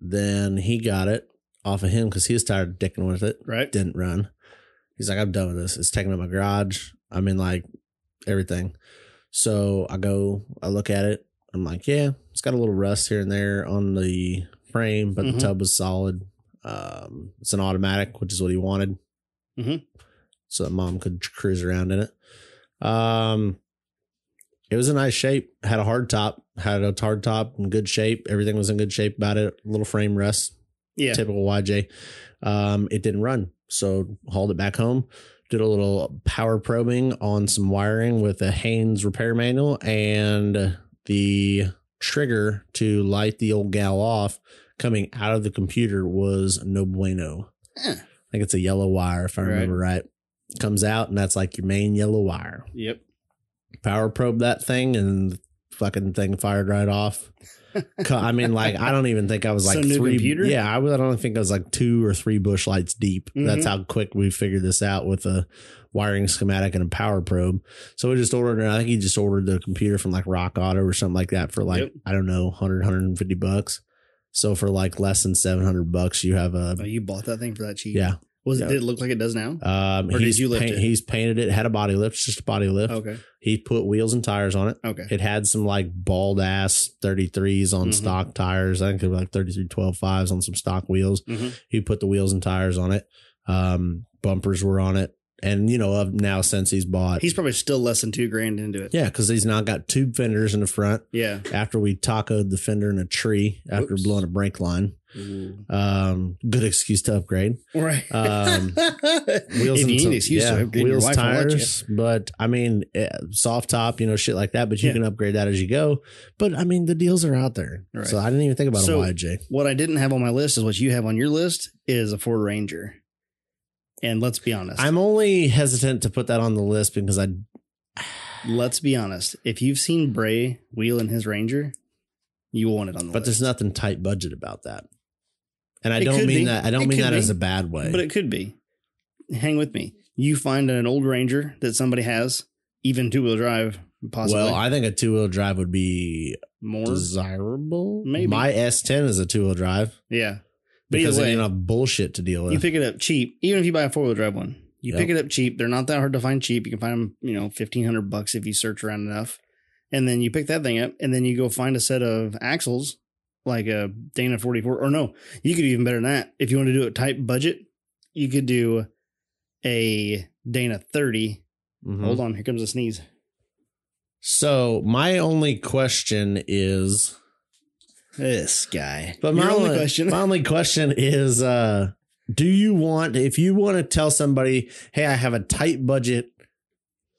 Then he got it off of him because he was tired of dicking with it.
Right.
Didn't run. He's like, I'm done with this. It's taking up my garage. I mean, like everything. So I go, I look at it. I'm like, yeah, it's got a little rust here and there on the frame, but
Mhm.
the tub was solid. Um, it's an automatic, which is what he wanted.
Mhm.
So that mom could cruise around in it. Um, it was a nice shape. Had a hard top. Had a hard top in good shape. Everything was in good shape about it. Little frame rust.
Yeah.
Typical YJ. Um, it didn't run. So hauled it back home. Did a little power probing on some wiring with a Haynes repair manual and the trigger to light the old gal off coming out of the computer was no bueno.
Eh.
I think it's a yellow wire if I remember right. Comes out and that's like your main yellow wire
Yep.
power probe that thing and the fucking thing fired right off. Co- I mean, like I don't even think I was
So
like
new
three.
computer? Mm-hmm.
Yeah, I, was- I don't think I was like two or three bush lights deep. That's how quick we figured this out with a wiring schematic and a power probe. So we just ordered. I think he just ordered the computer from like Rock Auto or something like that for like
Yep.
I don't know 100, 150 bucks. So for like less than seven hundred bucks, you have a
Oh, you bought that thing for that cheap.
yeah.
Was it?
Yeah.
Did it look like it does now?
Um,
Or did
he's
you lift
paint-
it?
he's painted it. Had a body lift, just a body lift.
okay.
He put wheels and tires on it.
Okay.
It had some like bald ass 33s on
Mhm.
stock tires. I think they were like 33 12 5s on some stock wheels.
Mhm.
He put the wheels and tires on it. Um, bumpers were on it. And, you know, of now since he's bought.
He's probably still less than two grand into it.
yeah, because he's now got tube fenders in the front
Yeah.
after we tacoed the fender in a tree after
Whoops.
blowing a brake line. Um, good excuse to upgrade.
Right.
Um,
wheels
wheels
if you
and
need
some-
an excuse
yeah,
to upgrade your
wheels,
wife will let you.
tires, but I mean eh, soft top, you know, shit like that. But you
Yeah.
can upgrade that as you go. But I mean, the deals are out there,
Right.
so I didn't even think about
So-
a YJ.
What I didn't have on my list is what you have on your list is a Ford Ranger. And let's be honest.
I'm only hesitant to put that on the list because I
let's be honest. If you've seen Bray wheel in his Ranger, you want it on the
but
list.
there's nothing tight budget about that. And I
It
don't
could
mean
be.
that I don't
It
mean
could
that
be.
as a bad way.
But it could be. Hang with me. You find an old Ranger that somebody has, even two wheel drive, possibly
well, I think a two wheel drive would be
more.
desirable.
Maybe.
my S10 is a two wheel drive
yeah. But either
because
way,
it ain't a bullshit to deal with.
you pick it up cheap, even if you buy a four wheel drive one. You
Yep.
pick it up cheap. They're not that hard to find cheap. You can find them, you know, fifteen hundred bucks if you search around enough. And then you pick that thing up, and then you go find a set of axles, like a Dana forty four. Or no, you could do even better than that. If you want to do a tight budget, you could do a Dana 30
Mhm.
Hold on, here comes a sneeze.
So my only question is,
This guy.
but my
Your only
only
question.
my only question is, uh, do you want if you want to tell somebody, hey, I have a tight budget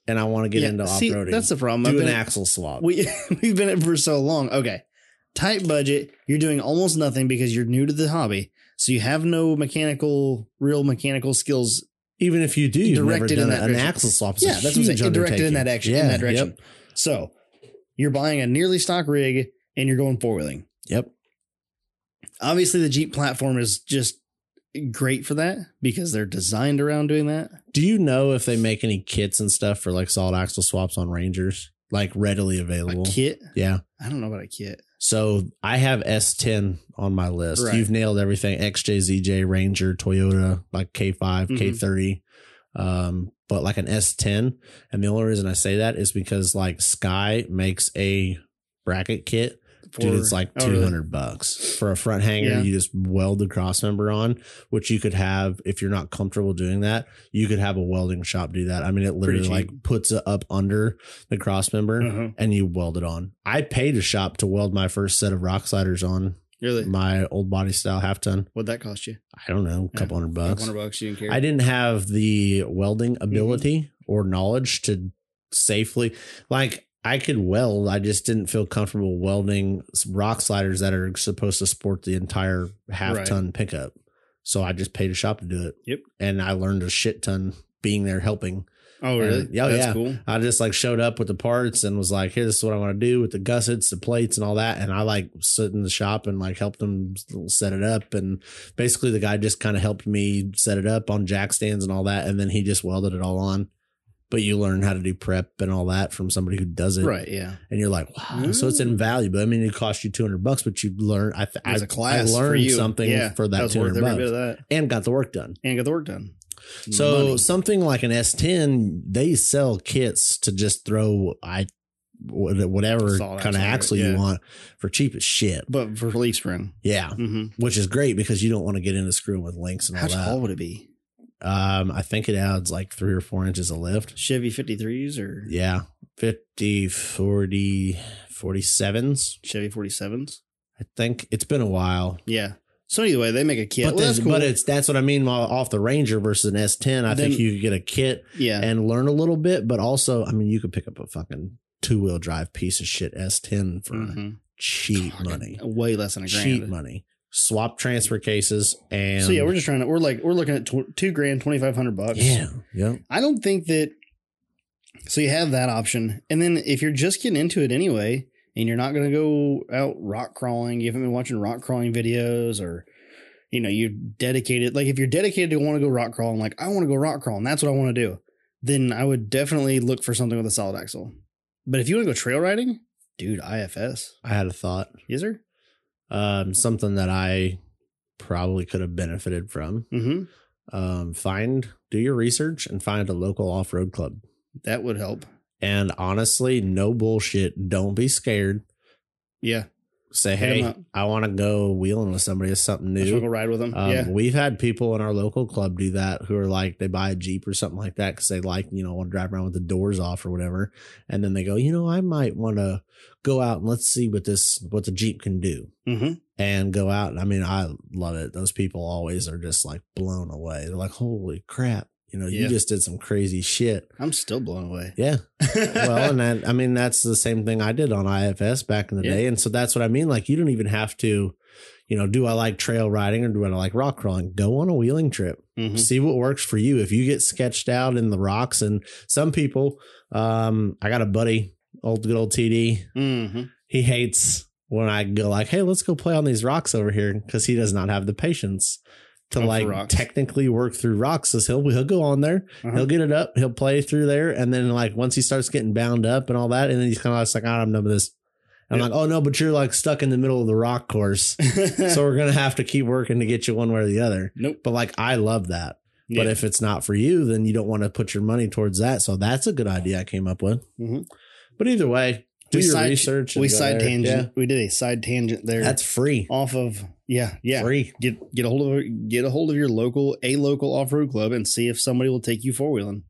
and I want to get
Yeah,
into off
see,
roading,
That's the problem. I've
do an
been-
axle swap.
we we've been at it for so long. Okay. Tight budget, you're doing almost nothing because you're new to the hobby. So you have no mechanical, real mechanical skills.
Even if you do, you've never
Directed in
done
that
an
direction.
axle swap. is a
yeah, that's what I'm
huge
saying. Directed in that
undertaking.
action, in
Yeah,
that direction. So you're buying a nearly stock rig and you're going four wheeling.
Yep.
Obviously, the Jeep platform is just great for that because they're designed around doing that.
Do you know if they make any kits and stuff for like solid axle swaps on Rangers, like readily
A
available?
kit.
Yeah.
I don't know about a kit.
So I have S10 on my list.
Right.
You've nailed everything: XJZJ, Ranger, Toyota, like K5,
Mhm.
K30. Um, but like an S10, and the only reason I say that is because like Sky makes a bracket kit Dude,
for-
it's like
Oh,
two
really?
hundred bucks for a front hanger.
Yeah.
You just weld the cross member on, which you could have if you're not comfortable doing that. You could have a welding shop do that. I mean, it literally
cheap.
like puts it up under the cross member
Uh-huh.
and you weld it on. I paid a shop to weld my first set of rock sliders on
Really?
my old body style half ton.
What'd that cost you?
I don't know, a
Yeah.
couple hundred bucks.
100 bucks. Mm-hmm. You didn't care.
I didn't have the welding ability or knowledge to safely like I could weld. I just didn't feel comfortable welding s- rock sliders that are supposed to sport the entire half
Right.
ton pickup. So I just paid a shop to do it.
Yep.
And I learned a shit ton being there helping.
Oh, really?
Yeah,
That's
yeah.
cool.
I just like showed up with the parts and was like, "Here, this is what I want to do with the gussets, the plates, and all that." And I like sit in the shop and like helped them set it up. And basically, the guy just kind of helped me set it up on jack stands and all that. And then he just welded it all on. But you learn how to do prep and all that from somebody who does it,
Right. Yeah.
And you're like, wow. So it's invaluable. I mean, it cost you two hundred bucks, but you learn. I th- I,
As a class,
I
for
learned
you.
something
Yeah,
for
that
that
was
two
worth
hundred
every bit of
bucks
that,
and got the work done.
and got the work done.
So
Money.
something like an S10, they sell kits to just throw I wha- whatever
Solid
kind of
axle on
axle
it, yeah.
you want for cheap as shit.
but for leaf spring,
Yeah,
hmm
which is great because you don't want to get into screwing with links and all
how tall would it be?
that. Um, I think it adds like three or four inches of lift.
Chevy 53s or
Yeah, 50, 40, 47s.
Chevy 47s?
I think it's been a while.
Yeah. So either way, they make a kit.
but,
well,
this-
that's cool.
but it's that's what I mean off the Ranger versus an S10. I think
Then-
you could get a kit
yeah.
and learn a little bit, but also, I mean, you could pick up a fucking two wheel drive piece of shit S10 for
Mhm.
cheap
Fucking
money,
Way less than a grand.
cheap money. Swap transfer cases and
So yeah, we're just trying to. We're like we're looking at tw- two grand, twenty five hundred bucks.
yeah, yeah.
I don't think that. So you have that option, and then if you're just getting into it anyway, and you're not going to go out rock crawling, you haven't been watching rock crawling videos, or you know you dedicated like if you're dedicated to want to go rock crawling, like I want to go rock crawling, that's what I want to do. Then I would definitely look for something with a solid axle. But if you want to go trail riding, dude, IFS,
I had a thought,
is there?
um, something that I probably could have benefited from.
Mm-hmm.
Um, find, do your research and find a local off road club.
That would help.
And honestly, no bullshit. Don't be scared.
Yeah,
Say,
Hit 'em
hey,
up.
I want to go wheeling with somebody. It's something
I just
new.
want to go ride with them.
Um,
yeah,
We've had people in our local club do that who are like, they buy a Jeep or something like that because they like, you know, want to drive around with the doors off or whatever. And then they go, you know, I might want to go out and let's see what this, what the Jeep can do.
mm-hmm.
and go out. I mean, I love it. Those people always are just like blown away. They're like, holy crap. You know,
Yeah.
you just did some crazy shit.
I'm still blown away.
Yeah. well, and that, I mean, that's the same thing I did on IFS back in the
Yeah.
day. And so that's what I mean. Like, you don't even have to, you know, do I like trail riding or do I like rock crawling? Go on a wheeling trip.
Mhm.
See what works for you. If you get sketched out in the rocks, and some people, um, I got a buddy, old good old TD.
Mhm.
He hates when I go like, hey, let's go play on these rocks over here because he does not have the patience to
Oh, for
like
rocks.
technically work through rocks. So he'll he'll go on there,
Uh-huh.
he'll get it up, he'll play through there, and then like once he starts getting bound up and all that, and then he's kind of like, "Ah, I'm done with this. And I'm like, oh no, but you're like stuck in the middle of the rock course, so we're gonna have to keep working to get you one way or the other.
Nope.
But like, I love that. But
Yeah.
if it's not for you, then you don't want to put your money towards that. So that's a good idea I came up with.
Mhm.
But either way, do
We
your
side-
research. and
we
go
side
there.
tangent. We did a side tangent
Yeah,
there.
that's free.
off of yeah yeah.
Free.
Get get a hold of get a hold of your local a local off road club and see if somebody will take you four wheeling.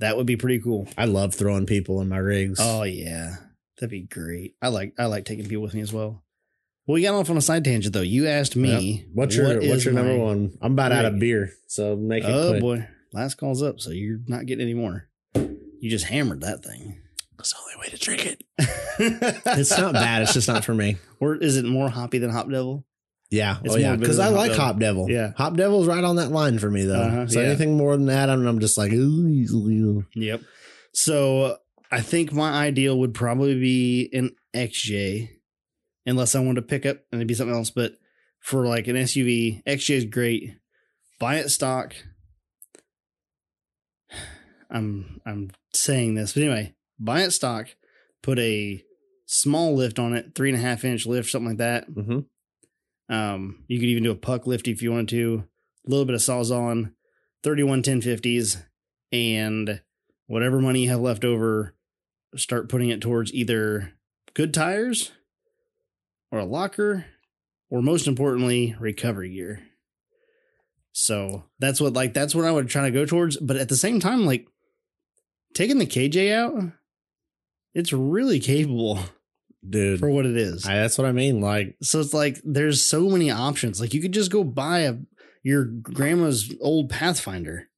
That would be pretty cool.
I love throwing people in my rigs.
Oh yeah, that'd be great. I like I like taking people with me as well. Well, we got off on a side tangent though. You asked me
What's your
what
what's
is
your number
my-
one? I'm about out of
rig?
beer, so make it
Oh
quick.
boy, last call's up, so you're not getting any more. You just hammered that thing.
That's the only way to drink it.
it's
It's not bad. It's just not for me.
Or is it more hoppy than Hop Devil?
Yeah.
It's
oh, yeah.
more bitter
Because I
than Hop
like
Devil.
Hop Devil.
Yeah.
Hop Devil's right on that line for me, though.
Uh-huh,
so
yeah.
anything more than that, I'm, I'm just like, ooh, ooh.
Yep. So I think my ideal would probably be an XJ, unless I wanted to pick up and it'd be something else. But for like an SUV, XJ is great. Buy it stock. I'm I'm saying this, but anyway, buy it stock. Put a small lift on it, three and a half inch lift, something like that.
Mm-hmm.
Um, you could even do a puck lift if you wanted to. A little bit of Sawzon, 31 1050s, and whatever money you have left over, start putting it towards either good tires or a locker, or most importantly, recovery gear. So that's what like that's what I would try to go towards. But at the same time, like taking the KJ out, it's really capable
Dude.
for what it is
I, that's what I mean. Like,
so it's like there's so many options. Like you could just go buy a your grandma's old Pathfinder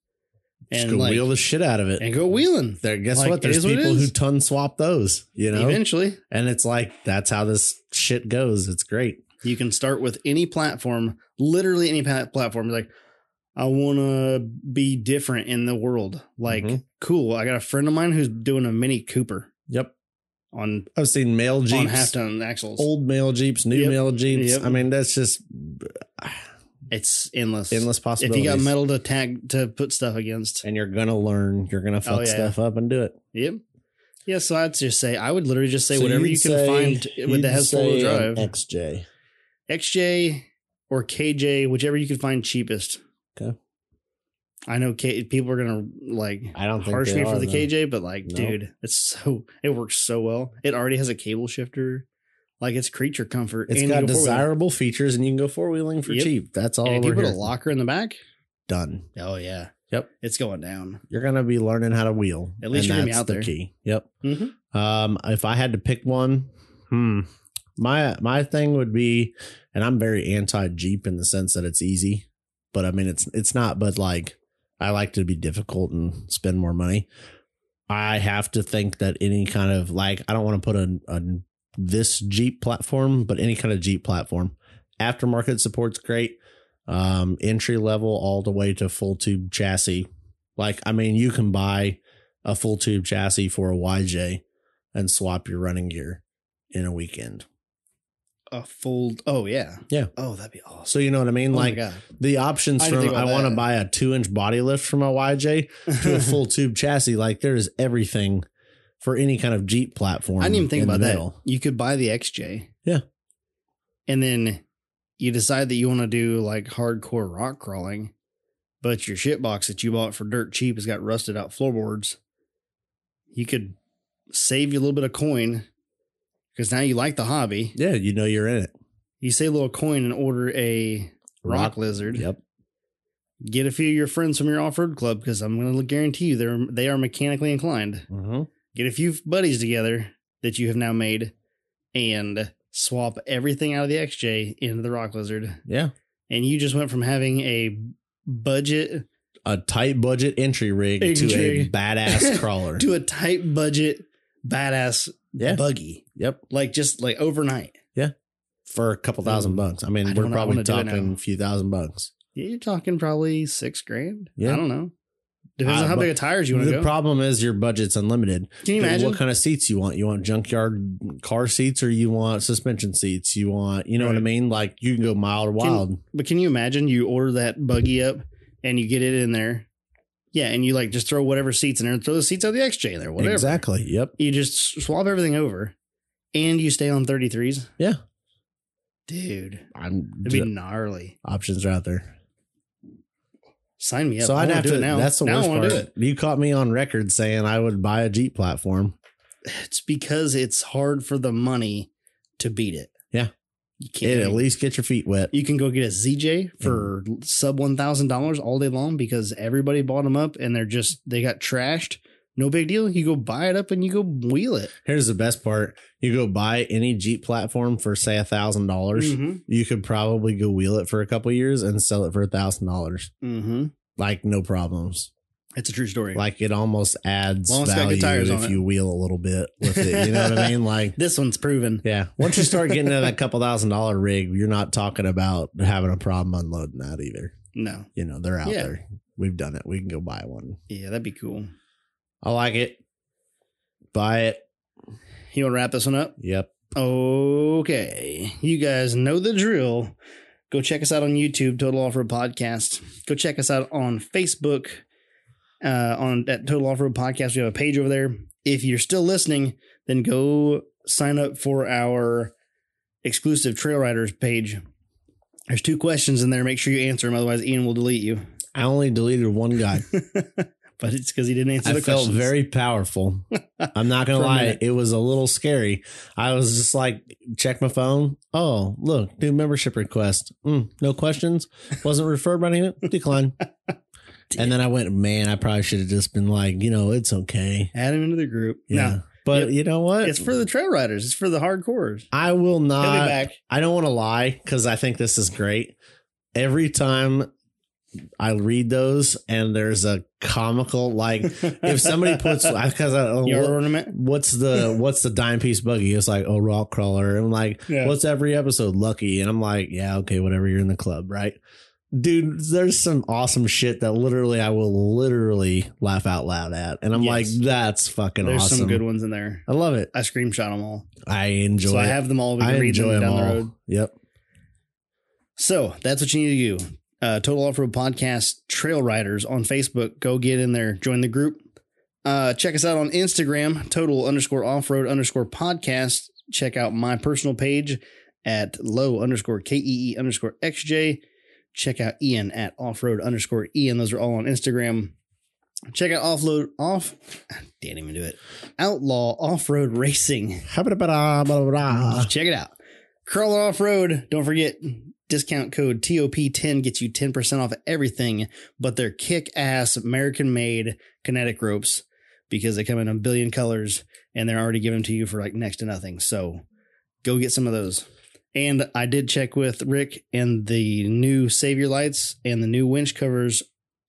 just
and
go
like,
wheel the shit out of it.
and go wheeling.
there, guess
Like,
what?
it
There's
is what it
people who
is.
ton swap those, you know?
Eventually,
and it's like, that's how this shit goes. It's great.
you can start with any platform, literally any pa- platform. Like I want to be different in the world. Like
Mhm.
cool. I got a friend of mine who's doing a Mini Cooper
Yep.
on
I've seen male
on half
Jeeps,
ton axles.
old male Jeeps, new
Yep.
male Jeeps.
Yep.
I mean, that's just
It's endless.
endless
If
possibilities.
you got metal to tag to put stuff against,
and you're going to learn, you're going to fuck
Oh, yeah.
stuff up and do it.
yep. Yeah, so I'd just say I would literally just say
So
whatever
you'd
you can
say-
find with
you'd
that has four wheel
say uh,
drive.
an XJ.
XJ or KJ, whichever you can find cheapest.
Okay.
I know K- people are gonna like
I don't think
harsh me
they are,
for the
though.
KJ, but like,
Nope.
dude, it's so it works so well. It already has a cable shifter, like it's creature comfort.
It's
and
got
you go four-wheeler.
desirable features, and you can go four wheeling for
Yep.
cheap. That's all.
And if
we're
you put
here.
a locker in the back,
done.
oh yeah,
Yep.
it's going down.
You're gonna be learning how to wheel.
At least
and
you're gonna be
that's
out
the
there.
Key. Yep.
Mhm.
Um, if I had to pick one, hmm, my my thing would be, and I'm very anti Jeep in the sense that it's easy, but I mean it's it's not. But like, I like to be difficult and spend more money. I have to think that any kind of like, I don't want to put a, a this Jeep platform, but any kind of Jeep platform. Aftermarket support's great. Um, entry level all the way to full tube chassis. Like, I mean, you can buy a full tube chassis for a YJ and swap your running gear in a weekend.
A fold. Oh yeah,
Yeah.
Oh, that'd be awesome.
So you know what I mean?
Oh my
like
God.
the options
I didn't
from
think
I
about
want to
that.
buy a two inch body lift from a YJ to a full tube chassis. Like there is everything for any kind of Jeep platform.
I didn't even think
in the
about that.
middle.
You could buy the XJ.
Yeah.
And then you decide that you want to do like hardcore rock crawling, but your shit box that you bought for dirt cheap has got rusted out floorboards. You could save you a little bit of coin because now you like the hobby.
Yeah, you know you're in it.
You save a little coin and order a rock lizard.
Yep.
Get a few of your friends from your off road club because I'm going to guarantee you they're they are mechanically inclined
Mm-hmm.
get a few buddies together that you have now made and swap everything out of the XJ into the Rock Lizard,
Yeah.
and you just went from having a budget
A tight budget entry rig to a
Entry.
badass crawler.
to a tight budget badass
yeah.
buggy,
Yep.
like just like overnight.
For a couple thousand bucks. I mean,
Um, I don't
we're
wanna- I
probably
wanna do it
talking
now.
a few thousand bucks.
Yeah, you're talking probably six grand.
Yeah.
I don't know. Depends
Uh,
on how
but
big of tires you want to
The
go.
problem is your budget's unlimited.
Can you
Then
imagine?
What kind of seats you want? You want junkyard car seats or you want suspension seats? You want, you know what I
Right.
mean? Like you can go mild or
Can-
wild.
But can you imagine you order that buggy up and you get it in there? Yeah, and you like just throw whatever seats in there and throw the seats out of the XJ in there, whatever.
Exactly. Yep.
You just swap everything over and you stay on 33s.
Yeah.
Dude,
I'm
it'd be gnarly.
options are out there.
Sign me up.
so
I
I'd
wanna
have
do
to.
it now.
That's the
now
worst
I wanna
part.
do it.
You caught me on record saying I would buy a Jeep platform.
It's because it's hard for the money to beat it.
Yeah.
You can't.
It at Mm-hmm. least get your feet wet.
You can go get a ZJ for sub one thousand dollars all day long because everybody bought them up and they're just they got trashed. No big deal. You go buy it up and you go wheel it.
Here's the best part: you go buy any Jeep platform for say a thousand dollars.
Mm-hmm.
You could probably go wheel it for a couple years and sell it for a thousand dollars,
Mm-hmm.
like no problems.
It's a true story.
Like it almost adds
Well, it's got
value
good tires on
if
it.
you wheel a little bit with it. You know what I mean? Like.
this one's proven.
Yeah. Once you start getting in that couple thousand dollar rig, you're not talking about having a problem unloading that either.
No.
You know, they're out
Yeah.
there. We've done it. We can go buy one.
Yeah, that'd be cool.
I like it. Buy it.
You want to wrap this one up?
Yep.
Okay. You guys know the drill. Go check us out on YouTube, Total Off Road Podcast. Go check us out on Facebook, uh, on at Total Off Road Podcast. We have a page over there. If you're still listening, then go sign up for our exclusive Trail Riders page. There's two questions in there. Make sure you answer them, otherwise Ian will delete you.
I only deleted one guy.
but it's because he didn't answer
I
the
felt
questions.
very powerful. I'm not gonna
For a
lie,
minute.
it was a little scary. I was just like, check my phone. Oh, look, new membership request. Mm, no questions. Wasn't referred by anyone. Decline. and then I went, man, I probably should have just been like, you know, it's okay.
Add him into the group.
Yeah.
No,
But
Yep.
you know what?
it's for the Trail Riders. It's for the hardcores.
I will
He'll be
not.
back.
I don't want to lie because I think this is great. Every time I read those and there's a comical like if somebody puts because I don't
your
know
ornament.
what's the what's the dime piece buggy? It's like oh rock crawler and like
Yeah.
what's every episode lucky and I'm like yeah okay whatever you're in the club right. Dude, there's some awesome shit that literally I will literally laugh out loud at. And I'm
Yes.
like, that's fucking
There's
awesome.
some good ones in there.
I love it.
I screenshot them all,
I enjoy
so I
it.
have them all. We
I
can read
enjoy
them
them
down
all.
the road.
Yep.
So that's what you need to do. Uh, Total Off Road Podcast Trail Riders on Facebook. Go get in there, join the group. Uh, check us out on Instagram, total underscore off road underscore podcast. Check out my personal page at low underscore K E E underscore XJ. Check out Ian at off road underscore Ian. Those are all on Instagram. Check out offload off. Didn't even do it. Outlaw off road racing.
Ha-ba-da-ba-da,
Uh, Check it out. Crawler off road. Don't forget discount code TOP10 gets you 10% off everything, but they're kick ass American made kinetic ropes because they come in a billion colors and they're already given to you for like next to nothing. So go get some of those. And I did check with Rick and the new savior lights and the new winch covers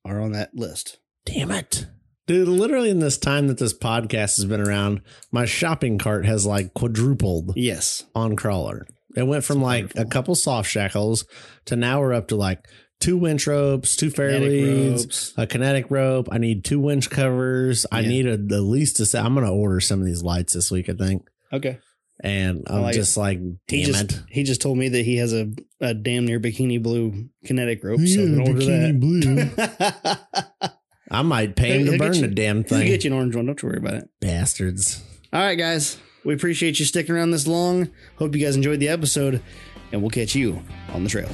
are on that list.
Damn it. Dude, literally in this time that this podcast has been around, my shopping cart has like quadrupled
Yes.
on crawler. It went from like a couple soft shackles to now we're up to like two winch ropes, two fair
Kinetic
leads,
ropes.
a kinetic rope. I need two winch covers. I
Yeah.
need a, at least a set. I'm going to order some of these lights this week, I think.
Okay.
And
I
I'm
like it.
just like,
He
damn
just
it.
he just told me that he has a, a damn near bikini blue kinetic rope. so
Yeah,
I'm gonna order
bikini
that.
blue.
He'll
I might pay him
He'll
to
get
burn
you-
the damn thing.
get you an orange one. Don't you worry about it.
Bastards.
All right, guys. We appreciate you sticking around this long. Hope you guys enjoyed the episode, and we'll catch you on the trail.